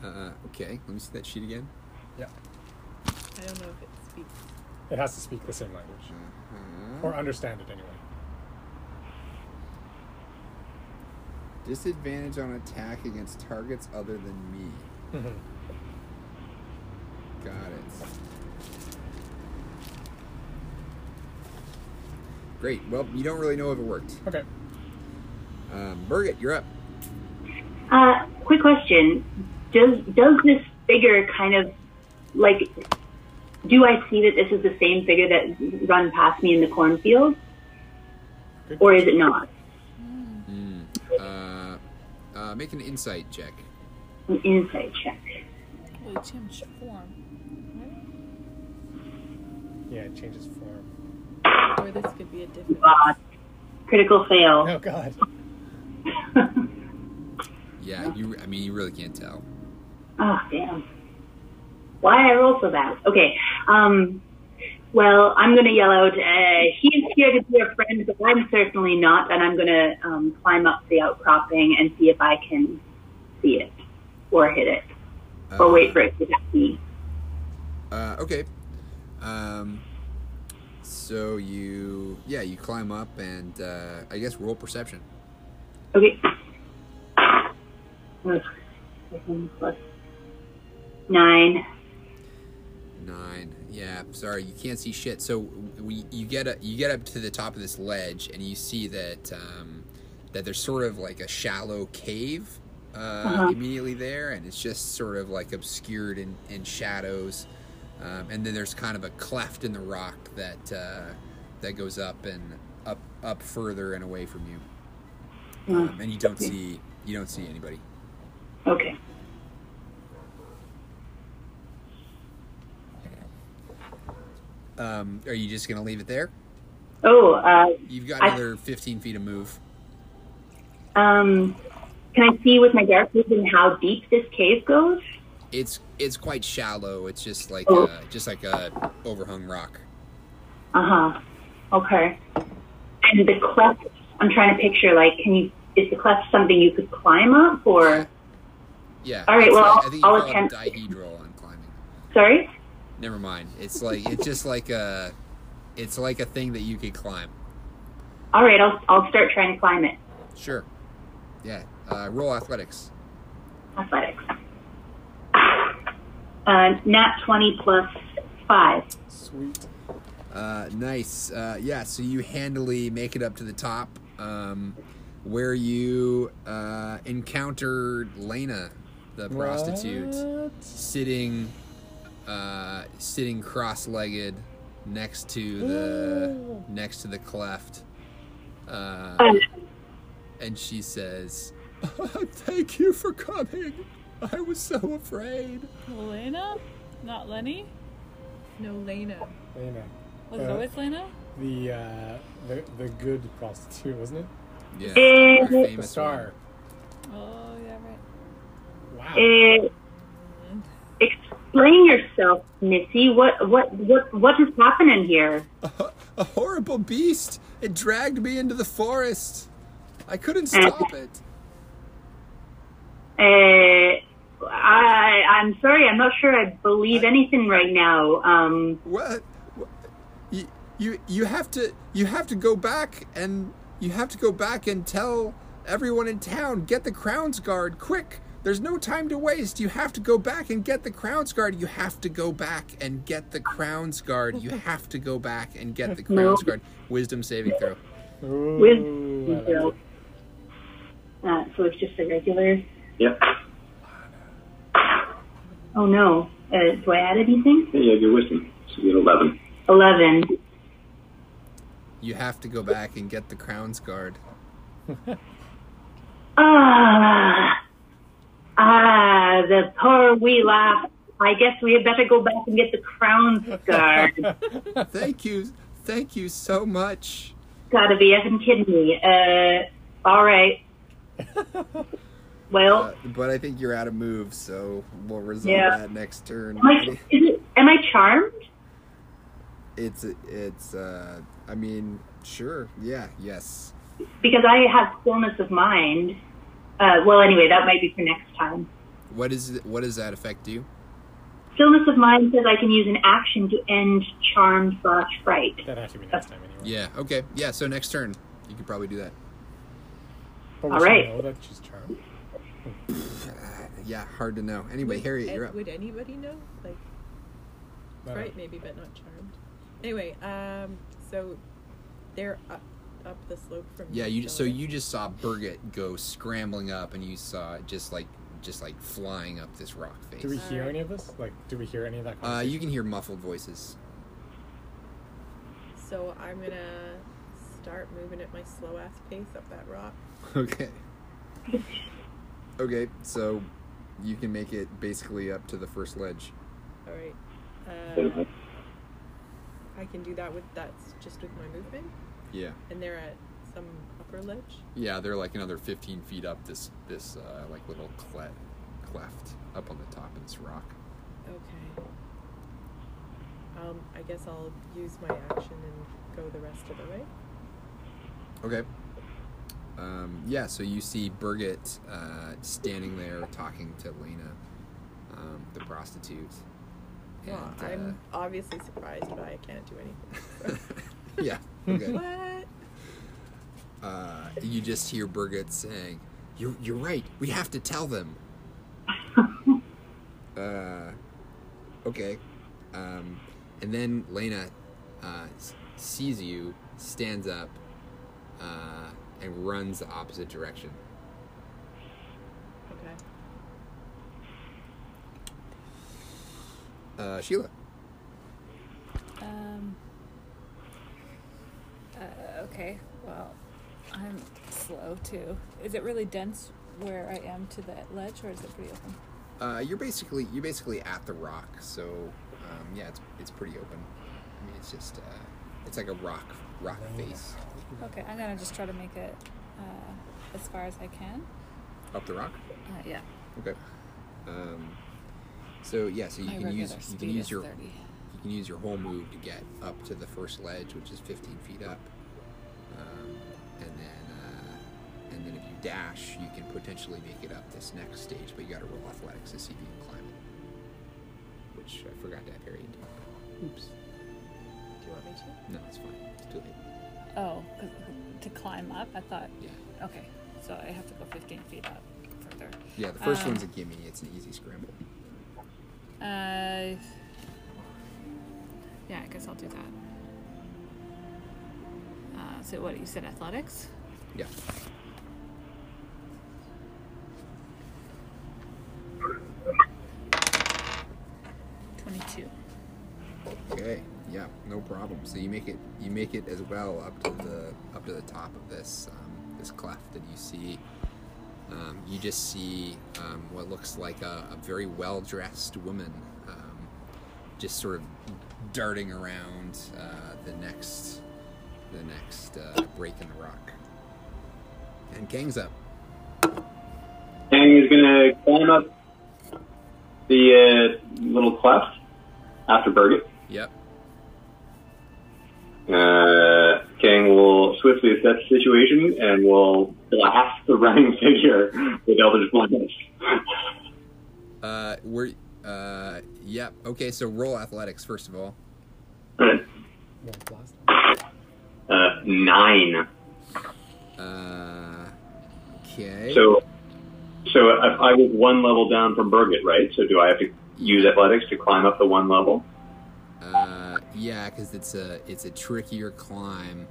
Speaker 2: Uh, okay. Let me see that sheet again.
Speaker 3: Yeah.
Speaker 4: I don't know if it speaks.
Speaker 3: It has to speak the same language.
Speaker 2: Uh-huh.
Speaker 3: Or understand it anyway.
Speaker 2: Disadvantage on attack against targets other than me.
Speaker 3: Mhm.
Speaker 2: Got it. Great. Well, you don't really know if it worked.
Speaker 3: Okay.
Speaker 2: Um, Birgit, you're up.
Speaker 8: Uh, quick question: Does does this figure kind of like? Do I see that this is the same figure that run past me in the cornfield,
Speaker 3: Good.
Speaker 8: or is it not?
Speaker 2: Uh, uh, make an insight check.
Speaker 8: An insight check.
Speaker 6: Oh, it changed form.
Speaker 3: Yeah, it changes form.
Speaker 4: Or this could be a different.
Speaker 8: Uh, critical fail.
Speaker 3: Oh god.
Speaker 2: Yeah, you. I mean, you really can't tell.
Speaker 8: Oh damn! Why I roll so bad? Okay. Um. Well, I'm gonna yell out. Uh, he's here to be a friend, but I'm certainly not, and I'm gonna um, climb up the outcropping and see if I can see it or hit it or
Speaker 2: Uh,
Speaker 8: Oh, wait for it to hit me.
Speaker 2: Uh, okay. Um, so you, yeah, you climb up and uh, I guess roll perception.
Speaker 8: Okay. Ugh. Plus Nine.
Speaker 2: Nine. Yeah. Sorry, you can't see shit. So we, you get up, you get up to the top of this ledge and you see that um, that there's sort of like a shallow cave uh, immediately there, and it's just sort of like obscured in, in shadows. Um, and then there's kind of a cleft in the rock that uh, that goes up and up up further and away from you. Um, and you don't see you don't see anybody.
Speaker 8: Okay.
Speaker 2: Um, are you just gonna leave it there?
Speaker 8: Oh. Uh,
Speaker 2: You've got
Speaker 8: I-
Speaker 2: another 15 feet of move.
Speaker 8: um. Can I see with my dark vision how deep this cave goes?
Speaker 2: It's it's quite shallow. It's just like
Speaker 8: Oh.
Speaker 2: a, just like a overhung rock.
Speaker 8: Uh huh. Okay. And the cleft, I'm trying to picture. Like, can you? Is the cleft something you could climb up, or
Speaker 2: Yeah.
Speaker 8: All right,
Speaker 2: it's
Speaker 8: well,
Speaker 2: like-
Speaker 8: I'll-
Speaker 2: I think you
Speaker 8: I'll
Speaker 2: call it
Speaker 8: attempt-
Speaker 2: a dihedral on climbing.
Speaker 8: sorry?
Speaker 2: Never mind. It's like it's just like a it's like a thing that you could climb.
Speaker 8: All right, I'll I'll start trying to climb it.
Speaker 2: Sure. Yeah. Uh, roll athletics.
Speaker 8: Athletics. Uh, nat twenty plus five.
Speaker 3: Sweet.
Speaker 2: Uh, nice. Uh, yeah. So you handily make it up to the top, um, where you uh, encountered Lena, the prostitute.
Speaker 3: What?
Speaker 2: sitting uh, sitting cross-legged next to the next to the cleft uh, and she says thank you for coming i was so afraid
Speaker 6: Lena? Not Lenny?
Speaker 4: No, Lena.
Speaker 3: Lena.
Speaker 6: Was it
Speaker 3: Uh,
Speaker 6: always Lena?
Speaker 3: The uh the the good prostitute, wasn't it?
Speaker 2: yeah
Speaker 8: Eh.
Speaker 2: our
Speaker 3: The
Speaker 2: famous
Speaker 3: star.
Speaker 6: Oh, yeah, right.
Speaker 3: Wow.
Speaker 8: Uh, explain yourself, Missy. What what what what is happening here?
Speaker 2: one. a horrible beast it dragged me into the forest i couldn't
Speaker 8: stop
Speaker 2: it
Speaker 8: Uh, I I'm sorry. I'm not sure. I believe anything right now. Um.
Speaker 2: what you, you you have to you have to go back and you have to go back and tell everyone in town get the crown's guard quick there's no time to waste you have to go back and get the crown's guard you have to go back and get the crown's guard you have to go back and get the crown's guard wisdom saving throw
Speaker 3: Ooh,
Speaker 8: with
Speaker 3: I like it.
Speaker 8: uh, so it's just a regular.
Speaker 9: Yeah.
Speaker 8: Oh no! Uh, do I add anything?
Speaker 9: Yeah, you have your wisdom. So you get 11.
Speaker 8: Eleven.
Speaker 2: you have to go back and get the crown's guard
Speaker 8: Ah, ah, the poor wee laugh. I guess we had better go back and get the crown guard.
Speaker 2: thank you thank you so much
Speaker 8: Gotta be effing kidding me. Uh, all right. Well,
Speaker 2: Uh, but i think you're out of move so we'll resolve
Speaker 8: Yeah.
Speaker 2: that next turn
Speaker 8: am I, is it, am I charmed?
Speaker 2: It's it's uh I mean sure yeah yes
Speaker 8: Because I have stillness of mind. Uh, well, anyway, that might be for next time.
Speaker 2: what is it, what does that affect you
Speaker 8: Stillness of mind says I can use an action to end charm slash fright.
Speaker 3: That has to be next time anyway.
Speaker 2: yeah okay yeah so next turn you could probably do that
Speaker 3: But we
Speaker 8: All
Speaker 3: should
Speaker 8: right.
Speaker 3: Know that she's charmed.
Speaker 2: Yeah, hard to know. Anyway, Harriet,
Speaker 4: Ed-
Speaker 2: you're up.
Speaker 4: Would anybody know? Like,
Speaker 3: No, no.
Speaker 4: right, maybe, but not charmed. Anyway, um, so they're up, up the slope from.
Speaker 2: Yeah,
Speaker 4: the
Speaker 2: you. So
Speaker 4: building.
Speaker 2: you just saw Birgit go scrambling up, and you saw it just like just like flying up this rock face.
Speaker 3: Do we hear any of this? Like, do we hear any of that?
Speaker 2: uh, you
Speaker 3: conversation?
Speaker 2: can hear muffled voices.
Speaker 4: So I'm gonna start moving at my slow ass pace up that rock.
Speaker 2: Okay. Okay, so you can make it basically up to the first ledge.
Speaker 4: All right. Uh, I can do that with that's just with my movement,
Speaker 2: Yeah.
Speaker 4: and they're at some upper ledge.
Speaker 2: Yeah, they're like another 15 feet up this this uh, like little cle- cleft up on the top of this rock.
Speaker 4: Okay. Um, I guess I'll use my action and go the rest of the way.
Speaker 2: Okay. Um, yeah, so you see Birgit uh, standing there talking to Lena, um, the prostitute.
Speaker 4: Well,
Speaker 2: And,
Speaker 4: I'm
Speaker 2: uh,
Speaker 4: obviously surprised, but I can't do anything.
Speaker 2: uh, yeah. Okay.
Speaker 4: what?
Speaker 2: Uh, you just hear Birgit saying, "You're you're right. We have to tell them." uh, okay. Um, and then Lena uh, s- sees you, stands up, uh, and runs the opposite direction.
Speaker 4: Okay.
Speaker 2: Uh, Sheila.
Speaker 6: Um, uh, okay, well, I'm slow too. Is it really dense where I am to the ledge, or is it pretty open?
Speaker 2: Uh, you're basically you're basically at the rock, so um, yeah, it's it's pretty open. I mean, it's just uh, it's like a rock rock face
Speaker 6: Okay, I'm gonna just try to make it uh, as far as I can.
Speaker 2: up the rock.
Speaker 6: Uh, yeah,
Speaker 2: Okay. Um, so yeah, so you
Speaker 6: my
Speaker 2: can
Speaker 6: regular
Speaker 2: use you
Speaker 6: speed
Speaker 2: can use
Speaker 6: is
Speaker 2: your
Speaker 6: 30.
Speaker 2: you can use your whole move to get up to the first ledge, which is 15 feet up, um, and then uh, and then if you dash, you can potentially make it up this next stage. But you got to roll athletics to see if you can climb it, which I forgot to have Harry do. Oops.
Speaker 4: Do you want me to?
Speaker 2: No, it's fine. It's too late.
Speaker 6: Oh, 'cause- to climb up, I thought.
Speaker 2: Yeah.
Speaker 6: Okay, so I have to go 15 feet up further.
Speaker 2: Yeah, the first
Speaker 6: Um,
Speaker 2: one's a gimme. It's an easy scramble.
Speaker 6: Uh, yeah, I guess I'll do that. Uh, so what you said, athletics?
Speaker 2: Yeah.
Speaker 6: Twenty-two.
Speaker 2: Okay. Yeah, no problem. So you make it you make it as well up to the up to the top of this um, this cleft, and you see um, you just see um, what looks like a, a very well dressed woman um, just sort of darting around uh, the next the next uh, break in the rock. And Kang's up.
Speaker 9: Kang is going to climb up the uh, little cleft after Birgit.
Speaker 2: Yep.
Speaker 9: Uh, Kang will swiftly assess the situation and will blast the running figure with Eldritch Blast.
Speaker 2: Uh, we're uh, yep. Okay, so roll athletics first of all.
Speaker 3: Well, blast.
Speaker 9: uh, nine.
Speaker 2: Uh, okay.
Speaker 9: So, so if I was one level down from Birgit, right? So do I have to use athletics to climb up the one level?
Speaker 2: Uh, yeah, because it's a it's a trickier climb.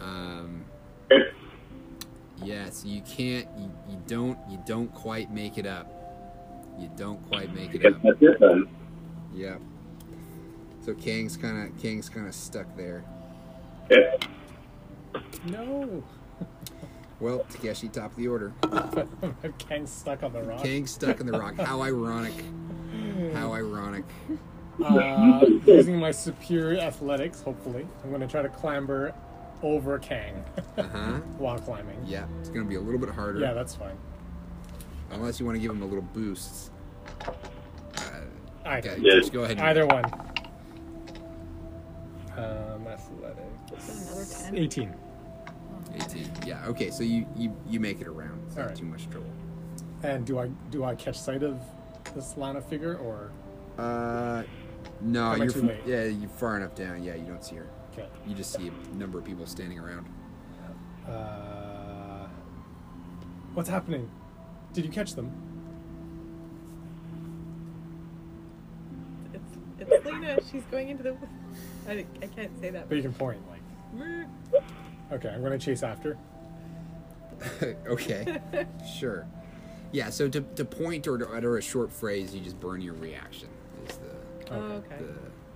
Speaker 2: Um,
Speaker 9: Okay.
Speaker 2: yeah, so you can't you, you don't you don't quite make it up. You don't quite make it
Speaker 9: Guess
Speaker 2: up.
Speaker 9: that's it then.
Speaker 2: Yeah. So Kang's kind of Kang's kind of stuck there.
Speaker 9: Okay.
Speaker 3: No.
Speaker 2: Well, Takeshi top of the order.
Speaker 3: Kang's stuck on the rock.
Speaker 2: Kang's stuck in the rock. How ironic. How ironic.
Speaker 3: Uh, using my superior athletics, hopefully, I'm going to try to clamber over Kang
Speaker 2: Uh huh.
Speaker 3: while climbing.
Speaker 2: Yeah, it's gonna be a little bit harder.
Speaker 3: Yeah, that's fine.
Speaker 2: Unless you want to give him a little boost.
Speaker 3: I
Speaker 2: Okay,
Speaker 9: Yeah.
Speaker 2: just go ahead. And
Speaker 3: Either one. Um, athletics.
Speaker 6: Another 10.
Speaker 3: 18.
Speaker 2: 18. Yeah. Okay. So you you you make it around. It's not
Speaker 3: Alright.
Speaker 2: too much trouble.
Speaker 3: And do I do I catch sight of this Lana figure or
Speaker 2: Uh, no,
Speaker 3: Am I
Speaker 2: you're
Speaker 3: too
Speaker 2: from,
Speaker 3: late?
Speaker 2: yeah, you're far enough down. Yeah, you don't see her.
Speaker 3: okay?
Speaker 2: You just see a number of people standing around.
Speaker 3: Uh, What's happening? Did you catch them?
Speaker 4: It's, it's Lena. She's going into the. wo- I, I can't say that.
Speaker 3: But you can point, like.
Speaker 4: Meh.
Speaker 3: Okay, I'm gonna chase after.
Speaker 2: okay, sure. Yeah, so to, to point or to utter a short phrase, you just burn your reaction, is the,
Speaker 4: Oh,
Speaker 3: Okay.
Speaker 4: okay.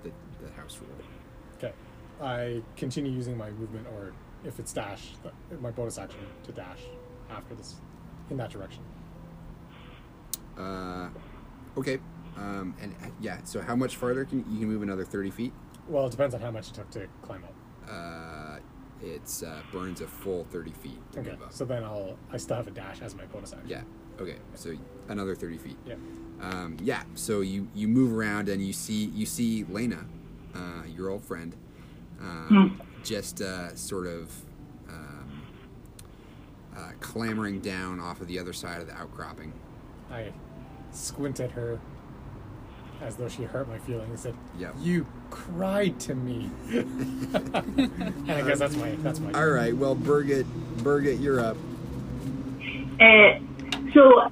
Speaker 2: the, the, the house rule.
Speaker 3: Okay. I continue using my movement, or if it's dash, th- my bonus action to dash after this, in that direction.
Speaker 2: Uh, okay, um, and uh, yeah, so how much farther can you can move another 30 feet?
Speaker 3: Well, it depends on how much it took to climb up.
Speaker 2: Uh, it's uh, burns a full 30 feet to
Speaker 3: Okay.
Speaker 2: move up.
Speaker 3: So then I'll, I still have a dash as my bonus action.
Speaker 2: yeah, okay, so another 30 feet.
Speaker 3: Yeah.
Speaker 2: um, yeah so you you move around and you see you see lena uh, your old friend um, just uh, sort of um, uh, clambering down off of the other side of the outcropping
Speaker 3: I squint at her as though she hurt my feelings and said,
Speaker 2: Yep.
Speaker 3: You cried to me. and I guess that's my that's my
Speaker 2: all right well Birgit Birgit you're up
Speaker 8: Uh, so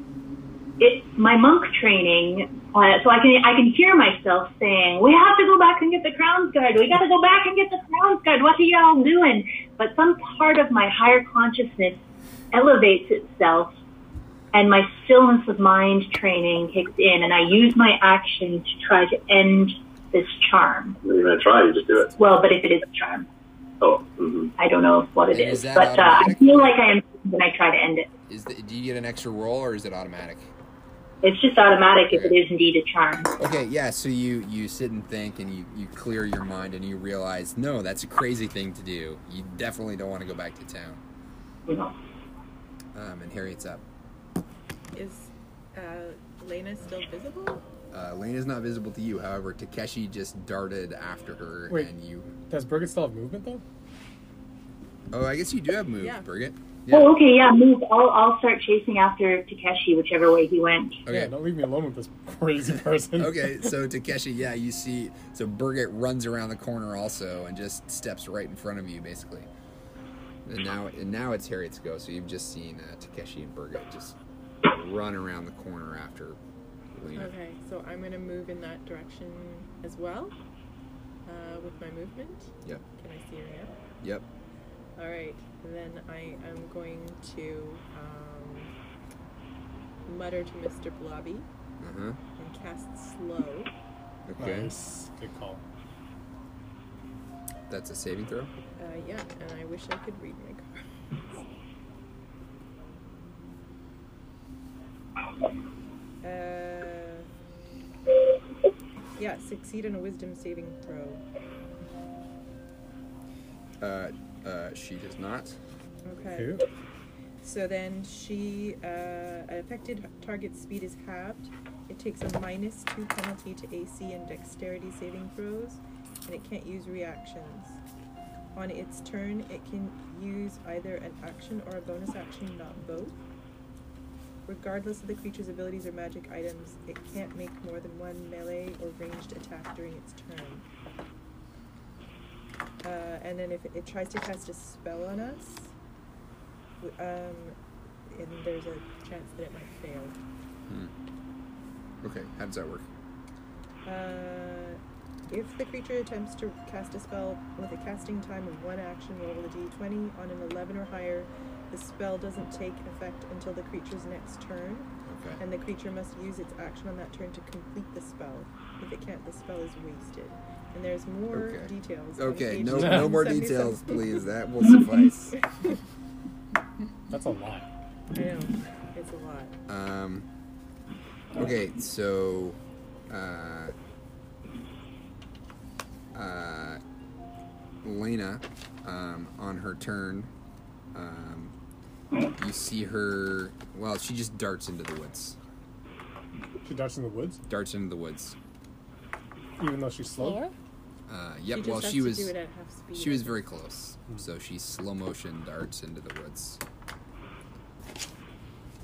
Speaker 8: it, my monk training, uh, so I can I can hear myself saying, "We have to go back and get the crown's guard. We got to go back and get the crown's guard. What are y'all doing?" But some part of my higher consciousness elevates itself, and my stillness of mind training kicks in, and I use my action to try to end this charm.
Speaker 9: You're gonna try. You just do it.
Speaker 8: Well, but if it is a charm, Mm-hmm.
Speaker 9: Oh, hmm
Speaker 8: I don't know what it
Speaker 2: And
Speaker 8: is.
Speaker 2: is that
Speaker 8: But uh, I
Speaker 2: automatic?
Speaker 8: feel like I am when I try to end it.
Speaker 2: is the, do you get an extra roll or is it automatic
Speaker 8: It's just automatic if it is indeed a charm.
Speaker 2: okay yeah so you you sit and think and you you clear your mind and you realize no that's a crazy thing to do you definitely don't want to go back to town
Speaker 8: You know.
Speaker 2: um, and Harriet's up
Speaker 4: Is uh, Lena still visible?
Speaker 2: Uh, Lena's not visible to you, however, Takeshi just darted after her,
Speaker 3: Wait.
Speaker 2: and you.
Speaker 3: Does Birgit still have movement though?
Speaker 2: Oh, I guess you do have moved,
Speaker 4: Yeah.
Speaker 2: Birgit.
Speaker 8: Oh, okay, yeah, move. I'll, I'll start chasing after Takeshi, whichever way he went.
Speaker 3: Yeah,
Speaker 2: Okay.
Speaker 3: don't leave me alone with this crazy person.
Speaker 2: okay. So Takeshi, yeah, you see. So Birgit runs around the corner also, and just steps right in front of you, basically. And now, and now it's Harriet's go. So you've just seen uh, Takeshi and Birgit just run around the corner after Lena.
Speaker 4: Okay, so I'm gonna move in that direction as well uh, with my movement.
Speaker 2: Yep.
Speaker 4: Can I see her now?
Speaker 2: Yep.
Speaker 4: All right, then I am going to um, mutter to Mr. Blobby
Speaker 2: Uh huh.
Speaker 4: and cast slow.
Speaker 2: Okay.
Speaker 3: Nice. Good call.
Speaker 2: That's a saving throw.
Speaker 4: Uh, yeah, and I wish I could read my cards. Uh, yeah, succeed in a wisdom saving throw.
Speaker 2: Uh, uh, she does not.
Speaker 4: Okay.
Speaker 3: Who?
Speaker 4: So then she, uh, an affected target speed is halved. It takes a minus two penalty to AC and dexterity saving throws, and it can't use reactions. On its turn, it can use either an action or a bonus action, not both. Regardless of the creature's abilities or magic items, it can't make more than one melee or ranged attack during its turn. Uh, and then if it tries to cast a spell on us, w- um, and there's a chance that it might fail.
Speaker 2: Hmm. Okay. How does that work?
Speaker 4: Uh, if the creature attempts to cast a spell with a casting time of one action, roll a d20. On an 11 or higher, the spell doesn't take effect until the creature's next turn,
Speaker 2: Okay.
Speaker 4: and the creature must use its action on that turn to complete the spell. If it can't, the spell is wasted. And there's more
Speaker 2: Okay.
Speaker 4: details. on
Speaker 2: Okay,
Speaker 4: page
Speaker 2: no, no more
Speaker 4: 77.
Speaker 2: details, please. That will suffice.
Speaker 3: That's a lot.
Speaker 4: I know, it's a lot.
Speaker 2: Um, okay, so, uh, uh, Lena, um, on her turn, um, you see her. Well, she just darts into the woods.
Speaker 3: She darts in the woods,
Speaker 2: Darts into the woods.
Speaker 3: even though she's slow.
Speaker 6: Floor?
Speaker 2: Uh,
Speaker 4: She
Speaker 2: yep.
Speaker 4: just
Speaker 2: Well,
Speaker 4: has
Speaker 2: she
Speaker 4: to
Speaker 2: was.
Speaker 4: do it at half speed.
Speaker 2: She was very close. So she slow motion darts into the woods.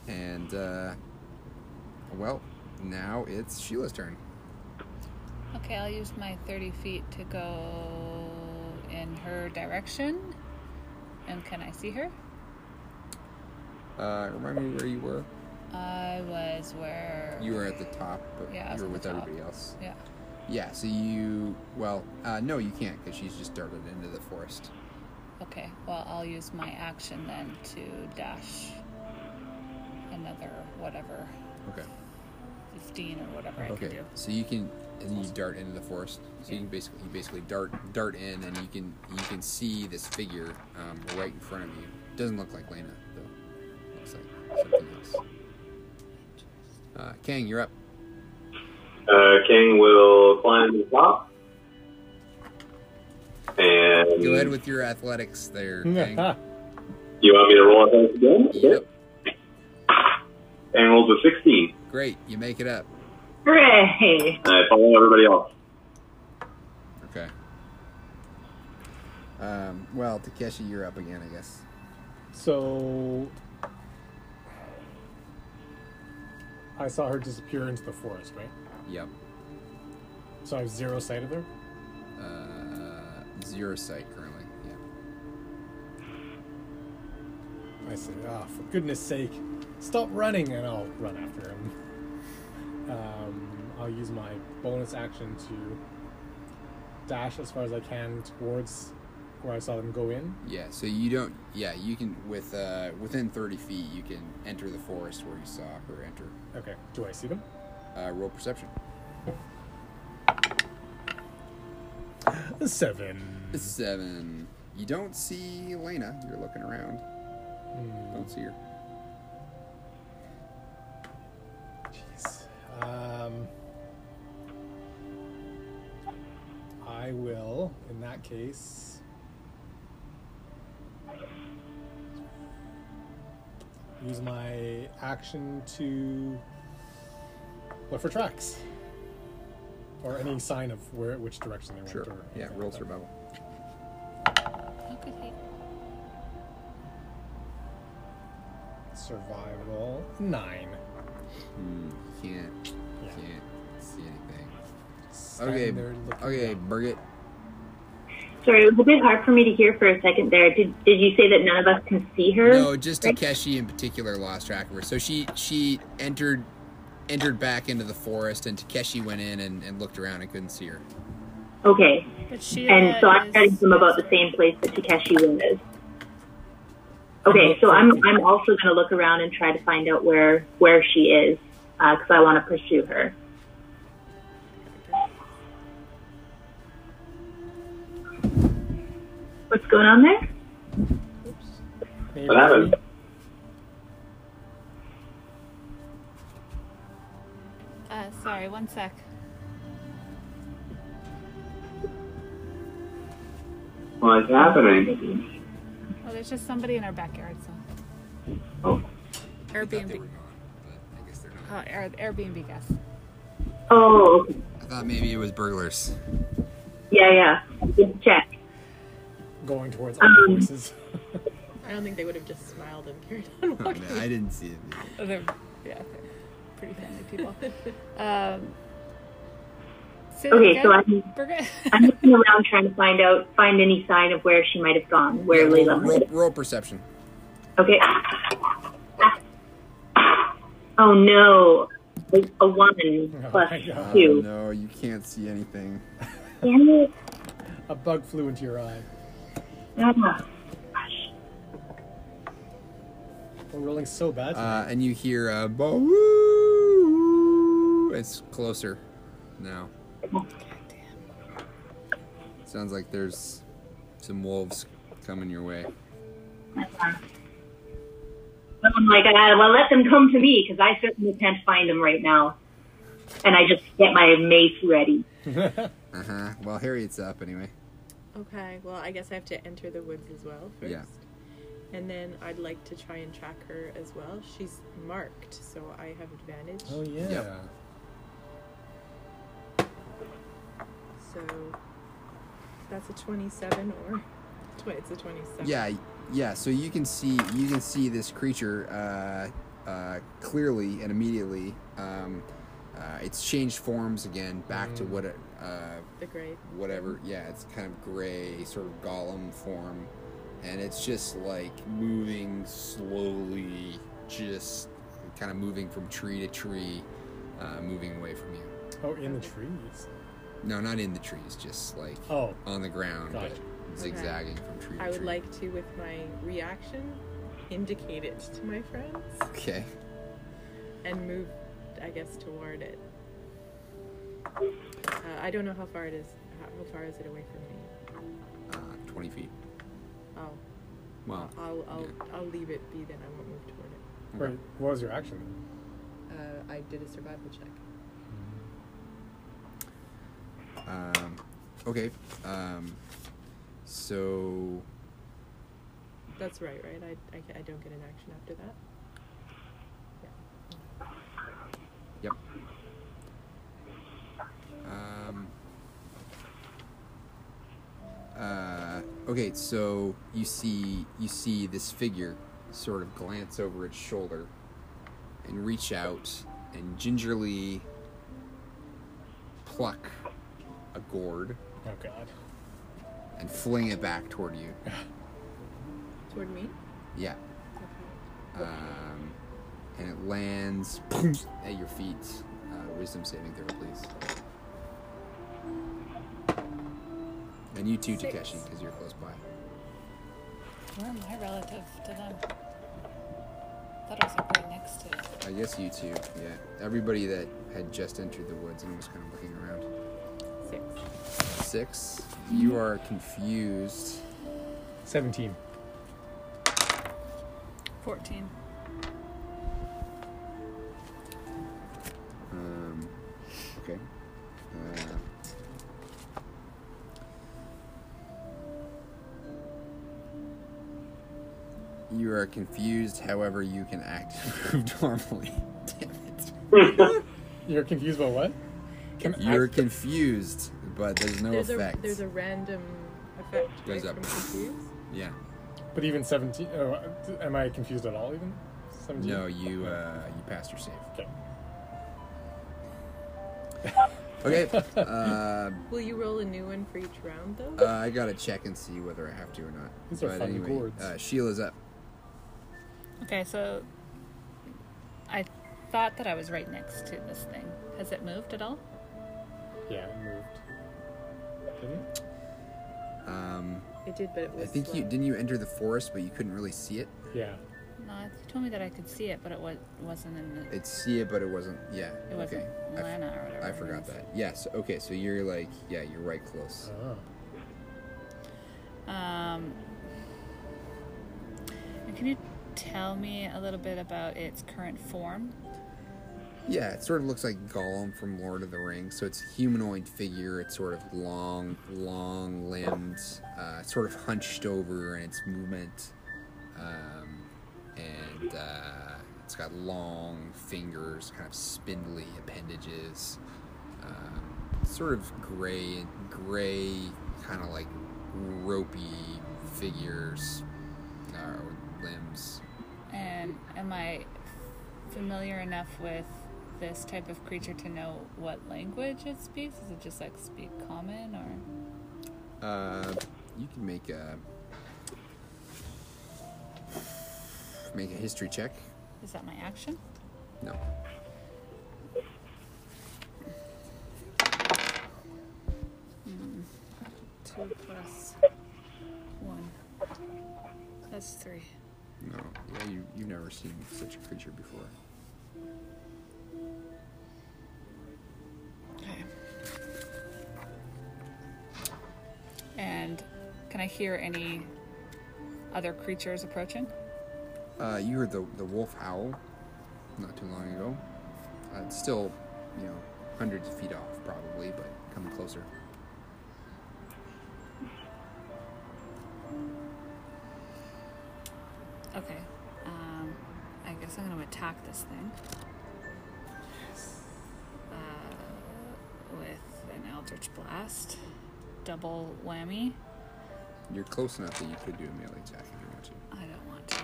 Speaker 2: And, uh, well, now it's Sheila's turn.
Speaker 6: Okay, I'll use my 30 feet to go in her direction. And can I see her?
Speaker 2: Uh, remind me where you were.
Speaker 6: I was where.
Speaker 2: You were at the top, but
Speaker 6: Yeah, I was
Speaker 2: you were
Speaker 6: at
Speaker 2: with
Speaker 6: the top.
Speaker 2: everybody else.
Speaker 6: Yeah.
Speaker 2: Yeah. So you, well, uh, no, you can't because she's just darted into the forest.
Speaker 6: Okay. Well, I'll use my action then to dash another whatever
Speaker 2: Okay.
Speaker 6: 15 or whatever I
Speaker 2: Okay.
Speaker 6: can do.
Speaker 2: So you can, and you dart into the forest. So you can basically, you basically dart, dart in, and you can, you can see this figure um, right in front of you. Doesn't look like Lena though. Looks like something else. Uh, Kang, you're up.
Speaker 9: Uh, King will climb to the top. And
Speaker 2: Go ahead with your athletics there, Kang.
Speaker 3: Ah.
Speaker 9: you want me to roll athletics again?
Speaker 2: Yep.
Speaker 9: And rolls a 16.
Speaker 2: Great. You make it up.
Speaker 8: Hooray!
Speaker 9: I follow everybody else.
Speaker 2: Okay. Um, well, Takeshi, you're up again, I guess.
Speaker 3: So I saw her disappear into the forest, right?
Speaker 2: Yep.
Speaker 3: So I have zero sight of her.
Speaker 2: Uh, zero sight currently. Yeah.
Speaker 3: I said, "Ah, for goodness sake, stop running!" And I'll run after him. Um, I'll use my bonus action to dash as far as I can towards where I saw them go in.
Speaker 2: Yeah. So you don't. Yeah, you can with uh within thirty feet, you can enter the forest where you saw her enter.
Speaker 3: Okay. Do I see them?
Speaker 2: Uh, roll perception.
Speaker 3: Seven.
Speaker 2: Seven. You don't see Lena. You're looking around.
Speaker 3: Hmm.
Speaker 2: Don't see her.
Speaker 3: Jeez. Um, I will, in that case. Use my action to look for tracks, or any sign of where, which direction they went.
Speaker 2: Sure.
Speaker 3: Or
Speaker 2: Yeah.
Speaker 3: anything
Speaker 2: Roll
Speaker 3: like that.
Speaker 2: survival.
Speaker 6: Okay.
Speaker 3: Survival nine.
Speaker 2: Hmm. Can't.
Speaker 3: Yeah.
Speaker 2: Can't see anything.
Speaker 3: Stand
Speaker 2: Okay.
Speaker 3: there looking
Speaker 2: Okay,
Speaker 3: down.
Speaker 2: Birgit.
Speaker 8: Sorry, it was a bit hard for me to hear for a second there. Did Did you say that none of us can see her?
Speaker 2: No, just
Speaker 8: Right.
Speaker 2: Takeshi in particular lost track of her. So she she entered entered back into the forest, and Takeshi went in and, and looked around and couldn't see her.
Speaker 8: Okay.
Speaker 6: But Sheila
Speaker 8: And so I'm
Speaker 6: is-
Speaker 8: starting from about the same place that Takeshi was. Okay, so I'm I'm also going to look around and try to find out where where she is because I want to pursue her. What's going on there?
Speaker 3: Maybe-
Speaker 9: What happened?
Speaker 6: Uh, sorry, one sec.
Speaker 9: What's happening?
Speaker 6: Oh, there's just somebody in our backyard, so.
Speaker 9: Oh.
Speaker 6: Airbnb.
Speaker 2: gone, but I guess they're
Speaker 6: Oh, Air- Airbnb guests.
Speaker 8: Oh, okay.
Speaker 2: I thought maybe it was burglars.
Speaker 8: yeah, yeah. Just check.
Speaker 3: going towards other voices.
Speaker 4: I don't think they would have just smiled and carried on
Speaker 2: Oh, I
Speaker 4: walking.
Speaker 2: didn't see it.
Speaker 6: Oh, they're yeah, they're pretty friendly people. um, say that
Speaker 8: Okay,
Speaker 6: again,
Speaker 8: so I'm-
Speaker 6: Berger-
Speaker 8: I'm looking around trying to find out find any sign of where she might have gone, where Layla
Speaker 2: roll,
Speaker 8: went.
Speaker 2: roll perception.
Speaker 8: Okay. Oh no, a, a one plus
Speaker 3: Oh, my God.
Speaker 8: two.
Speaker 2: Oh, no, you can't see anything.
Speaker 8: Damn it.
Speaker 3: a bug flew into your eye.
Speaker 8: Ah.
Speaker 3: We're rolling so bad. tonight.
Speaker 2: Uh, and you hear a bo. It's closer now.
Speaker 8: Oh,
Speaker 2: Sounds like there's some wolves coming your way.
Speaker 8: So I'm like, ah, well, let them come to me because I certainly can't find them right now. And I just get my mace ready.
Speaker 2: Uh huh. Well, Harriet's up anyway.
Speaker 4: Okay, well, I guess I have to enter the woods as well first.
Speaker 2: Yeah.
Speaker 4: And then I'd like to try and track her as well. She's marked, so I have advantage.
Speaker 3: Oh yeah.
Speaker 2: Yep.
Speaker 4: So that's a 27 or tw- it's a 27.
Speaker 2: Yeah, yeah. So you can see you can see this creature uh, uh, clearly and immediately. Um, uh, it's changed forms again, back to what it, uh,
Speaker 4: The great.
Speaker 2: whatever. Yeah, it's kind of gray, sort of golem form, and it's just like moving slowly, just kind of moving from tree to tree, uh, moving away from you.
Speaker 3: Oh, in the trees.
Speaker 2: No, not in the trees, just like
Speaker 3: Oh,
Speaker 2: on the ground, but
Speaker 3: Gotcha.
Speaker 2: zigzagging from tree to
Speaker 4: I would
Speaker 2: tree.
Speaker 4: like to, with my reaction, indicate it to my friends
Speaker 2: Okay.
Speaker 4: and move, I guess, toward it. Uh, I don't know how far it is. How, how far is it away from me?
Speaker 2: Uh, 20 feet.
Speaker 4: Oh,
Speaker 2: Well,
Speaker 4: I'll I'll, I'll leave it be then. I won't move toward it.
Speaker 3: wait, what was your action?
Speaker 4: Uh, I did a survival check.
Speaker 2: um, okay. Um, so
Speaker 4: That's right, right? I, I, ca- I don't get an action after that.
Speaker 2: Yep. Um, uh, okay, so you see you see this figure sort of glance over its shoulder and reach out and gingerly pluck a gourd
Speaker 3: Oh God.
Speaker 2: and fling it back toward you.
Speaker 4: Toward me?
Speaker 2: Yeah. Um, and it lands at your feet. Uh, wisdom saving throw, please. And you too,
Speaker 4: Six.
Speaker 2: Takeshi, because you're close by.
Speaker 6: Where am I relative to them? Thought I was like right next to.
Speaker 2: I guess you too. Yeah. Everybody that had just entered the woods and was kind of looking around.
Speaker 4: Six.
Speaker 2: Six. You are confused.
Speaker 3: Seventeen.
Speaker 6: 14.
Speaker 2: Um, okay. Uh, you are confused, however, you can act normally. Damn it.
Speaker 3: You're confused about what? Can
Speaker 2: You're
Speaker 3: I,
Speaker 2: confused, but there's no
Speaker 4: there's
Speaker 2: effect.
Speaker 4: a there's a random effect
Speaker 2: Goes
Speaker 4: right
Speaker 2: up.
Speaker 4: from confuse.
Speaker 2: Yeah.
Speaker 3: but even seventeen. Oh, am I confused at all? Even seventeen.
Speaker 2: No, you uh, you passed your save.
Speaker 3: Okay.
Speaker 2: Okay. uh,
Speaker 4: Will you roll a new one for each round though?
Speaker 2: uh, I gotta check and see whether I have to or not.
Speaker 3: These are
Speaker 2: but
Speaker 3: fun
Speaker 2: anyway,
Speaker 3: gourds.
Speaker 2: Uh, Sheila's up.
Speaker 6: Okay, so I thought that I was right next to this thing. Has it moved at all?
Speaker 3: Yeah, it moved. Didn't? it?
Speaker 2: Um,
Speaker 4: it did, but it
Speaker 2: I
Speaker 4: was.
Speaker 2: think you
Speaker 4: slow.
Speaker 2: didn't you enter the forest, but you couldn't really see it.
Speaker 3: Yeah.
Speaker 6: No, you told me that I could see it, but it was, wasn't in the. It,
Speaker 2: It's see it, but it wasn't. Yeah.
Speaker 6: wasn't
Speaker 2: okay. I f-
Speaker 6: Lana or whatever.
Speaker 2: I
Speaker 6: her
Speaker 2: forgot
Speaker 6: name is.
Speaker 2: that. Yes. Okay. So you're like, yeah, you're right close.
Speaker 3: Oh.
Speaker 6: Um, and can you tell me a little bit about its current form?
Speaker 2: Yeah, it sort of looks like Gollum from Lord of the Rings. So it's a humanoid figure. It's sort of long, long limbed, uh, sort of hunched over in its movement, um, and uh, it's got long fingers, kind of spindly appendages. Um, sort of gray, gray, kind of like ropey figures uh, limbs.
Speaker 6: And am I familiar enough with this type of creature to know what language it speaks? Is it just like speak common or?
Speaker 2: Uh, you can make a make a history check.
Speaker 6: Is that my action?
Speaker 2: No.
Speaker 6: Two plus one. That's three.
Speaker 2: No. Yeah, you you've never seen such a creature before.
Speaker 6: Okay. And can I hear any other creatures approaching?
Speaker 2: Uh, you heard the the wolf howl not too long ago. Uh, it's still, you know, hundreds of feet off probably, but coming closer.
Speaker 6: Okay. Um, I guess I'm going to attack this thing. Uh, with an Eldritch Blast. Double whammy.
Speaker 2: You're close enough that you could do a melee attack if you want to.
Speaker 6: I don't want to.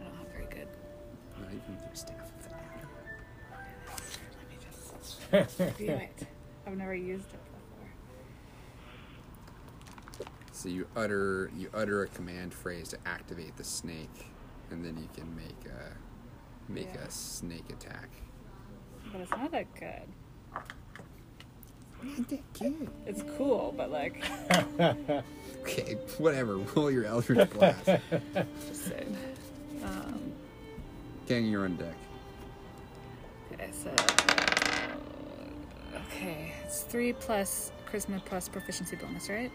Speaker 6: I don't have very good.
Speaker 2: Not even with your staff. for that matter.
Speaker 6: Let me just. do it. I've never used it before.
Speaker 2: So you utter you utter a command phrase to activate the snake, and then you can make a make
Speaker 4: Yeah.
Speaker 2: a snake attack.
Speaker 6: But it's not that good. It's cool, but like,
Speaker 2: Okay, whatever. Roll your Eldritch Blast.
Speaker 6: just saying. Um,
Speaker 2: Gang, you're on deck.
Speaker 6: okay, so. Okay, it's three plus charisma plus proficiency bonus, right?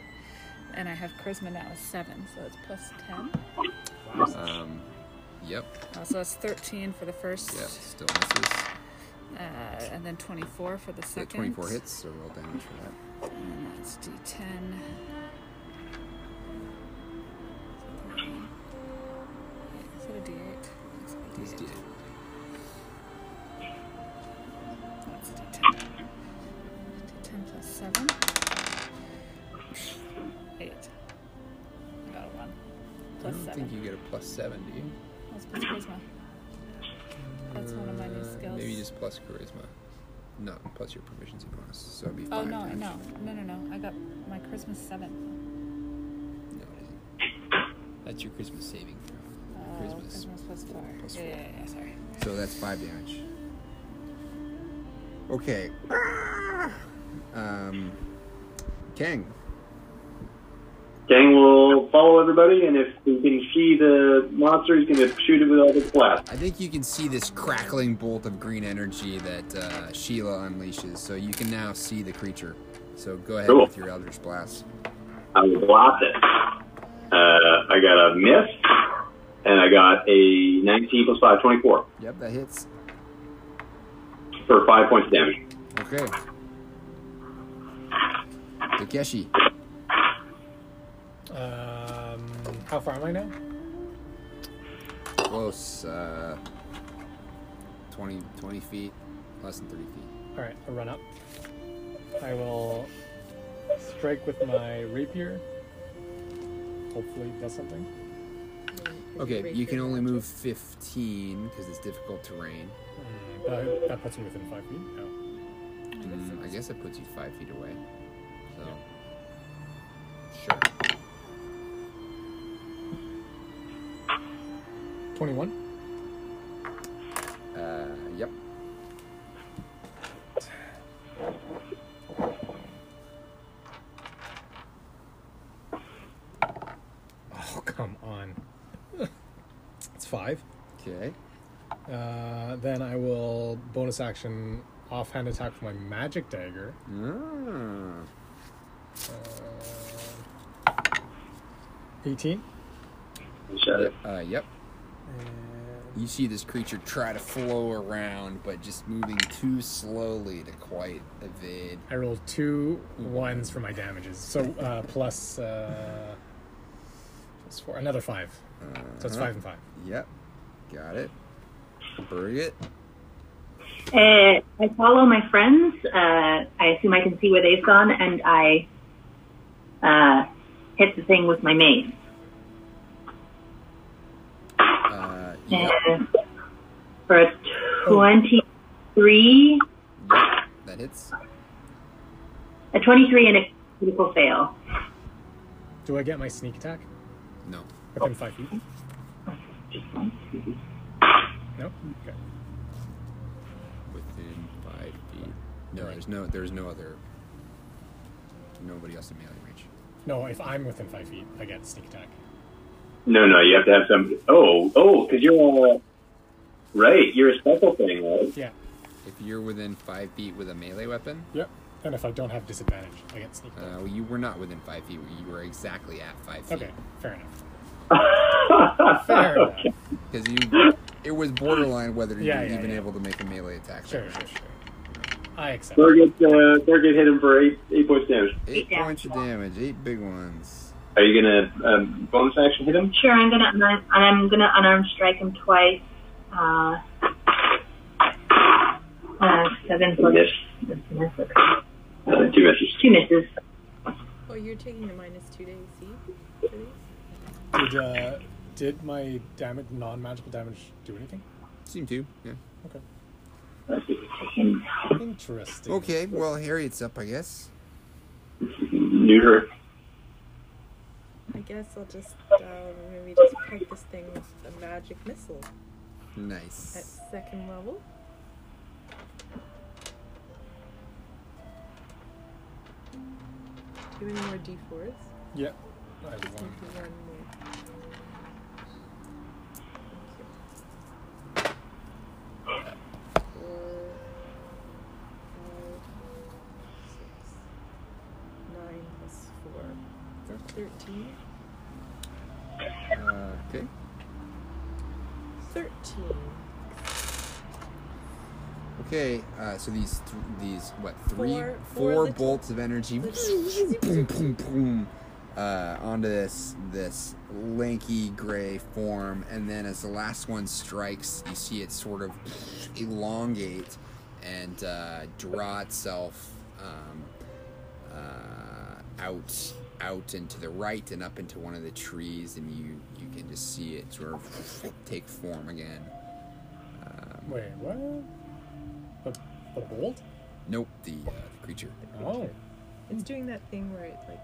Speaker 6: And I have charisma now is seven, so it's plus ten.
Speaker 2: Um, yep,
Speaker 6: Uh, so that's thirteen for the first,
Speaker 2: yep, still misses.
Speaker 6: uh, and then twenty-four for the
Speaker 2: Yeah,
Speaker 6: second.
Speaker 2: 24 hits, so roll damage for that.
Speaker 6: And that's D10. Is it a D8? It's a D8.
Speaker 2: It's D8.
Speaker 6: That's a D10. D10 plus 7. 8. I got a 1.
Speaker 2: I
Speaker 6: Plus
Speaker 2: don't
Speaker 6: 7.
Speaker 2: think you get a plus 7, do you?
Speaker 6: That's plus charisma. That's one of my new
Speaker 2: Uh,
Speaker 6: skills.
Speaker 2: Maybe just plus charisma. No, plus your proficiency bonus. So it'd be 5
Speaker 6: oh, no,
Speaker 2: times.
Speaker 6: no. No, no, no. I got my charisma 7.
Speaker 2: No, it isn't. That's your charisma saving
Speaker 6: Oh,
Speaker 2: throw. Charisma's-
Speaker 6: charisma's plus 4.
Speaker 2: plus
Speaker 6: yeah,
Speaker 2: four.
Speaker 6: yeah, yeah, yeah, sorry.
Speaker 2: So that's 5 damage. Okay. Um, Kang.
Speaker 9: Gang will follow everybody, and if he can see the monster, he's going to shoot it with all his blast.
Speaker 2: I think you can see this crackling bolt of green energy that uh, Sheila unleashes, so you can now see the creature. So go ahead
Speaker 9: Cool.
Speaker 2: with your Eldritch Blast.
Speaker 9: I will blast it. Uh, I got a miss, and I got a 19 plus 5, 24
Speaker 2: Yep, that hits.
Speaker 9: for 5 points of damage.
Speaker 2: Okay. Takeshi,
Speaker 3: Um, how far am I now?
Speaker 2: close. Uh, 20, 20 feet, less than 30 feet.
Speaker 3: All right, I'll run up. I will strike with my rapier. Hopefully, it does something.
Speaker 2: Okay, you can only move 15 because it's difficult terrain.
Speaker 3: Mm, that, that puts me within five feet. No.
Speaker 2: Mm, I guess it puts you 5 feet away. So. Sure.
Speaker 3: 21.
Speaker 2: Uh, yep.
Speaker 3: Oh, come on. it's five.
Speaker 2: Okay.
Speaker 3: Uh, then I will bonus action offhand attack with my magic dagger.
Speaker 2: Mm.
Speaker 3: Uh, 18.
Speaker 9: Shut it.
Speaker 2: Uh, yep. You see this creature try to flow around, but just moving too slowly to quite evade.
Speaker 3: I rolled two ones for my damages. So uh, plus, uh, plus four, another five. So it's five and five.
Speaker 2: Yep. Got it. Bury it.
Speaker 8: Uh, I follow my friends. Uh, I assume I can see where they've gone, and I uh, hit the thing with my mace.
Speaker 2: Uh,
Speaker 8: Uh,
Speaker 2: yep.
Speaker 8: for a 23,
Speaker 2: yep. That hits.
Speaker 8: a 23 and a critical fail.
Speaker 3: Do I get my sneak attack
Speaker 2: No.
Speaker 3: within five feet? No. Okay.
Speaker 2: Within five feet. No, there's no, there's no other. Nobody else in melee range.
Speaker 3: No, if I'm within five feet, I get sneak attack.
Speaker 9: No, no, you have to have some. Oh, oh, because you're all. Right, you're a special thing, right?
Speaker 3: Yeah.
Speaker 2: If you're within five feet with a melee weapon,
Speaker 3: Yep. And if I don't have disadvantage, I get sneak attack.
Speaker 2: uh, well, you were not within five feet. You were exactly at five feet.
Speaker 3: Okay. Fair enough. Fair enough.
Speaker 2: Because you, it was borderline whether you
Speaker 3: Yeah,
Speaker 2: were
Speaker 3: yeah,
Speaker 2: even
Speaker 3: yeah.
Speaker 2: able to make a melee attack.
Speaker 3: Sure, sure, sure. I accept.
Speaker 9: Thurgood, uh, Thurgood hit him for 8, eight points damage.
Speaker 2: Eight
Speaker 8: Yeah.
Speaker 2: points of damage, eight big ones.
Speaker 9: Are you going to um, bonus action hit him?
Speaker 8: Sure, I'm gonna unarm, I'm gonna unarmed strike him twice. Uh, uh, seven plus
Speaker 9: Yes. Uh, two misses.
Speaker 8: two misses.
Speaker 4: Oh, you're taking the minus two to AC for these?
Speaker 3: Did, uh, did my damage, non-magical damage, do anything?
Speaker 2: Seem to, yeah.
Speaker 3: Okay. Interesting.
Speaker 2: Okay, well, Harriet's up, I guess.
Speaker 9: Neuter.
Speaker 4: guess I'll just uh, maybe just peg this thing with a magic missile at
Speaker 2: Nice.
Speaker 4: second level. Give me more d4s.
Speaker 3: Yep. I have
Speaker 4: Just need
Speaker 3: one.
Speaker 4: to run more. Thank you. Four, five, six, nine plus four. That's thirteen.
Speaker 2: Uh, okay.
Speaker 4: Thirteen.
Speaker 2: Okay. Uh, so these th- these what three
Speaker 4: Four-
Speaker 2: four
Speaker 4: four little-
Speaker 2: bolts of energy
Speaker 4: little-
Speaker 2: boom boom boom uh, onto this this lanky gray form, and then as the last one strikes, you see it sort of elongate and uh, draw itself um, uh, out out and to the right and up into one of the trees, and you you can just see it sort of take form again.
Speaker 3: Wait, what? The, the bolt?
Speaker 2: Nope, the uh, the creature.
Speaker 3: Oh.
Speaker 4: It's doing that thing where it like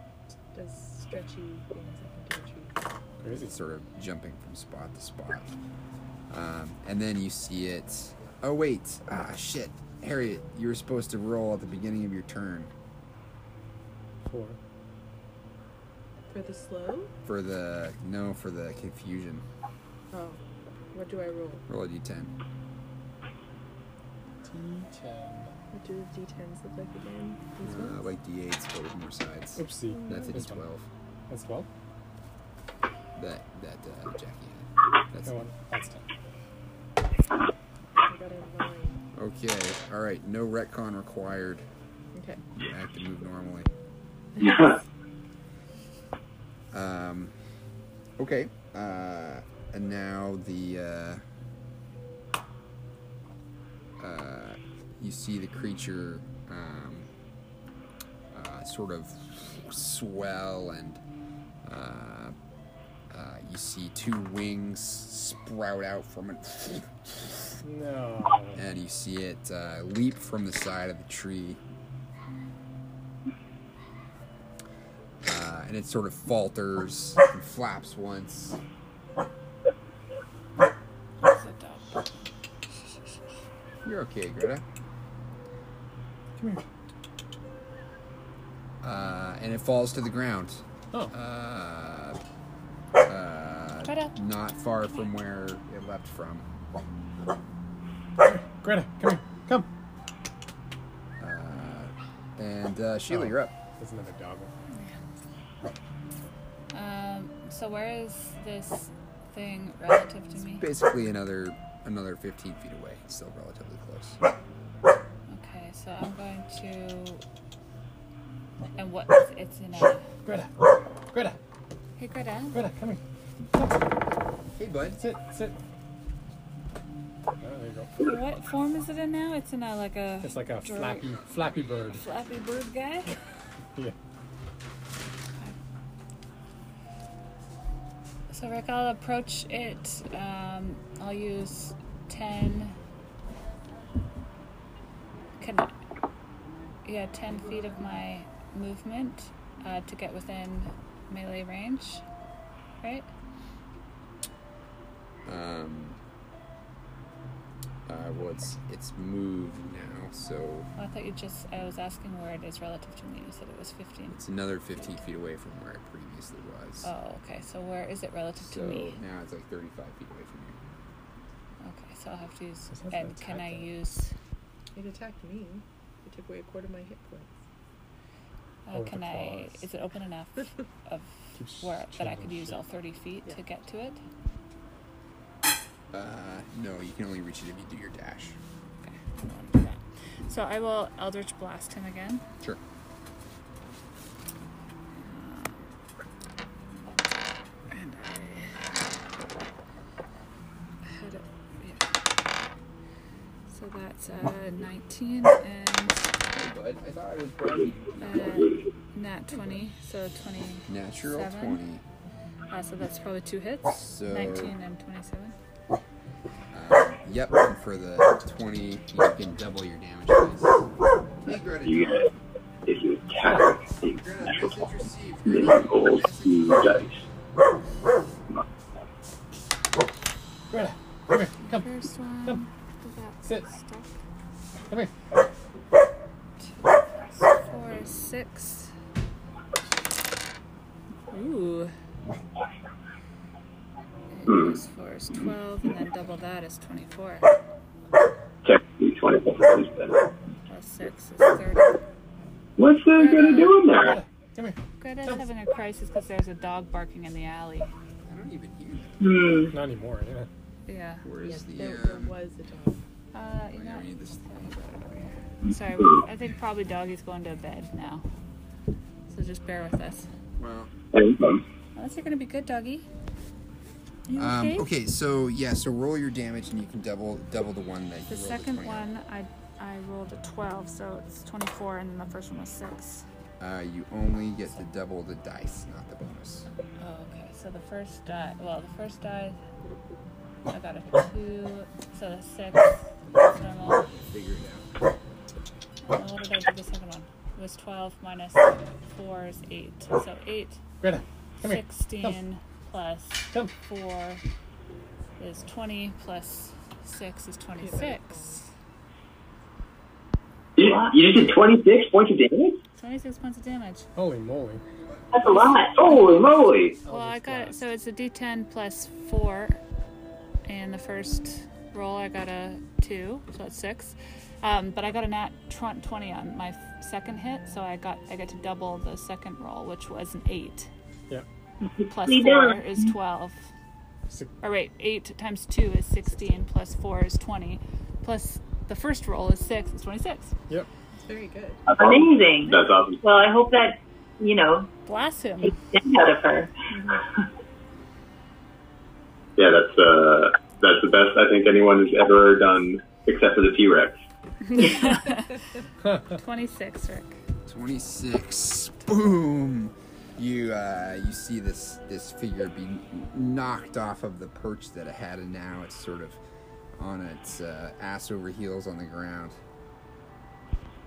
Speaker 4: does stretchy things up into a tree.
Speaker 3: Crazy.
Speaker 2: sort of jumping from spot to spot. Um, and then you see it. Oh wait, ah shit, Harriet, you were supposed to roll at the beginning of your turn
Speaker 3: Four.
Speaker 4: For the slow?
Speaker 2: for the no for the confusion.
Speaker 4: Oh. What do I roll?
Speaker 2: Roll a d10.
Speaker 3: D10.
Speaker 4: What do the D10s look like again? These
Speaker 2: Uh,
Speaker 4: ones?
Speaker 2: like d8s, but with more sides.
Speaker 3: Oopsie.
Speaker 2: That's a
Speaker 3: This one.
Speaker 2: d12.
Speaker 3: That's 12?
Speaker 2: That that uh, Jackie had. That's
Speaker 3: No one. That's 10.
Speaker 4: I got a nine.
Speaker 2: okay. All right, no retcon required.
Speaker 4: Okay.
Speaker 2: You act and move normally. Um, okay. Uh, and now the uh, uh, you see the creature um, uh, sort of swell, and uh, uh, you see two wings sprout out from it,
Speaker 3: No.
Speaker 2: and you see it uh, leap from the side of the tree. Uh, and it sort of falters and flaps once
Speaker 6: It's a dog.
Speaker 2: You're okay, Greta.
Speaker 3: Come here.
Speaker 2: Uh, and it falls to the ground.
Speaker 3: Oh.
Speaker 2: Uh,
Speaker 6: Greta.
Speaker 2: uh, not far from where it left from.
Speaker 3: Greta, come here. Come.
Speaker 2: And uh, Sheila, you're up.
Speaker 3: That's another dog. one.
Speaker 6: Um, so where is this thing relative to me?
Speaker 2: Basically, another another 15 feet away. Still relatively close.
Speaker 6: Okay, so I'm going to. And what? It's, it's in a.
Speaker 3: Greta. Greta.
Speaker 6: Hey, Greta.
Speaker 3: Greta, come here.
Speaker 2: Hey, bud.
Speaker 3: Sit. Sit. Oh, there you go.
Speaker 6: What form is it in now? It's in a like a.
Speaker 3: It's like a
Speaker 6: dra-
Speaker 3: flappy, flappy bird.
Speaker 6: Flappy bird guy.
Speaker 3: Yeah.
Speaker 6: So Rick, I'll approach it. Um, I'll use ten. Can yeah, ten feet of my movement uh, to get within melee range, right?
Speaker 2: Um. Uh, well, it's it's moved now, so
Speaker 6: Well, Oh, I thought you just. I was asking where it is relative to me. You said it was fifteen.
Speaker 2: it's another 15 feet away from where it previously was.
Speaker 6: Oh, okay. So where is it relative
Speaker 2: so
Speaker 6: to me?
Speaker 2: now it's like 35 feet away from you.
Speaker 6: Okay, so I'll have to use.
Speaker 3: This has an
Speaker 6: And can I
Speaker 3: attack, though.
Speaker 6: use?
Speaker 4: It attacked me. It took away a quarter of my hit points.
Speaker 6: Uh,
Speaker 3: Oh, the
Speaker 6: can I?
Speaker 3: claws.
Speaker 6: Is it open enough of
Speaker 3: Keeps
Speaker 6: where that I could
Speaker 3: changing
Speaker 6: use all
Speaker 3: shape.
Speaker 6: thirty feet to get to it?
Speaker 2: Uh, no, you can only reach it if you do your dash.
Speaker 6: Okay, I don't wanna do that. So I will Eldritch Blast him again.
Speaker 2: Sure.
Speaker 6: And I had it. Yeah. So that's uh, 19 and
Speaker 2: Hey, bud. I thought I was brownie.
Speaker 6: uh, nat 20, so 20.
Speaker 2: Natural
Speaker 6: Seven.
Speaker 2: 20.
Speaker 6: Uh, so that's probably two hits.
Speaker 2: So-
Speaker 6: 19 and 27.
Speaker 2: Um, yep, and for the 20, you can double your damage. dice. Hey, Greta,
Speaker 11: You get it if you attack the
Speaker 2: Greta,
Speaker 11: natural
Speaker 2: message
Speaker 11: one.
Speaker 2: received.
Speaker 11: Then you roll two dice.
Speaker 3: Come.
Speaker 4: First one.
Speaker 3: Come.
Speaker 4: That's
Speaker 3: Sit.
Speaker 4: stuck.
Speaker 3: Come here.
Speaker 6: Four, six. Ooh. And Plus four is 12, and then double that is 24.
Speaker 9: Check the 24 is better.
Speaker 6: Plus six is 30.
Speaker 9: What's the good of doing
Speaker 3: Yeah.
Speaker 9: there?
Speaker 3: Come here.
Speaker 6: Greta's having a crisis because there's a dog barking in the alley.
Speaker 2: I don't even hear that.
Speaker 3: Not anymore. Yeah.
Speaker 6: Yeah.
Speaker 2: Where is
Speaker 4: Yes,
Speaker 2: the?
Speaker 4: there, there
Speaker 2: um,
Speaker 4: was a dog.
Speaker 6: Uh, you
Speaker 2: I gotta
Speaker 6: know,
Speaker 2: read this thing.
Speaker 6: sorry, I think probably doggy's going to bed now. So just bear with us.
Speaker 2: Well,
Speaker 9: Hey, um,
Speaker 6: Unless you're going to be good, doggy. You
Speaker 2: um,
Speaker 6: okay?
Speaker 2: okay, so yeah, so roll your damage and you can double double the one that you
Speaker 6: The
Speaker 2: rolled a
Speaker 6: second
Speaker 2: 20
Speaker 6: one, I, I rolled a 12, so it's 24, and the first one was 6.
Speaker 2: Uh, you only get to double the dice, not the bonus.
Speaker 6: Oh, okay. So the first die, well, the first die, I got a 2, so the 6 is normal.
Speaker 2: Figure it out.
Speaker 6: And what did I do the second one? It was 12 minus 4 is 8. So 8,
Speaker 3: Greta. Come here.
Speaker 6: 16 plus
Speaker 3: Come.
Speaker 6: 4 is 20, plus 6 is 26.
Speaker 5: You, you did 26 points of damage?
Speaker 6: 26 points of damage.
Speaker 3: Holy moly.
Speaker 5: That's a lot. Holy moly.
Speaker 6: Well, I got so it's a D10 plus four, and the first roll I got a two, so it's six. Um, but I got a nat tw- twenty on my f- second hit, so I got I got to double the second roll, which was an eight.
Speaker 3: Yeah.
Speaker 6: Plus
Speaker 5: We
Speaker 6: four
Speaker 5: done.
Speaker 6: is twelve.
Speaker 3: Six-
Speaker 6: Or wait, eight times two is sixteen. Plus four is twenty. Plus the first roll is six. It's twenty-six.
Speaker 3: Yep.
Speaker 4: It's very good.
Speaker 9: that's awesome.
Speaker 8: Amazing.
Speaker 9: That's awesome.
Speaker 8: Well, I hope that, you know,
Speaker 6: Blast him!
Speaker 8: takes the sting out of her.
Speaker 9: Yeah, that's uh, that's the best I think anyone has ever done, except for the T Rex.
Speaker 6: Twenty-six, Rick.
Speaker 2: 26. Boom. You uh, you see this this figure be knocked off of the perch that it had, and now it's sort of on its uh, ass over heels on the ground,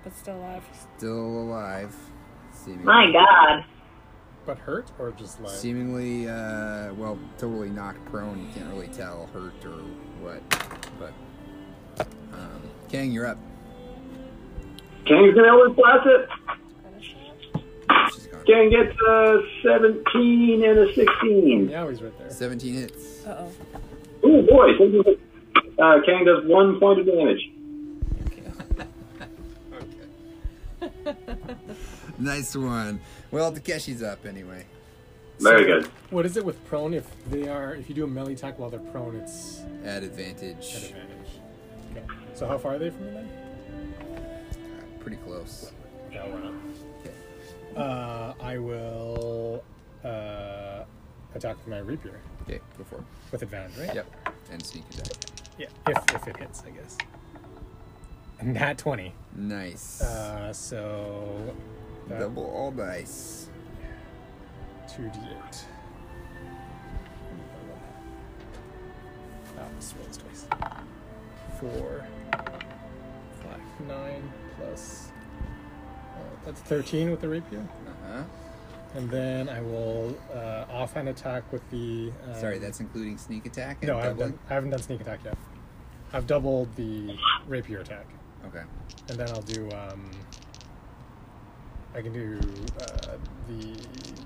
Speaker 6: But still alive.
Speaker 2: still alive. Seemingly,
Speaker 8: My God.
Speaker 3: But hurt or just like.
Speaker 2: Seemingly, uh, well, totally knocked prone. You can't really tell hurt or what. But um, Kang, you're up.
Speaker 9: Kang's gonna outclass it.
Speaker 2: She's gone.
Speaker 9: Kang gets a 17 and a 16.
Speaker 3: Now he's right there.
Speaker 2: 17 hits.
Speaker 6: Uh oh.
Speaker 9: Oh boy, uh, Kang does one point of damage.
Speaker 2: Nice one. Well, Takeshi's up anyway.
Speaker 9: Very good.
Speaker 3: What is it with prone? If they are, if you do a melee attack while they're prone, it's
Speaker 2: At
Speaker 3: at
Speaker 2: advantage.
Speaker 3: advantage. Okay. So how far are they from you then?
Speaker 2: Uh, pretty close.
Speaker 3: Yeah, we're not. Uh, I will uh, attack with my rapier
Speaker 2: Okay, go for it.
Speaker 3: with advantage, right?
Speaker 2: Yep. And sneak attack.
Speaker 3: Yeah. If, if it hits, I guess. Nat 20.
Speaker 2: Nice.
Speaker 3: Uh, so that-
Speaker 2: Double all dice.
Speaker 3: 2d8. Oh, this rolls twice. 4, 5, 9, plus. Uh, that's 13 with the rapier.
Speaker 2: Uh huh.
Speaker 3: And then I will uh, offhand attack with the. Um,
Speaker 2: Sorry, that's including sneak attack. And
Speaker 3: No, I haven't,
Speaker 2: doubling?
Speaker 3: done, I haven't done sneak attack yet. I've doubled the rapier attack.
Speaker 2: Okay.
Speaker 3: And then I'll do. Um, I can do uh, the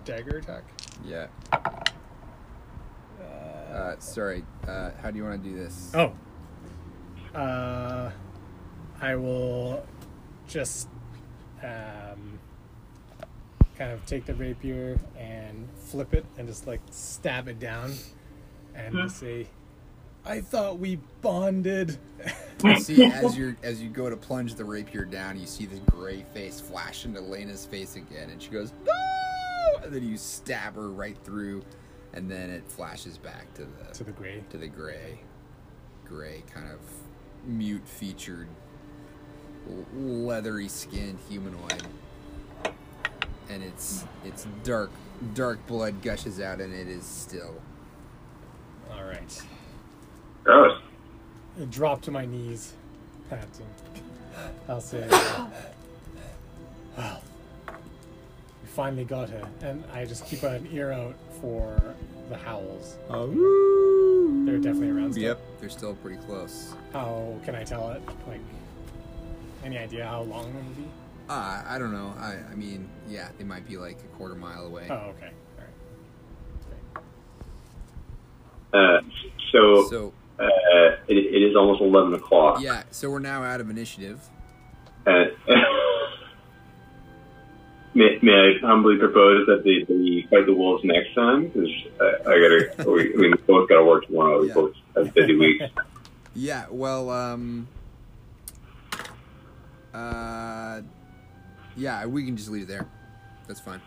Speaker 3: dagger attack.
Speaker 2: Yeah. Uh, sorry. Uh, how do you want to do this?
Speaker 3: Oh. Uh, I will just um, kind of take the rapier and flip it and just like stab it down and just say, I thought we bonded.
Speaker 2: You see, as you as you go to plunge the rapier down, you see the gray face flash into Lena's face again, and she goes, "No!" And then you stab her right through, and then it flashes back to the
Speaker 3: to the gray.
Speaker 2: to the gray, gray kind of mute featured, leathery skinned humanoid, and it's it's dark dark blood gushes out, and it is still.
Speaker 3: All right.
Speaker 9: Gross.
Speaker 3: I drop to my knees, panting. I'll say, well, we finally got her. And I just keep an ear out for the howls.
Speaker 2: Oh.
Speaker 3: They're definitely around still.
Speaker 2: Yep, they're still pretty close.
Speaker 3: How can I tell it? Like, any idea how long it would be?
Speaker 2: Uh, I don't know. I, I mean, yeah, they might be like a quarter mile away.
Speaker 3: Oh, okay. All right.
Speaker 9: Uh, so
Speaker 2: So,
Speaker 9: uh, it, it is almost eleven o'clock.
Speaker 2: yeah, so we're now out of initiative.
Speaker 9: Uh, may, may I humbly propose that the, we fight the wolves next time? Because uh, I gotta, we, we both gotta work tomorrow. We
Speaker 2: Yeah.
Speaker 9: both have busy weeks.
Speaker 2: Yeah, well, um. Uh. Yeah, we can just leave it there. That's fine.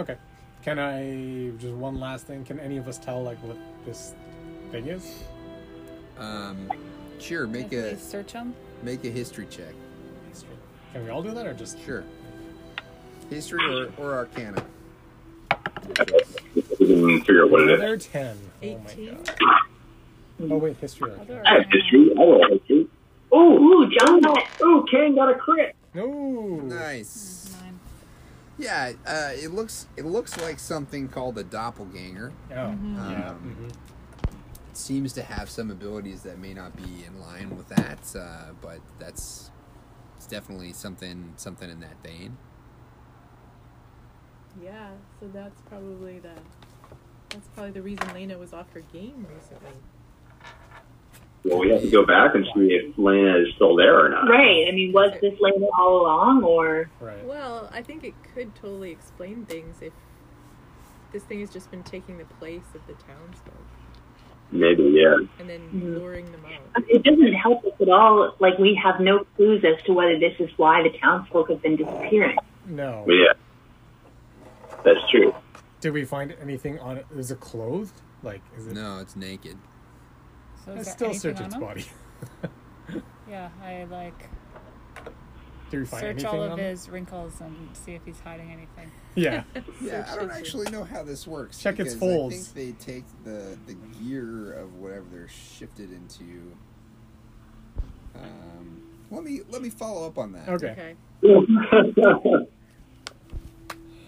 Speaker 3: Okay. Can I just one last thing? Can any of us tell like what this thing is?
Speaker 2: Um. Sure, make
Speaker 6: If
Speaker 2: a
Speaker 6: we search them.
Speaker 2: make a history check.
Speaker 3: History. Can we all do that, or just
Speaker 2: Sure. History or, or Arcana.
Speaker 9: We can figure out what it is.
Speaker 3: They're ten. Oh my
Speaker 4: 18?
Speaker 3: god. Oh wait, history. or-
Speaker 9: I have history. I will have history.
Speaker 5: Ooh, ooh, John got, ooh, Kane got a crit.
Speaker 3: No.
Speaker 2: Nice.
Speaker 6: Nine.
Speaker 2: Yeah, uh, it looks it looks like something called a doppelganger.
Speaker 3: Oh.
Speaker 6: Mm-hmm.
Speaker 3: Yeah.
Speaker 2: Um,
Speaker 3: mhm.
Speaker 2: seems to have some abilities that may not be in line with that, uh, but that's it's definitely something something in that vein.
Speaker 4: Yeah, so that's probably the that's probably the reason Lena was off her game recently.
Speaker 9: Well, we have to go back and see if Lena is still there or not.
Speaker 8: Right. I mean, was this lady all along, or
Speaker 3: Right.
Speaker 4: Well, I think it could totally explain things if this thing has just been taking the place of the townsfolk
Speaker 9: Maybe, yeah.
Speaker 4: and then
Speaker 8: Mhm.
Speaker 4: luring them out.
Speaker 8: it doesn't help us at all? Like we have no clues as to whether this is why the townsfolk have been disappearing.
Speaker 3: No.
Speaker 9: But yeah, that's true.
Speaker 3: Did we find anything on it? Is it clothed? Like, is it?
Speaker 2: No, it's naked.
Speaker 6: So
Speaker 3: It's
Speaker 6: is there
Speaker 3: still search
Speaker 6: anything on
Speaker 3: its
Speaker 6: 'em?
Speaker 3: body.
Speaker 6: Yeah, I like
Speaker 3: Did we find
Speaker 6: search
Speaker 3: anything
Speaker 6: all
Speaker 3: on
Speaker 6: of
Speaker 3: it?
Speaker 6: his wrinkles and see if he's hiding anything.
Speaker 3: Yeah.
Speaker 2: Yeah, I
Speaker 4: Search
Speaker 2: don't
Speaker 4: history.
Speaker 2: actually know how this works.
Speaker 3: Check its
Speaker 2: because
Speaker 3: folds.
Speaker 2: I think they take the the gear of whatever they're shifted into. Um, let me let me follow up on that.
Speaker 3: Okay.
Speaker 4: Okay.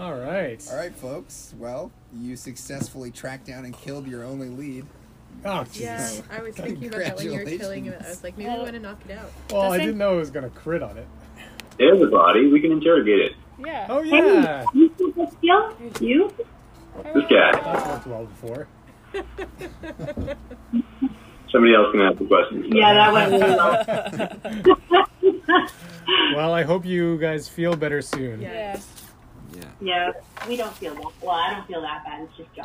Speaker 3: All right.
Speaker 2: All right, folks. Well, you successfully tracked down and killed your only lead.
Speaker 3: Oh Jesus.
Speaker 4: Yeah, I was thinking about that when you were killing him. I was like, maybe we
Speaker 6: Well-
Speaker 4: want to knock it out.
Speaker 3: Well, I
Speaker 6: Does it-
Speaker 3: didn't know it was gonna crit on it.
Speaker 9: There's a body. We can interrogate it.
Speaker 6: Yeah.
Speaker 3: Oh yeah.
Speaker 8: You think that's you? You?
Speaker 9: This guy.
Speaker 3: That's worked well before.
Speaker 9: Somebody else can ask the question.
Speaker 8: Yeah, that went really well.
Speaker 3: Well, I hope you guys feel better soon.
Speaker 4: Yeah.
Speaker 6: Yeah.
Speaker 2: Yeah.
Speaker 8: Yeah, we don't feel that. Well, I don't feel that bad. It's just John.